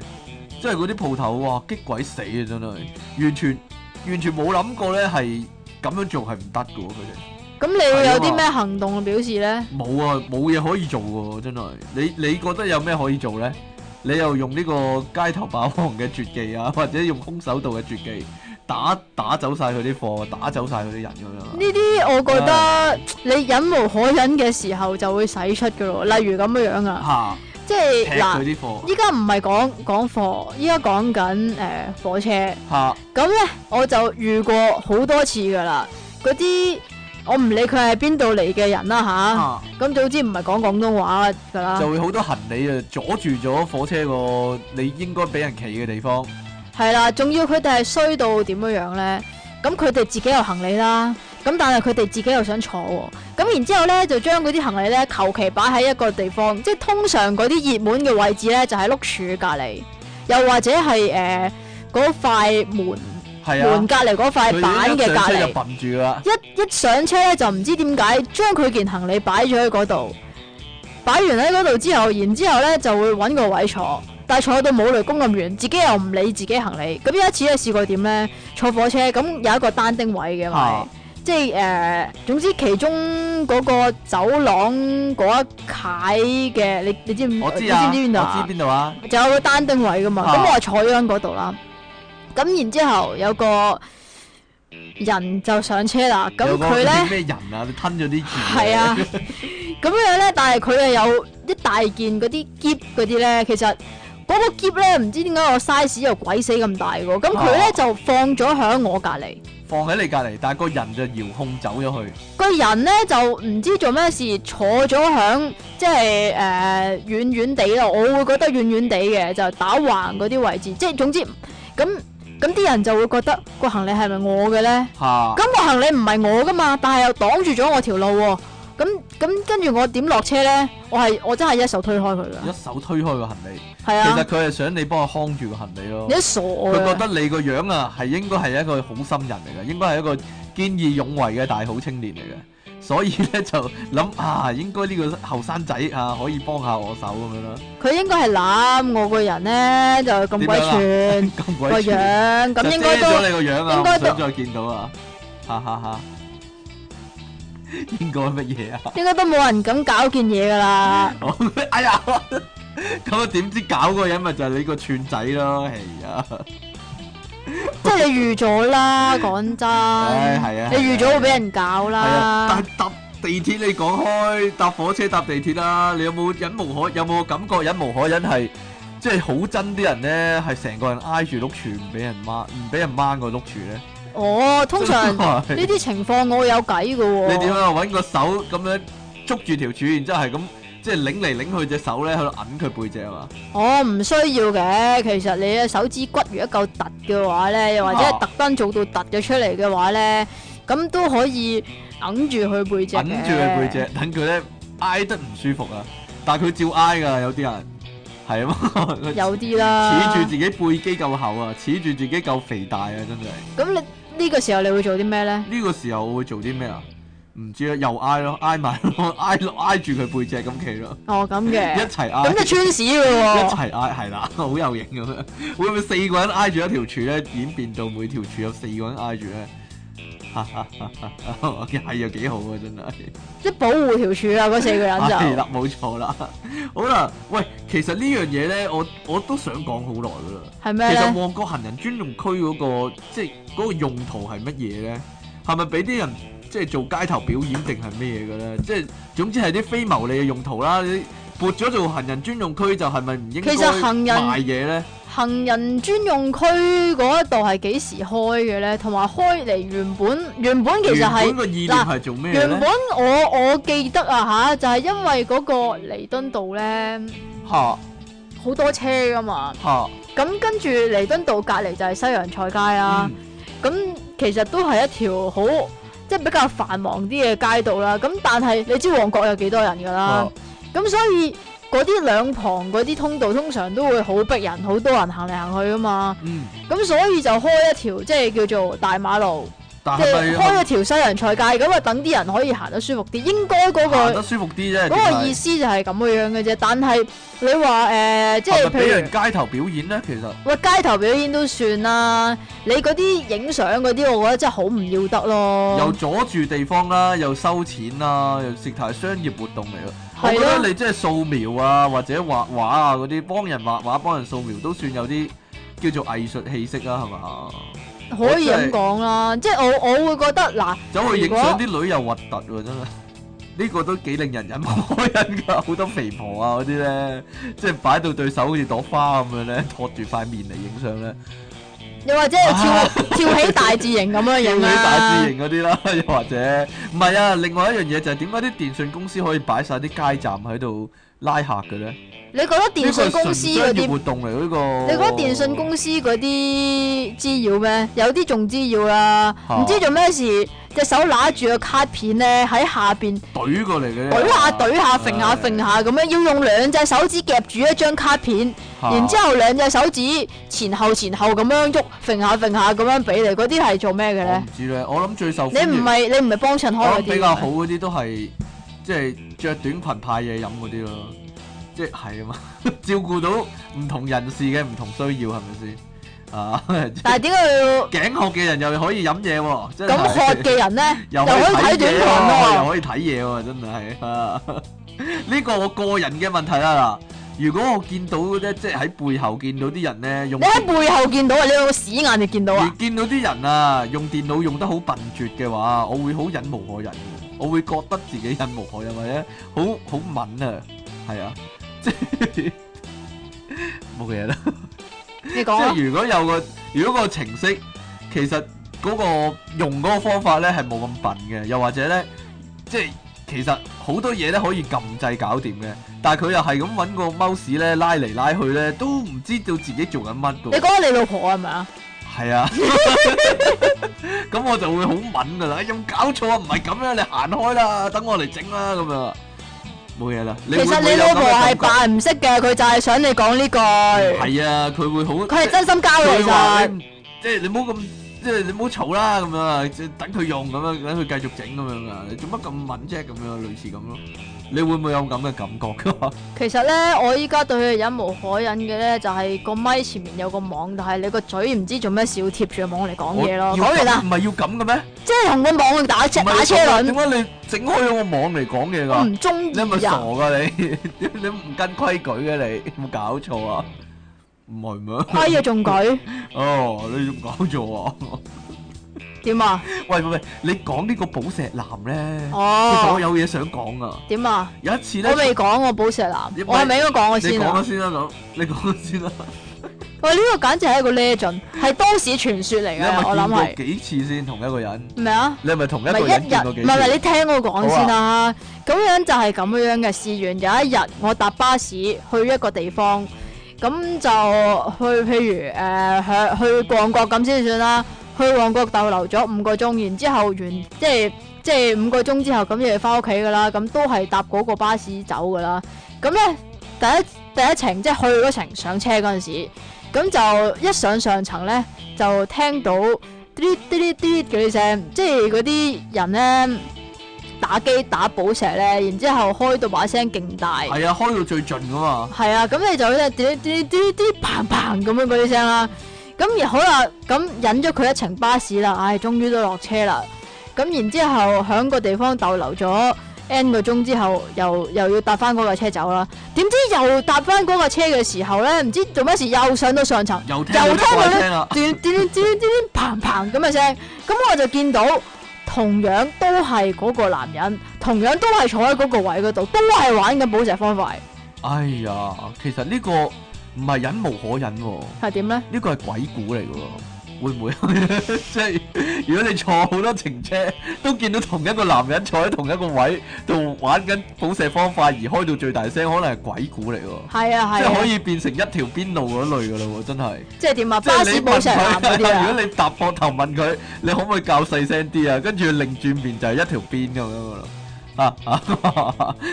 S1: 即係嗰啲鋪頭哇，激鬼死啊，真係，完全完全冇諗過咧係咁樣做係唔得嘅喎，佢
S2: 咁你會有啲咩行動表示咧？
S1: 哋冇啊，冇嘢可以做嘅喎，真係，你你覺得有咩可以做咧？你又用呢個街頭霸王嘅絕技啊， [LAUGHS] 或者用空手道嘅絕技打打走晒佢啲貨，打走晒佢啲人咁樣啊。
S2: 呢啲我覺得你忍無可忍嘅時候就會使出噶咯，例如咁樣樣啊，
S1: 嚇
S2: 即係
S1: 踢佢
S2: 嗱，
S1: 啲貨
S2: 依家唔係講講貨，依家講緊誒火車。
S1: 嚇
S2: 咁咧我就遇過好多次噶啦，嗰啲我唔理佢係邊度嚟嘅人啦
S1: 嚇，
S2: 吓，咁、總之唔係講廣東話噶啦，
S1: 就會好多行李啊阻住咗火車個你應該俾人企嘅地方。
S2: 係啦，仲要佢哋係衰到點樣樣咧？咁佢哋自己有行李啦，咁但係佢哋自己又想坐喎，咁然之後咧就將嗰啲行李咧求其擺喺一個地方，即係通常嗰啲熱門嘅位置咧就喺碌柱隔離，又或者係誒嗰塊門
S1: 係啊
S2: 門，隔離嗰塊
S1: 佢
S2: 板
S1: 已
S2: 嘅
S1: 經一上
S2: 隔
S1: 車就
S2: 離。
S1: 笨住㗎啦。
S2: 一一上車咧就唔知點解將佢件行李擺咗喺嗰度，擺完喺嗰度之後，然之後咧就會揾個位坐，但係坐到冇雷公咁遠，自己又唔理自己行李。咁有一次咧試過點咧，坐火車咁有一個單丁位嘅嘛
S1: 啊，
S2: 即係誒、呃，總之其中嗰個走廊嗰一楷嘅，你你知唔
S1: 我知啊，我
S2: 你嗯知唔知邊度啊
S1: 知邊度啊？
S2: 就有個單丁位噶嘛，咁、
S1: 啊
S2: 我係坐咗喺嗰度啦。咁然之後有個人就上車啦，咁
S1: 有個
S2: 佢
S1: 嗰 [LAUGHS] 啲
S2: 咧
S1: 咩人啊？你吞咗啲字。
S2: 係啊，咁樣咧，但係佢係有一大件嗰啲箧嗰啲咧，其實嗰個箧咧唔知點解我 size 又鬼死咁大喎，咁佢
S1: 啊
S2: 咧就放咗喺我隔離。
S1: 放喺你隔離，但係個人就遙控走咗去。
S2: 個人咧就唔知做咩事坐咗響即係誒呃遠遠地咯，我會覺得遠遠地嘅就打橫嗰啲位置，即係總之咁咁啲人就會覺得個行李係咪我嘅咧？
S1: 嚇
S2: 咁、個行李唔係我噶嘛，但係又擋住咗我條路喎、咁咁跟住我點落車咧？我係我真係一手推開佢
S1: 一
S2: 噶，
S1: 手推開個行李，
S2: 係
S1: 其實
S2: 啊，
S1: 佢係想你幫佢扛住個行李咯
S2: 你。都傻啊
S1: 佢覺
S2: 嘅，
S1: 得你個樣啊，係應該係一個好心人嚟嘅，應該係一個見義勇為嘅大好青年嚟嘅，所以咧就諗啊，應該呢個後生仔啊可以幫下我手咁樣啦，
S2: 佢應該係攬我個人咧就咁鬼串
S1: 咁鬼
S2: 個
S1: 串
S2: 樣，咁
S1: 啊就
S2: 應該
S1: 遮
S2: 都
S1: 咗你個樣啊，
S2: 應
S1: 唔
S2: 該都
S1: 想再見到啊，哈哈哈！應該乜嘢啊？ [LAUGHS]
S2: 應該都冇人咁搞件嘢噶啦。
S1: 好哎呀， [LAUGHS] 咁啊點知搞嗰個人咪就係你個串仔咯，係啊，
S2: 即係你預咗啦，講真，
S1: 唉係啊，
S2: 你預咗會俾人搞
S1: 係啊，
S2: 啦
S1: 但。搭地鐵你講開搭火車搭地鐵啦，你有冇忍無可有冇感覺忍無可忍係即係好憎啲人咧，係成個人挨住碌柱唔俾人掹，唔俾人掹個碌柱咧。
S2: 我通常呢
S1: 呢
S2: 啲情況我有計噶喎。
S1: 啊你點啊？揾個手咁樣捉住條柱，然之後係咁即係擰嚟擰去隻手咧，喺度揞佢背脊啊嘛。
S2: 我唔需要嘅，其實你嘅手指骨如果夠突嘅話咧，又或者
S1: 啊
S2: 係特登做到突咗出嚟嘅話咧，咁都可以揞住佢背脊嘅。
S1: 揞住佢背脊，等佢咧挨得唔舒服啊。但係佢照挨㗎，有啲人係啊嘛。
S2: 有啲啦。
S1: [LAUGHS] 恃住自己背肌夠厚啊，恃住自己夠肥大啊，真係。
S2: 咁你呢個時候你會做啲咩咧？
S1: 呢個時候我會做啲咩啊？唔知啊，又挨咯，挨埋咯，挨落挨住佢背脊咁企咯，
S2: 哦咁
S1: 一
S2: 嘅，
S1: 齊
S2: 咁
S1: 挨
S2: 就。穿屎噶
S1: 一
S2: 喎。
S1: 齊挨係啦，好有型咁樣。會唔會四個人挨住一條柱咧，演變到每條柱有四個人挨住咧？哈哈哈哈哈！係又幾好啊，真係。
S2: 即係保護條柱啊！嗰四個人
S1: 係
S2: 就
S1: 啦，冇錯啦。好啦，喂，其實呢樣嘢咧，我我都想講好耐噶啦。
S2: 係
S1: 其
S2: 咩
S1: 實
S2: 咧？
S1: 旺角行人專用區嗰、個即係嗰個用途係乜嘢咧？係咪俾啲人即係做街頭表演定係咩嘢嘅咧？即係總之係啲非牟利嘅用途啦。你撥咗做行人專用區，就係咪唔應該
S2: 其實行人
S1: 賣嘢咧？
S2: 行人專用區嗰一度係幾時開嘅咧？同埋開嚟原本原本其實
S1: 原本
S2: 係
S1: 個意念係做咩
S2: 原
S1: 咧
S2: 本？我我記得啊吓，就係因為嗰個彌敦道咧
S1: 嚇
S2: 好多車噶嘛，
S1: 嚇，
S2: 咁跟住彌敦道隔離就係西洋菜街啦。
S1: 嗯
S2: 咁其實都係一條好即係比較繁忙啲嘅街道啦。咁但係你知旺角有幾多人㗎啦
S1: 哦，
S2: 咁、所以嗰啲兩旁嗰啲通道通常都會好逼人，好多人行嚟行去㗎嘛。
S1: 嗯，
S2: 咁所以就開一條即係叫做大馬路，
S1: 但
S2: 即係
S1: 啊係
S2: 開
S1: 咪啊
S2: 一條西洋菜街，咁啊等啲人可以行得舒服啲。應該嗰、
S1: 行
S2: 個
S1: 得舒服啲啫？定
S2: 嗰個
S1: 係
S2: 意思就係咁嘅樣嘅啫。但係你話誒、呃即係
S1: 係咪俾
S2: 譬如
S1: 人。街頭表演咧？其實。
S2: 喂，街頭表演都算啦，你嗰啲影相嗰啲，我覺得真係好唔要
S1: 又
S2: 得咯。
S1: 阻住地方啦，又收錢啦，又直頭係商業活動嚟咯。我
S2: 係
S1: 覺
S2: 咯
S1: 得你即係素描啊，或者畫畫啊嗰啲，幫人畫畫、幫人素描都算有啲叫做藝術氣息啊啦，係嘛？
S2: 可以咁講啦，即係我我會覺得嗱，
S1: 走去影
S2: 如果
S1: 相啲女又核突喎，真係。呢個都幾令人忍無可忍㗎，好多肥婆啊嗰啲咧，即係擺到對手好似朵花咁樣咧，托住塊面嚟影相咧，
S2: 又或者係跳、
S1: [LAUGHS]
S2: 跳起大字型咁樣
S1: 叫
S2: 影
S1: 你大
S2: 啦
S1: 字。型嗰啲啦，又或者唔係啊。另外一樣嘢就係點解啲電信公司可以擺晒啲街站喺度拉客嘅咧？
S2: 你覺得電信公司
S1: 呢個係純商業
S2: 嗰啲，
S1: 活動嚟呢個？
S2: 你覺得電信公司嗰啲滋擾咩？有啲仲滋擾啦，
S1: 嚇
S2: 唔知做咩事，隻手揦住個卡片咧喺下邊
S1: 懟過嚟嘅？
S2: 懟下懟下揈下揈下咁樣，要用兩隻手指夾住一張卡片。
S1: 嚇
S2: 然之後兩隻手指前後前後咁樣喐，揈下揈下咁樣俾你，嗰啲係做咩嘅
S1: 我
S2: 咧
S1: 唔？知咧，我諗最受
S2: 你
S1: 歡迎
S2: 唔係你唔係幫襯開
S1: 哦我
S2: 嗰
S1: 諗
S2: 啲
S1: 比較好
S2: 嘅咩
S1: 嗰啲都係即係着短裙派嘢飲嗰啲咯，即係係啊嘛， [LAUGHS] 照顧到唔同人士嘅唔同需要係咪先啊？
S2: 但係點解要
S1: 頸渴嘅人又可以飲嘢喎，真係
S2: 咁渴嘅人咧，
S1: [LAUGHS] 又
S2: 又可以睇短
S1: 嘢
S2: 裙
S1: 喎，又
S2: 喎？
S1: 可以睇嘢喎，真係啊！ [LAUGHS] 呢個我個人嘅問題啦嗱。如果我見到咧，即係喺背後見到啲人咧用
S2: 你喺背後見到啊，你用屎眼就見到
S1: 而
S2: 啊？
S1: 見到啲人啊，用電腦用得好笨拙嘅話，我會好忍無可忍嘅，我會覺得自己忍無可忍，或者好好敏啊，係啊， [LAUGHS] 即係冇嘢
S2: [LAUGHS]
S1: 啦。
S2: 你
S1: 即
S2: 講啊
S1: 係如果有個如果個程式其實嗰個用嗰個方法咧係冇咁笨嘅，又或者咧即係其實好多嘢咧可以撳掣搞掂嘅，但係佢又係咁揾個 mouse 咧拉嚟拉去咧，都唔知道自己做緊乜嘅
S2: 你
S1: 喎。
S2: 講你老婆係咪啊？
S1: 係 [LAUGHS] 啊，咁我就會好敏噶啦，有冇搞錯啊？唔係咁樣，你行開啦，等我嚟整啦，咁樣冇嘢啦。
S2: 其
S1: 會唔會
S2: 實你
S1: 有
S2: 老
S1: 咁
S2: 婆
S1: 嘅感
S2: 係
S1: 覺
S2: 扮唔識嘅，佢就係想你講呢句，
S1: 係啊，佢會好，
S2: 佢係真心交
S1: 佢會
S2: 你
S1: 話
S2: 咋？
S1: 你唔即係你唔好咁，即係你唔好嘈啦，咁樣啊，即係等佢用咁樣，等佢繼續整咁樣啊，你做乜咁敏啫？咁樣類似咁咯，你會唔會有咁嘅感覺噶？
S2: 其實咧，我依家對佢忍無可忍嘅咧，就係個咪前面有個網，但係你個嘴唔知做咩事要貼住個網嚟講嘢咯。
S1: 我要
S2: 講完啦
S1: 咁，唔係要咁嘅咩？
S2: 即係同個網打車
S1: 唔係
S2: 打車輪，
S1: 點解你整開咗個網嚟講嘢
S2: 我
S1: 㗎？
S2: 唔中
S1: 你係咪
S2: 意
S1: 傻
S2: 啊！
S1: 噶你？
S2: [LAUGHS]
S1: 你你唔跟規矩嘅你，有冇搞錯啊？唔係咩？
S2: 哎呀，仲舉
S1: 哦，你仲搞錯啊？ [LAUGHS]
S2: 點啊？
S1: 喂喂喂，你講呢個寶石男咧，其實我
S2: 哦，
S1: 有嘢想講啊。
S2: 點啊？
S1: 有一次咧
S2: 我，未講我寶石男
S1: 你，咪
S2: 我係咪應該講我
S1: 你
S2: 先
S1: 講
S2: 啊
S1: 咗？先啦，咁你講咗先啦。
S2: 喂，呢個簡直係一個 legend，係都市傳說嚟
S1: 你
S2: 嘅，
S1: 係咪
S2: 我
S1: 見
S2: 諗
S1: 過
S2: 係
S1: 幾次先同一個人？
S2: 咩啊？
S1: 你係咪同一
S2: 唔係
S1: 個人
S2: 一日
S1: 見過幾，
S2: 唔係唔係，
S1: 次？啊
S2: 你聽我講先啦。咁樣就係咁樣嘅。試完有一日，我搭巴士去一個地方，咁就去譬如誒、呃去去旺角咁先算啦。去旺角逗留咗五個鐘，然之後完即係即係五個鐘之後，咁就要翻屋企噶啦。咁都係搭嗰個巴士走噶啦。咁咧第一第一程即係去嗰程上車嗰陣時，咁就一上上層咧就聽到。啲啲啲啲嗰啲聲，即係嗰啲人咧打機打寶石咧，然之後開到把聲勁大，
S1: 係啊，開到最盡噶嘛，
S2: 係啊，咁你就咧啲啲啲啲砰砰咁樣嗰啲聲啦。咁然後好啦，咁引咗佢一程巴士啦，唉，終於都落車啦。咁然之後喺個地方逗留咗 N 個鐘之後，又又要搭翻嗰架車走啦。點知又搭翻嗰架車嘅時候咧，唔知做乜事又上到上層。
S1: 又聽
S2: 又
S1: 到
S2: 聽到
S1: 啲怪
S2: 咧
S1: 聲啦，
S2: 點點點點點砰砰咁嘅聲，咁我就見到同樣都係嗰個男人，同樣都係坐喺嗰個位嗰度，都係玩緊寶石方塊，
S1: 哎呀，其實呢個唔係忍無可忍喎、
S2: 係點咧？
S1: 呢個係鬼故嚟嘅喎，會唔 [LAUGHS] 會？即係如果你坐好多程車，都見到同一個男人坐喺同一個位度玩緊寶石方塊，而開到最大聲，可能係鬼故嚟喎。
S2: 係啊
S1: 即
S2: 係
S1: 係可
S2: 啊，
S1: 以變成一條邊路嗰類嘅嘞喎，真係。
S2: 即係點啊？
S1: 即係
S2: 巴
S1: 你
S2: 士寶石男
S1: 問
S2: 嗰
S1: 佢，
S2: 啲
S1: 如
S2: 啊，
S1: 果你搭膊頭問佢，你可唔可以較細聲啲啊？跟住擰轉面就係一條邊咁樣嘅咯。啊啊！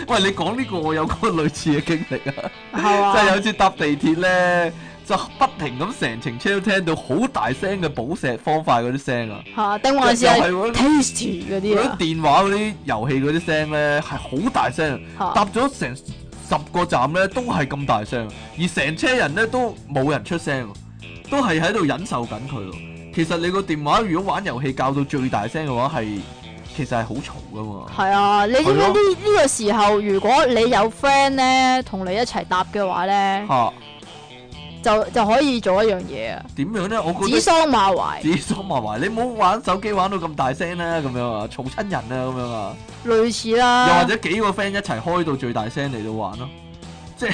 S1: 喂，你講呢個我有個類似嘅經歷啊。 [LAUGHS]
S2: 係
S1: 即係
S2: 嘛？
S1: 有次搭地鐵咧，就不停咁成程車都聽到好大聲嘅寶石方塊嗰啲聲啊，
S2: 嚇，定還是
S1: 又係
S2: 係
S1: 嗰
S2: tasty 嗰
S1: 嗰
S2: 啲
S1: 啲
S2: 啊？
S1: 電話嗰啲遊戲嗰啲聲咧係好大聲，搭
S2: 嚇，
S1: 咗成十個站咧都係咁大聲，而成車人咧都冇人出聲，都係喺度忍受緊佢喎。其實你個電話如果玩遊戲教到最大聲嘅話，係其實係好嘈噶嘛。
S2: 係啊！你知唔知
S1: 係咯
S2: 呢呢個時候，如果你有 friend 咧同你一齊搭嘅話咧，
S1: 嚇
S2: 就就可以做一樣嘢啊，
S1: 點樣咧？我覺
S2: 指
S1: 得。
S2: 桑罵槐，
S1: 指桑罵槐，你唔好玩手機玩到咁大聲啦，咁樣啊，嘈親人啊，咁樣啊。
S2: 類似啦。
S1: 又或者幾個 friend 一齊開到最大聲嚟到玩咯， [LAUGHS] 即係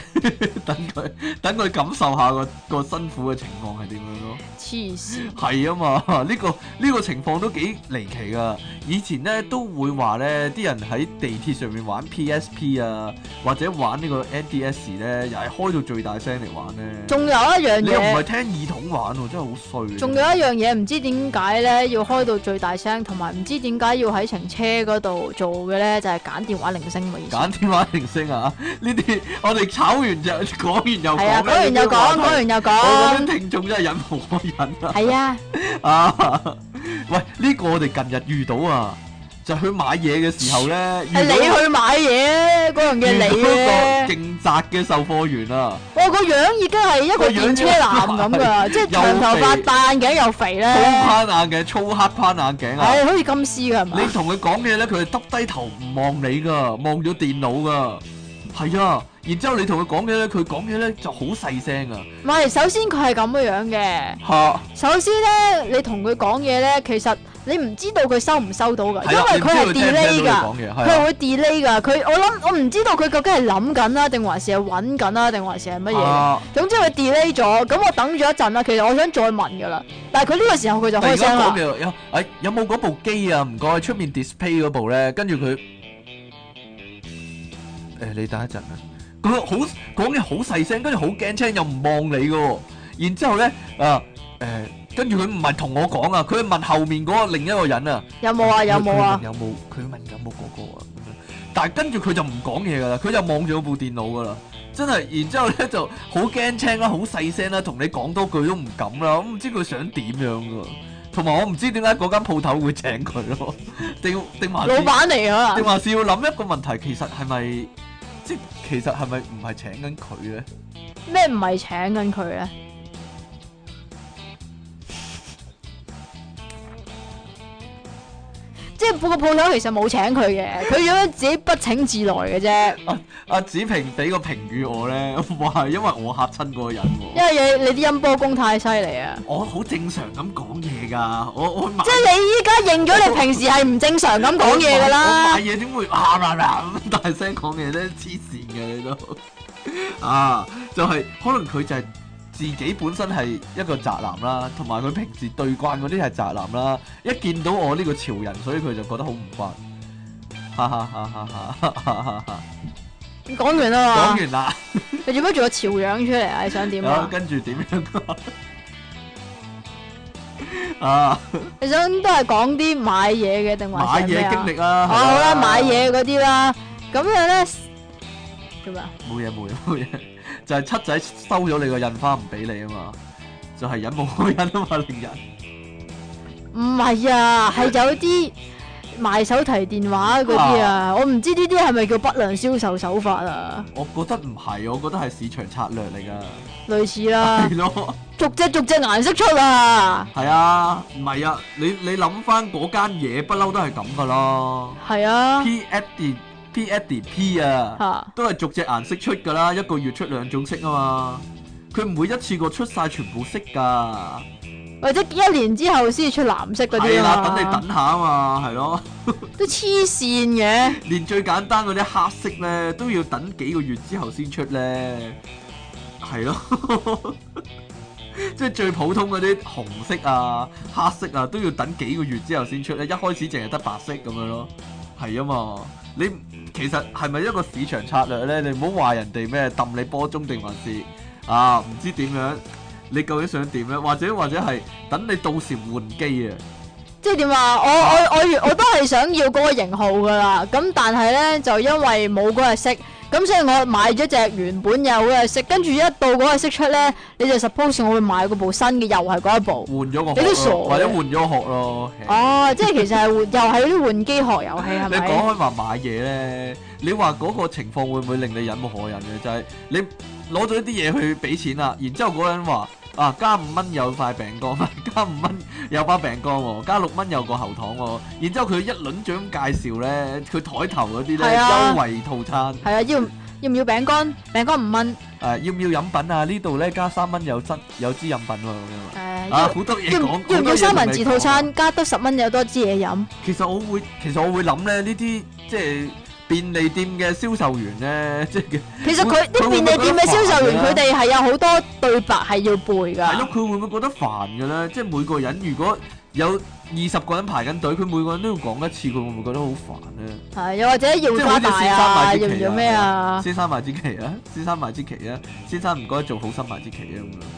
S1: [LAUGHS] 等佢等佢感受下個個辛苦嘅情況係點樣咯。
S2: 黐線，
S1: 係啊嘛， [LAUGHS] 呢、個呢、個情況都幾離奇噶。以前咧都會話咧，啲人喺地鐵上面玩 PSP 啊，或者玩呢個 NDS 咧，又係開到最大聲嚟玩咧。
S2: 仲有一樣
S1: 你又唔係
S2: 嘢，
S1: 聽耳筒玩喎，真係好衰。
S2: 仲有一樣嘢，唔知點解咧要開到最大聲，同埋唔知點解要喺程車嗰度做嘅咧，就係、揀電話鈴聲嘅意思。
S1: 揀電話鈴聲啊！呢啲我哋炒完就講完又
S2: 係啊，
S1: 講
S2: 講完又講，講
S1: 完。
S2: 完又
S1: 我覺
S2: 啊講，
S1: 得聽眾真係忍無可忍啊！
S2: 係啊，
S1: 啊， [LAUGHS] 喂，呢、個我哋近日遇到啊，就去買嘢嘅時候咧，
S2: 係
S1: 遇
S2: 你
S1: 到
S2: 去買嘢嗰樣嘢
S1: 遇
S2: 你
S1: 到
S2: 嘅
S1: 個，勁窄嘅售貨員啊，
S2: 我個樣已經係一個電車男
S1: [LAUGHS]
S2: 咁㗎，即係長頭髮、戴眼鏡又肥咧，
S1: 粗
S2: 係
S1: 框眼鏡、粗黑框眼鏡啊！
S2: 好似金絲㗎係
S1: 你
S2: 嘛？
S1: 同佢講嘢咧，佢係耷低頭唔望你噶，望咗電腦噶，係啊。然之後你同佢講嘢咧，佢講嘢咧就好細聲啊，
S2: 唔係，首先佢係咁嘅樣嘅。
S1: 嚇！
S2: 首先咧，你同佢講嘢咧，其實你唔知道佢收唔收到噶，因
S1: 係啊，
S2: 為
S1: 你唔知
S2: 佢係
S1: 聽唔
S2: delay
S1: 聽到
S2: 噶，
S1: 佢講嘢，
S2: 佢
S1: 係
S2: 係
S1: 啊
S2: 會 delay 噶。佢我諗我唔知道佢究竟係諗緊啦，定還是係揾緊啦，定還是係乜嘢嘅。
S1: 啊
S2: 總之佢 delay 咗，咁我等咗一陣啦。其實我想再問噶啦，但係佢呢個時候佢就
S1: 突
S2: 開
S1: 然
S2: 聲
S1: 間
S2: 啦
S1: 講。嘢，有哎有冇嗰部機啊？唔該，出面 display 嗰部咧，跟住佢誒你等一陣啊！佢好講嘢好細聲，跟住好驚青，又唔望你嘅喎。然之後咧啊誒，跟住佢唔係同我講啊，佢係問後面嗰個另一個人啊，
S2: 有冇啊？
S1: 佢
S2: 有冇
S1: 佢
S2: 啊
S1: 問？有冇佢問有冇嗰個啊？咁樣但係跟住佢就唔講嘢㗎啦，佢就望住嗰部電腦㗎啦。真係，然之後咧就好驚青啦，好細聲啦，同你講多句都唔敢啦，我唔知佢想點樣㗎。同埋我唔知點解嗰間鋪頭會請佢咯， [LAUGHS] 定定還
S2: 老
S1: 是
S2: 闆啊嚟噶
S1: 定
S2: 啦，
S1: 還是要諗一個問題，其實係咪即其實係咪唔係請緊佢咧？
S2: 咩唔係請緊佢啊咧？ [LAUGHS] 即係個鋪頭其實冇請佢嘅，佢咁樣自己不請自來嘅啫。
S1: 哦阿子平俾個評語我咧， [LAUGHS] 話係因為我嚇親嗰個人喎。
S2: 因為你你啲音波功太犀利啊！
S1: 我好正常咁講嘢㗎，我我買
S2: 即係你依家認咗你平時係唔正常咁講嘢噶
S1: 我
S2: 啦
S1: 買，嘢點會啊啦啦咁大聲講嘢咧？黐線嘅你都 [LAUGHS] 啊，就係、可能佢就係自己本身係一個宅男啦，同埋佢平時對慣嗰啲係宅男啦，一見到我呢個潮人，所以佢就覺得好唔慣。哈哈哈哈哈哈哈哈！
S2: 講完啦
S1: 講
S2: 嘛，
S1: 完啦，
S2: 你做乜做個潮樣出嚟啊？你想點
S1: 好
S2: 啊？
S1: 跟住點樣 [LAUGHS] 啊？啊，
S2: 你想都係講啲買嘢嘅定
S1: 買
S2: 還是係咩
S1: 嘢
S2: 啊？
S1: 經歷啦，
S2: 哦，
S1: 係
S2: 好啦，買嘢嗰啲啦，咁樣咧做咩啊？
S1: 冇嘢冇嘢冇嘢，就係七仔收咗你個印花唔俾你啊嘛，就係忍無可忍啊嘛，令人
S2: 唔係啊，係有啲唔賣手提電話嗰啲啊，我唔知呢啲係咪叫不良銷售手法啊，
S1: 我覺得唔係，我覺得係市場策略嚟㗎。
S2: 類似啦，
S1: 係咯，
S2: 逐隻逐隻顏色出啊，
S1: 係啊，唔係啊，你你諗翻嗰間嘢不嬲都係咁㗎啦。
S2: 係啊，
S1: P Eddie P Eddie P à. 啊。
S2: 嚇
S1: 都係逐隻顏色出㗎啦，一個月出兩種色啊嘛。佢唔會一次過出晒全部色㗎，
S2: 或者一年之後先出藍色嗰
S1: 係
S2: 啲
S1: 啦，等你
S2: 啊
S1: 等，下啊嘛，係咯。
S2: 都黐線嘅，
S1: 連最簡單嗰啲黑色咧，都要等幾個月之後先出咧，係咯。 [LAUGHS] 即係最普通嗰啲紅色啊、黑色啊，都要等幾個月之後先出咧。一開始淨係得白色咁樣咯，係啊嘛。你其實係咪一個市場策略咧？你唔好話人哋咩揼你波中定還是啊？唔知點樣，你究竟想點咧？或者或者係等你到時換機啊？
S2: 即係點啊？我我我原我都係想要嗰個型號㗎啦，咁但係咧就因為冇嗰隻色，咁所以我買咗隻原本有嗰隻色，跟住一到嗰隻色出咧，你就 suppose 我會買嗰部新嘅，又係嗰一部。
S1: 換咗個
S2: 你都
S1: 殼
S2: 傻
S1: 咯，或者
S2: 嘅
S1: 換咗個殼咯。啊
S2: 哦，即係其實係換又係啲換機學遊戲係
S1: 你
S2: 咪？
S1: 講開話買嘢咧，你話嗰個情況會唔會令你忍無可忍嘅？就係、你攞咗啲嘢去俾錢啦，然之後嗰個人話啊加五蚊有塊餅乾，唔係加五蚊有包餅乾喎，加六蚊有個喉糖喎，然之後佢一輪獎介紹咧，佢台頭嗰啲咧
S2: 係啊
S1: 優惠套餐，誒、
S2: 係啊，要唔要唔要餅乾？餅乾五蚊。
S1: 要唔要飲品啊？呢度咧加三蚊有汁有支飲品喎咁
S2: 誒
S1: 樣啊，
S2: 要
S1: 好多嘢
S2: 要
S1: 講，
S2: 唔
S1: 好多
S2: 要唔要
S1: 嘢
S2: 三
S1: 同
S2: 文
S1: 你
S2: 治
S1: 講
S2: 套
S1: 啊
S2: 餐？加多十蚊有多支嘢飲。
S1: 其實我會，其實我會諗咧，呢啲即係便利店嘅銷售員咧，即係
S2: 其實佢啲
S1: 佢會
S2: 便
S1: 唔
S2: 利
S1: 會
S2: 店嘅銷售員，
S1: 覺
S2: 佢
S1: 得
S2: 哋係有好多對白係要背
S1: 係咯
S2: 㗎，。
S1: 佢會唔會覺得煩嘅咧？即係每個人如果有二十個人排緊隊，佢每個人都要講一次，佢會唔會覺得好煩咧？
S2: 係又或者要
S1: 即係好
S2: 花
S1: 似
S2: 大
S1: 先生
S2: 啊，
S1: 買
S2: 要
S1: 支
S2: 唔
S1: 旗
S2: 要咩啊？
S1: 先生買支旗啊！先生買支旗啊！先生唔該做好心買支旗啊！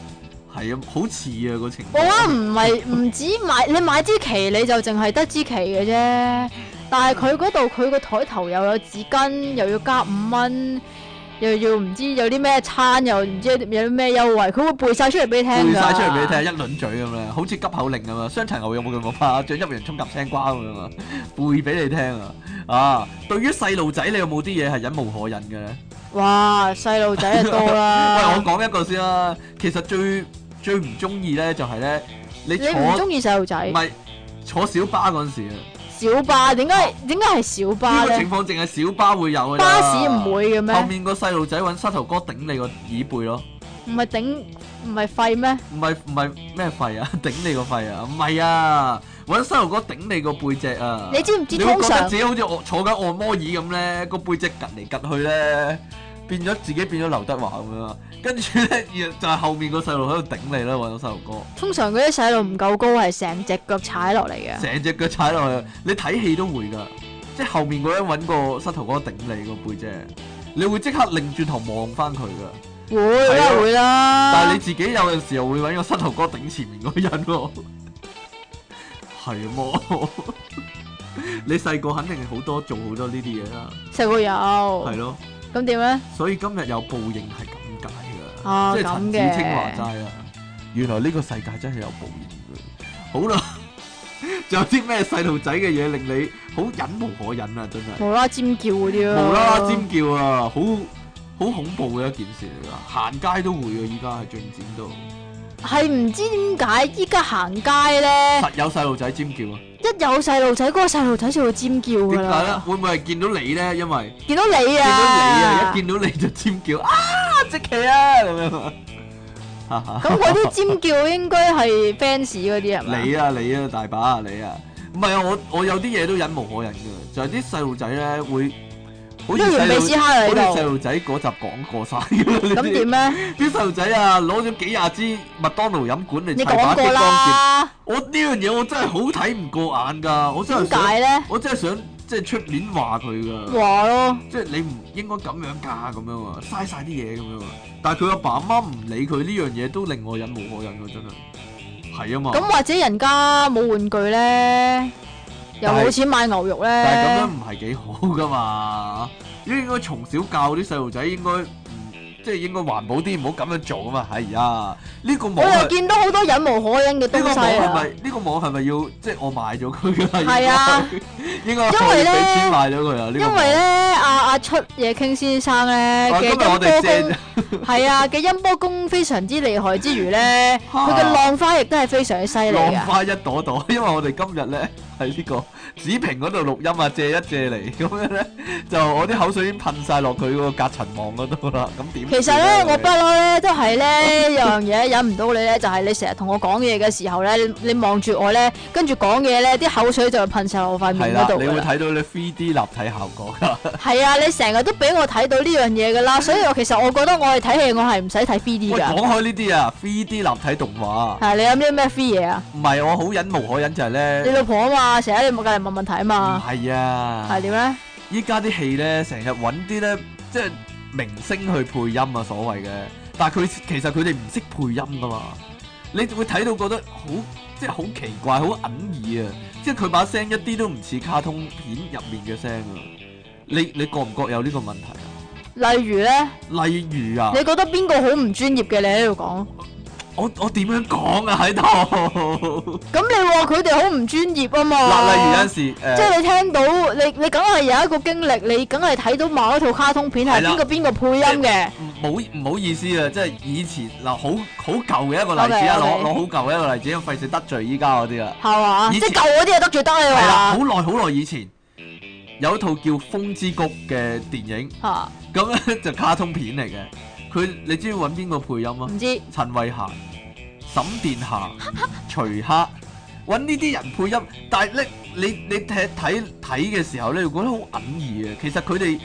S1: 咁樣係啊，好似啊個情
S2: 我諗
S1: 況。
S2: 唔係唔止買，你買支旗你就淨係得支旗嘅啫。但係佢嗰度佢個台頭又有紙巾，又要加五蚊，又要唔知有啲咩餐，又唔知有啲咩優惠，佢會背晒出嚟俾你聽㗎
S1: 背晒出嚟俾你聽，一輪嘴咁樣，好似急口令咁啊！雙層牛有冇咁冇啊？掌入洋葱夾青瓜咁樣啊，背俾你聽啊！啊，對於細路仔，你有冇啲嘢係忍無可忍嘅咧？
S2: 哇，細路仔就多
S1: 喂，我 [LAUGHS]
S2: 啦！
S1: 講一個先啦。其實最最唔中意咧，就係咧，你
S2: 你
S1: 坐
S2: 唔
S1: 唔
S2: 中意細路仔？
S1: 係坐小巴嗰陣時啊，
S2: 小巴點解點解係小巴
S1: 呢個
S2: 咧
S1: 情？況淨係小巴會有嘅。
S2: 巴士唔。會嘅
S1: 後
S2: 咩？
S1: 面個細路仔揾膝頭哥頂你個椅背咯，
S2: 唔係頂唔係廢咩？
S1: 唔係唔係咩肺啊， [LAUGHS] 頂你個肺啊，唔係啊，揾膝頭哥頂你個背脊啊。
S2: 你知唔知
S1: 你會
S2: 通
S1: 覺得
S2: 常
S1: 自己好似我坐緊按摩椅咁咧，個背脊趌嚟趌去咧，變咗自己變咗劉德華咁樣啊。跟住咧，就係後面個細路喺度頂你啦，揾個細路哥。
S2: 通常嗰啲細路唔夠高係成隻腳踩落嚟嘅。
S1: 成隻腳踩落去，你睇戲都會噶，即係後面嗰人揾個膝頭哥頂你個背脊，你會即刻擰轉頭望翻佢噶。
S2: 會
S1: 係
S2: 啦
S1: 啊
S2: 會啦，
S1: 但係你自己有陣時又會揾個膝頭哥頂前面嗰人喎，係麼？ [LAUGHS] 你細個肯定係好多做好多呢啲嘢啦，
S2: 細個有，
S1: 係咯，
S2: 咁點咧？
S1: 所以今日有報應係咁解噶，
S2: 啊
S1: 即係
S2: 咁
S1: 陳子
S2: 嘅
S1: 清話齋啦。原來呢個世界真係有報應嘅。好啦， [LAUGHS] 仲有啲咩細路仔嘅嘢令你好忍無可忍啊！真係。
S2: 無啦啦尖叫嗰啲咯，
S1: 無啦啦尖叫啊，好好恐怖嘅一件事嚟噶，行街都會嘅，依家係進展到
S2: 係唔知點解依家行街咧，
S1: 實有細路仔尖叫啊！
S2: 一有細路仔，嗰個細路仔就會尖叫
S1: 點
S2: 㗎
S1: 解咧？
S2: 啦，
S1: 會唔會係見到你咧？因為
S2: 見到你
S1: 見到你啊，
S2: 啊，
S1: 一見到你就尖叫啊！即奇啊咁樣啊，哈哈
S2: 咁嗰啲尖叫應該係 fans 嗰啲係咪？
S1: 你啊你啊大把啊你啊！唔係啊，我我有啲嘢都忍無可忍嘅，就係啲細路仔咧會好似
S2: 一
S1: 細
S2: 完鼻
S1: 路
S2: 屎蝦
S1: 好
S2: 嚟
S1: 似細
S2: 度，
S1: 路仔嗰集講過晒咁
S2: 咁 [LAUGHS] 點咧？
S1: 啲細路仔啊，攞咗幾廿支麥當勞飲管嚟
S2: 你
S1: 砌把
S2: 講
S1: 激
S2: 過
S1: 光劍。
S2: 啦，
S1: 我呢樣嘢我真係好睇唔過眼㗎，我真
S2: 點
S1: 係想，
S2: 解咧？
S1: 我真係想即係出面話佢㗎，
S2: 話咯，
S1: 即係你唔應該咁樣㗎咁樣啊，嘥晒啲嘢咁樣啊。但係佢阿爸阿媽唔理佢呢樣嘢，都令我忍無可忍㗎，真係係啊嘛。
S2: 咁或者人家冇玩具咧，又
S1: 但係
S2: 冇錢買牛肉咧，
S1: 但係咁樣唔係幾好㗎嘛，應該從小教啲細路仔應該唔即係應該環保啲，唔好咁樣做啊嘛。係啊，呢個網
S2: 我又
S1: 係
S2: 見到好多忍無可忍嘅
S1: 呢個
S2: 東
S1: 網
S2: 西
S1: 係
S2: 啊
S1: 咪！呢個網係咪要即係我賣咗佢㗎啦？
S2: 係啊
S1: 應該，應該
S2: 因為
S1: 我要
S2: 呢
S1: 俾錢賣咗佢啊！呢個
S2: 因為咧，阿阿出嘢傾先生咧
S1: 網啊今
S2: 嘅音
S1: 日我
S2: 波
S1: 哋借
S2: 功 [LAUGHS] 係啊嘅音波功非常之厲害
S1: [LAUGHS]
S2: 之餘咧，佢嘅浪花亦都係非常之犀利
S1: 啊
S2: 啊
S1: 浪
S2: 嘅。
S1: 花一朵朵， [LAUGHS] 因為我哋今日咧喺呢個子平嗰度錄音啊，借一借嚟，咁樣咧就我啲口水已經噴晒落佢嗰個隔塵網嗰度啦，咁點算呢？
S2: 其實咧，我
S1: 哋
S2: 不嬲咧都係 [LAUGHS] 咧有樣嘢忍唔到你咧，就係你成日同我講嘢嘅時候咧，你你望住我咧，跟住講嘢咧，啲口水就會噴晒落我塊
S1: 係
S2: 面
S1: 啦
S2: 嗰，度
S1: 你
S2: 㗎
S1: 會
S2: 啦。
S1: 睇到你 3D 立體效果啦。
S2: 係啊，你成日都俾我睇到呢樣嘢噶啦，所以我其實我覺得我係睇戲，我係唔使睇 3D
S1: 嗯喂，講
S2: 㗎。
S1: 開呢啲啊，3D 立體動畫，
S2: 係你有啲咩 free 嘢啊？
S1: 唔係我好忍無可忍就係
S2: 你
S1: 咧，
S2: 老婆啊嘛，成日喺你隔離問問題啊
S1: 唔
S2: 嘛，
S1: 係
S2: 係
S1: 啊，
S2: 點咧？
S1: 依家啲戲咧成日揾啲咧即係明星去配音啊，所謂嘅，但係佢其實佢哋唔識配音噶嘛，你會睇到覺得好即係好奇怪，好隱耳啊，即係佢把聲一啲都唔似卡通片入面嘅聲啊，你你覺唔覺有呢個問題啊？
S2: 例如咧，
S1: 例如啊
S2: 你，覺得邊個好唔專業嘅？你喺度講，
S1: 我我點樣講啊喺度？
S2: 咁你話佢哋好唔專業啊嘛？
S1: 嗱，例如有陣時呃誒。
S2: 即係你聽到你你梗係有一個經歷，你梗係睇到某一套卡通片係
S1: 係啦
S2: 邊個邊個配音嘅，
S1: 唔好唔好意思啊，即係以前嗱好好舊嘅一個例子啊，
S2: OK，OK
S1: 攞攞好舊嘅一個例子，因為費事得罪依家嗰啲啊。
S2: 係嘛？
S1: 以
S2: 即
S1: 前
S2: 係舊嗰啲嘢得罪得你
S1: 係啦，好
S2: 話
S1: 耐好耐以前有一套叫《風之谷》嘅電影，
S2: 嚇？
S1: 咁咧 [LAUGHS] 就卡通片嚟嘅。佢你知要揾邊個配音啊？
S2: 唔知
S1: 陳慧嫻、沈殿
S2: [LAUGHS]
S1: 霞、徐克，揾呢啲人配音，但係咧你你睇睇睇嘅時候咧，你會覺得好隱耳啊嘅。其實佢哋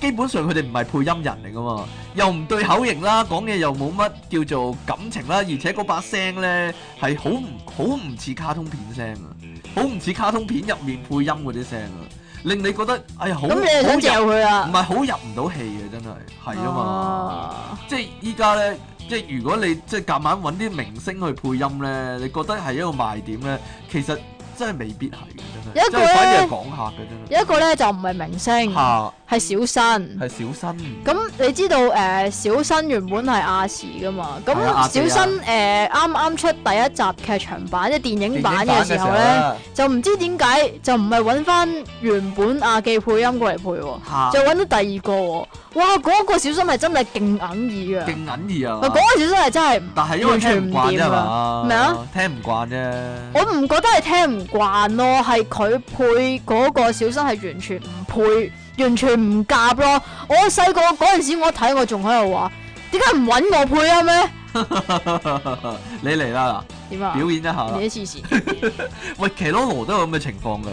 S1: 基本上佢哋唔係配音人嚟噶嘛，又唔對口型啦，講嘢又冇乜叫做感情啦，而且嗰把聲咧係好唔好唔似卡通片聲啊，好唔似卡通片入面配音嗰啲聲啊，令你覺得哎呀好
S2: 咁你係想
S1: 好入
S2: 嚼佢
S1: 唔
S2: 啊？哦
S1: 係好入唔到戲嘅，真係係啊嘛。
S2: 嘛，
S1: 即係依家咧，即係如果你即係夾硬揾啲明星去配音咧，你覺得係一個賣點咧，其實真係未必係嘅，真
S2: 有
S1: 係，即
S2: 一個嗯
S1: 係反而係
S2: 咧
S1: 講客嘅真係。
S2: 有一個咧就唔係明星，
S1: 下
S2: 係小新。
S1: 係小新，
S2: 咁你知道誒、呃小新原本係亞視噶嘛？咁
S1: 係啊亞視
S2: 小
S1: 啊
S2: 新誒啱啱出第一集劇場版即係電影版嘅時候咧，
S1: 咧，
S2: 就唔知點解就唔係揾翻原本亞記配音過嚟配喎，
S1: 下
S2: 就揾到第二個喎。哇！嗰、個小新係真係勁揞耳啊！
S1: 勁銀耳
S2: 嗱，嗰個
S1: 啊！
S2: 小新係真係唔，
S1: 但係因為聽唔慣啫嘛，
S2: 完全唔掂啊咩啊？
S1: 聽唔慣啫，
S2: 我唔覺得係聽唔慣咯，係佢配嗰個小新係完全唔配，完全唔夾咯。我細個嗰陣時我睇我仲喺度話，點解唔揾我配啊咩？
S1: 你嚟啦
S2: 點
S1: 嗱，？
S2: 啊
S1: 表演一下啦。
S2: 你啲黐線，
S1: 喂，騎羅羅都有咁嘅情況㗎，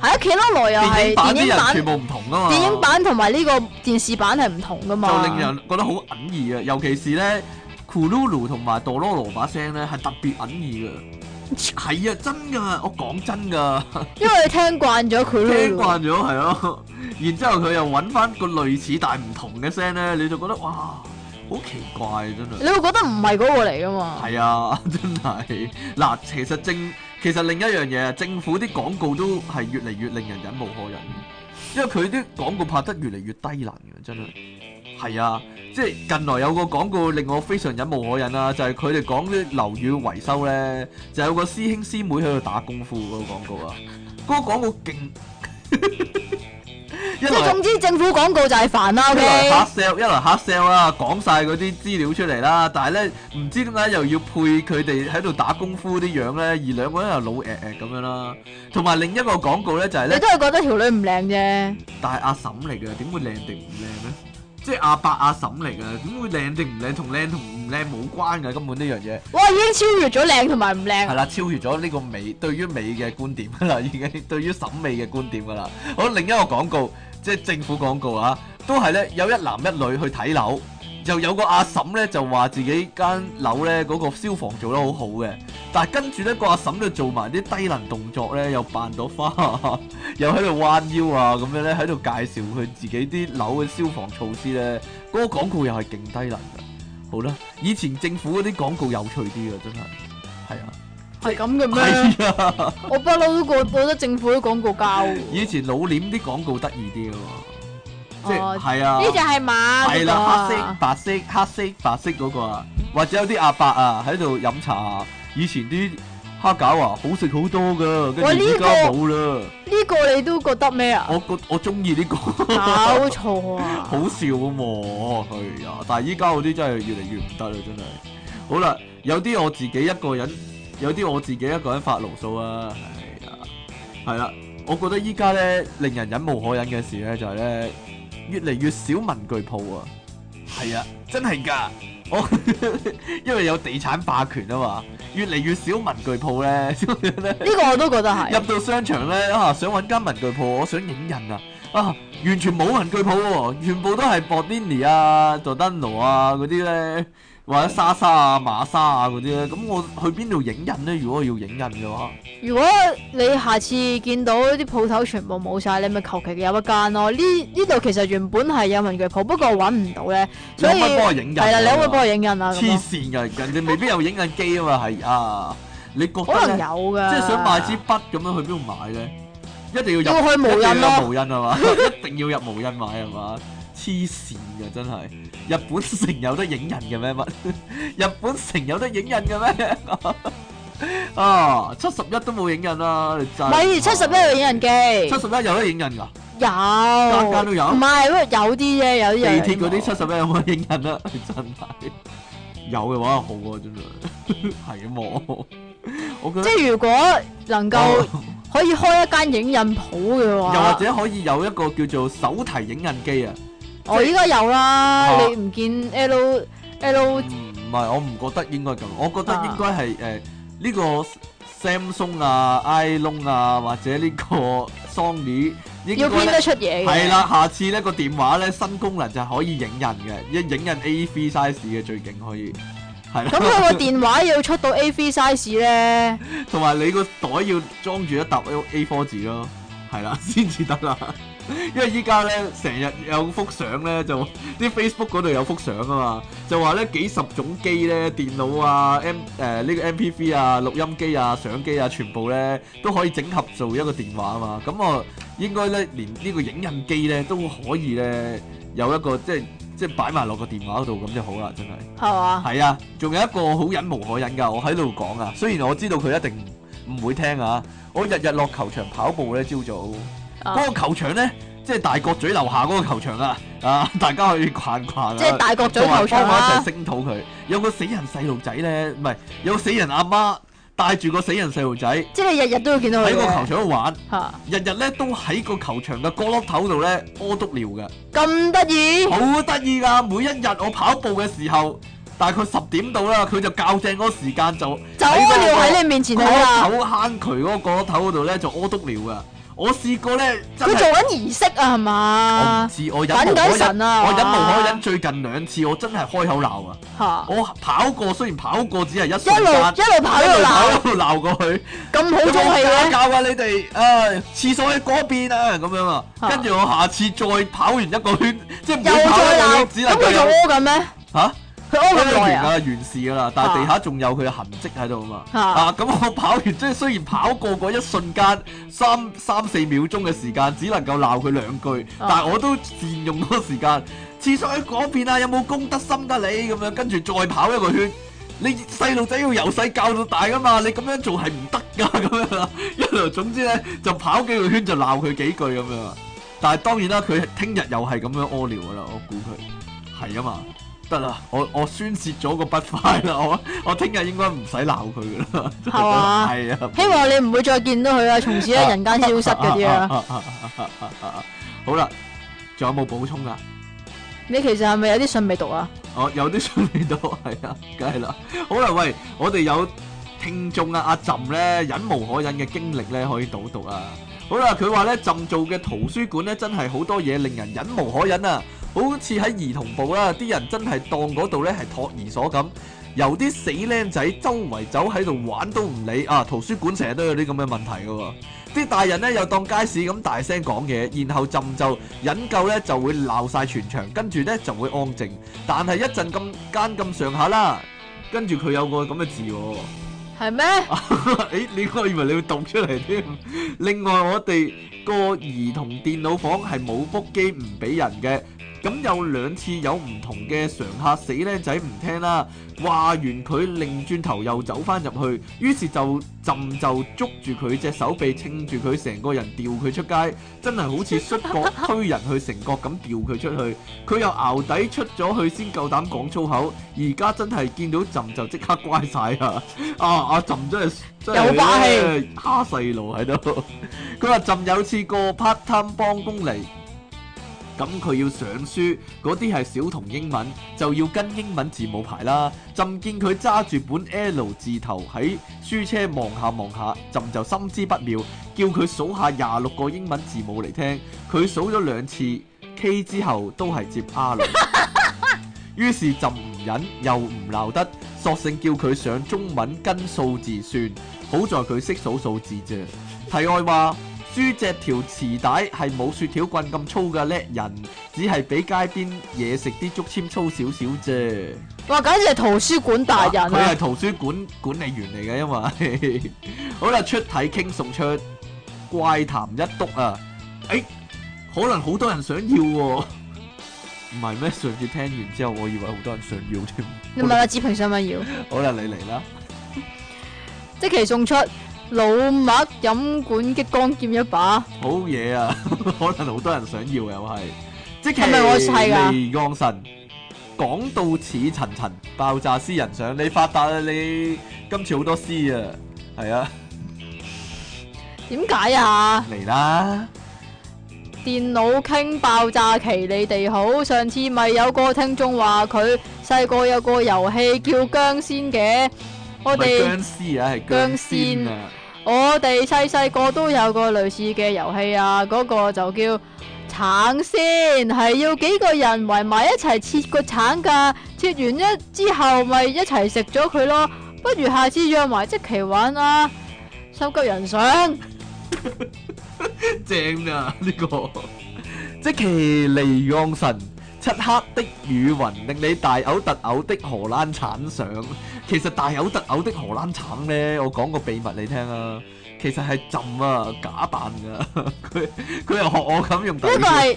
S2: 係啊，奇洛羅
S1: [LAUGHS]
S2: 又
S1: 電影
S2: 係
S1: 版
S2: 電
S1: 啲
S2: 影
S1: 人
S2: 版
S1: 全。部唔同㗎嘛。
S2: 電影版同埋呢個電視版係唔同噶嘛，
S1: 就令人覺得好隱耳啊！尤其是咧，Kululu 同埋 Dororo 把聲咧係特別隱耳噶。係啊，真噶，我講真噶，
S2: 因為你聽慣咗佢
S1: 聽
S2: 咯，
S1: 慣咗係咯。然之後佢又揾翻個類似但係唔同嘅聲咧，你就覺得哇，好奇怪真係。
S2: 你會覺得唔係嗰個嚟噶嘛？
S1: 係啊， [LAUGHS] 真係嗱，其實政其實另一樣嘢啊，政府啲廣告都係越嚟越令人忍無可忍，因為佢啲廣告拍得越嚟越低能嘅，真係係啊！即係近來有個廣告令我非常忍無可忍啦，就係佢哋講啲樓宇維修咧，就有個師兄師妹喺度打功夫嗰個廣告啊，嗰、個廣告勁，一
S2: 即係
S1: 來
S2: 總之政府廣告就係煩啊啦
S1: 一來
S2: ，OK？
S1: 黑 sell，一來黑 sell 啦，講晒嗰啲資料出嚟啦，但係咧唔知點解又要配佢哋喺度打功夫啲樣咧，而兩個人又老誒誒咁樣啦。同埋另一個廣告咧就係、
S2: 你
S1: 咧，
S2: 都係覺得條女唔靚啫，
S1: 但係阿嬸嚟嘅，點會靚定唔靚咧？即係阿伯阿嬸嚟嘅，點會靚定唔靚？同靚同唔靚冇關嘅，根本呢樣嘢
S2: 哇，已經超越咗靚同埋唔
S1: 係
S2: 靚，啊
S1: 啦，超越咗呢個美對於美嘅觀點啦，已經對於審美嘅觀點噶啦。好，另一個廣告即係政府廣告啊，都係咧有一男一女去睇樓，就有個阿嬸咧就話自己間樓咧嗰個消防做得好好嘅，但係跟住咧個阿嬸就做埋啲低能動作咧，又扮朵花， [LAUGHS] 又喺度彎腰啊咁樣咧，喺度介紹佢自己啲樓嘅消防措施咧，嗰、個廣告又係勁低能㗎。好啦，以前政府嗰啲廣告有趣啲啊，真係係啊。
S2: 係咁嘅咩？
S1: 係啊，
S2: 我不嬲都覺覺得政府啲廣告交喎，
S1: 以前老臉啲廣告得意啲啊嘛，即係
S2: 哦
S1: 係啊
S2: 呢，只係馬
S1: 係
S2: 嗰個
S1: 啦，
S2: 啊，
S1: 黑色、白色、黑色、白色嗰個啊，或者有啲阿伯啊喺度飲茶，以前啲蝦餃啊好食好多噶，
S2: 哇
S1: 跟住
S2: 呢
S1: 依
S2: 個
S1: 家冇啦。
S2: 呢個你都覺得
S1: [LAUGHS]
S2: 咩啊？
S1: 我覺我中意呢個，
S2: 搞錯啊！
S1: 好笑啊嘛，係啊！但係依家嗰啲真係越嚟越唔得啦，真係。好啦，有啲我自己一個人，有啲我自己一個人發牢騷啊，係啊，係啦。我覺得依家咧令人忍無可忍嘅事咧，就係咧越嚟越少文具鋪啊，係啊，真係㗎。我 [LAUGHS] 因為有地產霸權啊嘛，越嚟越少文具鋪咧，所以咧。
S2: 呢個我都覺得係
S1: 入到商場咧啊，想揾間文具鋪，我想影印啊，啊，完全冇文具鋪喎、全部都係 Bodini 啊、Giordano 啊嗰啲咧，或者莎莎啊、馬莎啊嗰啲咧，咁我去邊度影印咧？如果我要影印嘅話，
S2: 如果你下次見到啲鋪頭全部冇晒，你咪求其有一間咯。呢呢度其實原本係有文具鋪，不過揾唔到咧，
S1: 你
S2: 所
S1: 可
S2: 以
S1: 唔可以幫我影印啊？
S2: 係啦，你可唔可以幫我影印啊？咁
S1: 黐
S2: 咯
S1: 線㗎，人哋未必有影印機啊嘛，係啊，你覺
S2: 可
S1: 得
S2: 能
S1: 呢
S2: 有噶，
S1: 即係想買支筆咁樣去邊度買咧？一定要入
S2: 要去無印咯
S1: 一定要入無印啊係 [LAUGHS] 嘛？一定要入無印買係嘛？黐線嘅真係，日本城有得影人嘅咩？ [LAUGHS] 乜？日本城有得影人嘅咩？啊，七十一都冇影人啦，你真
S2: 唔係七十一有影印機，
S1: 七十一有得影人㗎？
S2: 有
S1: 間都有
S2: 唔係，不過有啲啫，有啲
S1: 地
S2: 有
S1: 鐵嗰啲七十一有冇得影 [LAUGHS] 人啊？真係有嘅話好啊，真係 [LAUGHS] 係啊冇，我覺得
S2: 即係如果能夠
S1: 哦
S2: 可以開一間影印鋪嘅
S1: 又或
S2: 話，
S1: 者可以有一個叫做手提影印機啊。
S2: 我哦依家有
S1: 啊
S2: 啦，你唔見 L L
S1: 唔係，我唔覺得應該咁，我覺
S2: 啊
S1: 得應該係誒呢個 Samsung 啊、iPhone 啊或者呢個
S2: [LAUGHS]
S1: Sony 應
S2: 要
S1: 該
S2: 編
S1: 呢
S2: 得出嘢嘅，
S1: 係啦，下次呢個電話咧新功能就係可以影印嘅，一影印 A3 size 嘅最勁可以係
S2: 咁佢個
S1: 啦，
S2: 電話要出到 A3 size 咧，
S1: 同埋你個袋要裝住一沓 A4 字咯，係啦， [LAUGHS] 先至得啦。因為依家咧成日有幅相咧，就啲 Facebook 嗰度有幅相啊嘛，就話咧幾十種機咧，電腦啊、M 誒、呢個 MPV 啊、錄音機啊、相機啊，全部咧都可以整合做一個電話啊嘛。咁我應該咧連呢個影印機咧都可以咧有一個即係即係擺埋落個電話嗰度咁就好啦，真係。
S2: 係嘛？
S1: 係啊，仲有一個好忍無可忍㗎，我喺度講啊。雖然我知道佢一定唔會聽啊，我日日落球場跑步咧，朝早
S2: 啊
S1: 嗰個球場咧，即係大角咀樓下嗰個球場啊，啊， [LAUGHS] 大家可以逛逛啊。
S2: 即係大角咀
S1: 同埋
S2: 球場啊
S1: 幫我一齊
S2: 啦，
S1: 聲討佢，有個死人細路仔咧，唔係有個死人阿媽帶住個死人細路仔喺
S2: 即係你日日都要見到
S1: 個
S2: 佢
S1: 球場
S2: 嘅
S1: 度玩，
S2: 嚇，
S1: 日日咧都喺個球場嘅角落頭度咧屙督尿嘅。
S2: 咁得意，
S1: [LAUGHS] 好得意噶！每一日我跑步嘅時候，大概十點到啦，佢就校正嗰個時間就
S2: 就屙尿喺你面前啊
S1: 嗰
S2: 睇啦，
S1: 個頭坑渠嗰個角落頭嗰度咧就屙督尿噶。我試過咧，真
S2: 佢做
S1: 係
S2: 緊儀式啊，係
S1: 我唔
S2: 嘛？
S1: 知，我忍無
S2: 緊緊
S1: 可忍，
S2: 神啊，
S1: 我忍無可
S2: 係
S1: 忍。
S2: 嘛
S1: 最近兩次我真係開口鬧啊！
S2: 嚇，
S1: 我跑過，雖然跑過只係一
S2: 一
S1: 瞬
S2: 路
S1: 間。
S2: 一路跑一
S1: 一
S2: 路
S1: 路跑
S2: 鬧，
S1: 一路鬧過去，
S2: 咁好
S1: 有冇
S2: 中氣
S1: 打
S2: 嘅，
S1: 交啊！你哋啊，廁所喺嗰邊啊，咁樣啊，
S2: 啊
S1: 跟住我下次再跑完一個圈，即係每
S2: 又
S1: 跑一個
S2: 再鬧，
S1: 圈只能
S2: 咁佢
S1: 夠
S2: 仲屙緊咩？
S1: 嚇。
S2: 佢屙咁
S1: 完
S2: 耐
S1: 啦，
S2: 啊？
S1: 完事噶啦，但係地下仲有佢嘅痕跡喺度啊嘛。
S2: 嚇
S1: 啊，咁我跑完，即係雖然跑過嗰一瞬間，三三四秒鐘嘅時間，只能夠鬧佢兩句，但係我都善用嗰個時間。廁所喺嗰邊啊，有冇公德心㗎你？咁樣跟住再跑一個圈。你細路仔要由細教到大噶嘛，你咁樣做係唔 [LAUGHS] 得㗎咁樣啊。一路總之咧就跑幾個圈就鬧佢幾句咁樣啊。但係當然啦，佢聽日又係咁樣屙尿噶啦，我估佢係啊嘛。得啦，我我宣泄咗個不快啦， [LAUGHS] 我我聽日應該唔使鬧佢噶啦，真係
S2: 係
S1: [LAUGHS]
S2: 嘛
S1: 係啊，
S2: 希望你唔會再見到佢啊，從此咧人間消失嗰啲啊。
S1: 啊， [LAUGHS] 好啦，仲有冇補充啊？
S2: 你其實係咪有啲信未讀啊？
S1: 我有啲想嚟到，係啊，梗係啦。好啦，喂，我哋有聽眾啊，阿朕咧忍無可忍嘅經歷咧，可以導讀啊。好啦，佢話咧朕做嘅圖書館咧，真係好多嘢令人忍無可忍啊！好似喺兒童部啦，啲人真係當嗰度咧係托兒所咁，由啲死僆仔周圍走喺度玩都唔理啊！圖書館成日都有啲咁嘅問題嘅喎、啲大人咧又當街市咁大聲講嘢，然後朕就引咎咧就會鬧晒全場，跟住咧就會安靜。但係一陣咁間咁上下啦，跟住佢有個咁嘅字喎、 [LAUGHS]
S2: 係咩？
S1: 誒、你我以為你會讀出嚟添。另外我哋個兒童電腦房係冇 book 機唔俾人嘅。咁有兩次有唔同嘅常客死僆仔唔聽啦，話完佢擰轉頭又走翻入去，於是就朕就捉住佢隻手臂，稱住佢成個人吊佢出街，真係好似摔角推人去成角咁吊佢出去。佢又熬底出咗去先夠膽講粗口，而家真係見到朕就即刻乖晒啊！ [LAUGHS] 啊阿朕真係真係
S2: 有霸氣
S1: 咧蝦細路喺度。 [LAUGHS] 佢話朕有次個 part time 幫工嚟。咁佢要上書，嗰啲係小童英文，就要跟英文字母排啦。 [LAUGHS] 朕見佢揸住本 L 字頭喺書車望下望下，朕就心知不妙，叫佢數下廿六個英文字母嚟聽。佢數咗兩次 K 之後都係接 R，於是朕唔忍又唔鬧得，索性叫佢上中文跟數字算。好在佢識數數字啫。題外話。豬隻條臍帶係冇雪條棍咁粗嘅叻人，只係比街邊嘢食啲竹籤粗少少啫。
S2: 哇，簡直係圖書館達人
S1: 佢係
S2: 啊！
S1: 圖書館管理員嚟嘅，因為 [LAUGHS] 好啦，出體傾送出怪談一篤啊！誒、可能好多人想要喎、唔係咩？上次聽完之後，我以為好多人想要添。
S2: 你問下子平想唔想要？
S1: 好啦，你嚟啦，
S2: 即期送出老麥飲管激光劍一把，
S1: 好嘢啊！ [LAUGHS] 可能好多人想要又係，即係
S2: 係咪我砌啊㗎
S1: 離岸神講到似層層爆炸詩人相，你發達啊！你今次好多詩啊，係啊，
S2: 點解啊？
S1: 嚟啦！
S2: 電腦傾爆炸期，你哋好。上次咪有個聽眾話佢細個有個遊戲叫僵仙嘅，我
S1: 唔係
S2: 哋
S1: 僵屍啊，係
S2: 僵
S1: 僵仙啊，
S2: 我哋細細個都有個類似嘅遊戲啊，嗰、個就叫橙仙，係要幾個人圍埋一齊切個橙噶，切完一之後咪一齊食咗佢咯。不如下次約埋即期玩啦，收急人相。
S1: 正啊呢、個。即其離岸神，漆黑的雨雲令你大嘔特嘔的荷蘭橙上。其實大嘔特嘔的荷蘭橙呢，我講個秘密你聽啊，其實係浸啊假扮噶， [LAUGHS] 佢佢又學我咁用第
S2: 呢
S1: 二
S2: 個
S1: 個。
S2: 係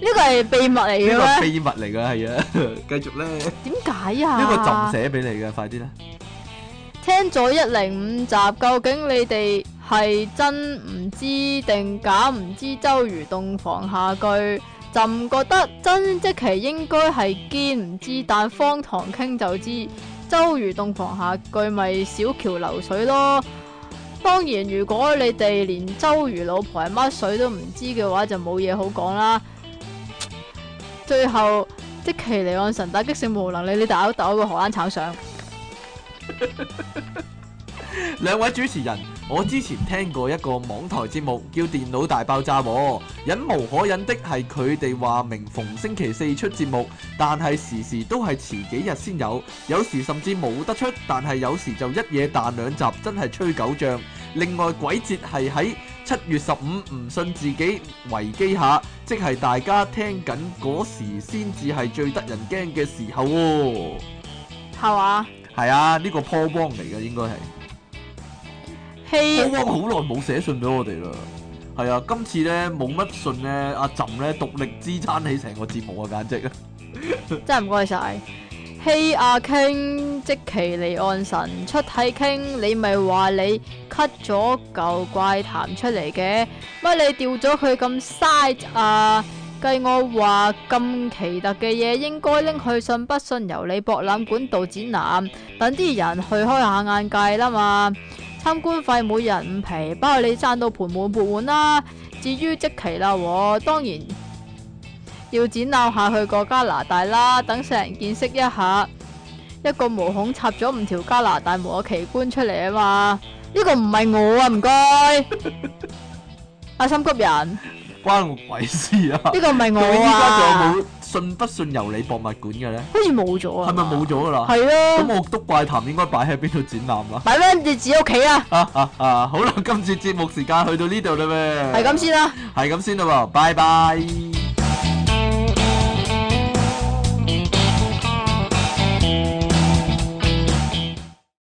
S2: 呢個係秘密嚟
S1: 呢
S2: 嘅
S1: 個
S2: 咩？
S1: 秘密嚟噶，係啊，繼續咧，呢
S2: 點解啊？
S1: 個朕寫俾你嘅，快啲啦！
S2: 聽咗一零五集，究竟你哋係真唔知定假唔知周瑜洞房下句？朕覺得真即其應該係堅唔知，但方唐傾就知。周瑜洞房下句咪小橋流水咯。當然，如果你哋連周瑜老婆係乜水都唔知嘅話，就冇嘢好講啦。最後，即其離岸神打擊性無能，你你打一打個荷蘭橙上。
S1: 兩位主持人，我之前聽過一個網台節目叫《電腦大爆炸》喎，忍無可忍的係佢哋話明逢星期四出節目，但係時時都係遲幾日先有，有時甚至冇得出，但係有時就一夜彈兩集，真係吹狗仗。另外鬼節係喺七月十五，唔信自己維基下，即係大家聽緊嗰時先至係最得人驚嘅時候喎。
S2: 係嘛？
S1: 係啊，呢、個 po 幫嚟嘅應該係。汪
S2: 希
S1: 汪好耐冇寫信俾我哋啦。係啊，今次咧冇乜信咧，阿朕咧獨力支撐起成個節目啊，簡直
S2: 真係唔該晒。希阿傾即其離岸神出體傾，你咪話你 cut 咗嚿怪談出嚟嘅，乜你掉咗佢咁嘥啊？計我話咁奇特嘅嘢應該拎去信不信由你博覽館度展覽，等啲人去開下眼界啦嘛。參觀費每人五皮，包你賺到盆滿缽滿啦。至於即期啦，我當然。要展覽下去個加拿大啦，等世人見識一下一個毛孔插咗五條加拿大毛嘅奇觀出嚟啊嘛！呢、個唔係我啊，唔該，阿心急
S1: [LAUGHS]
S2: 人，呢、
S1: 關我鬼事啊！
S2: 個唔係
S1: 究竟
S2: 我
S1: 依家
S2: 啊
S1: 仲，有冇信不信由你博物館嘅咧？
S2: 好似冇咗啊，
S1: 係咪冇？咗噶啦？
S2: 係
S1: 咁
S2: 咯，
S1: 我督怪談應該擺喺邊度展覽啊啦？
S2: 擺翻你自己屋企啊，
S1: 啊啊啊！好啦，今次節目時間去到呢度啦咩？
S2: 係咁，先啦。
S1: 係咁先啦喎，拜拜。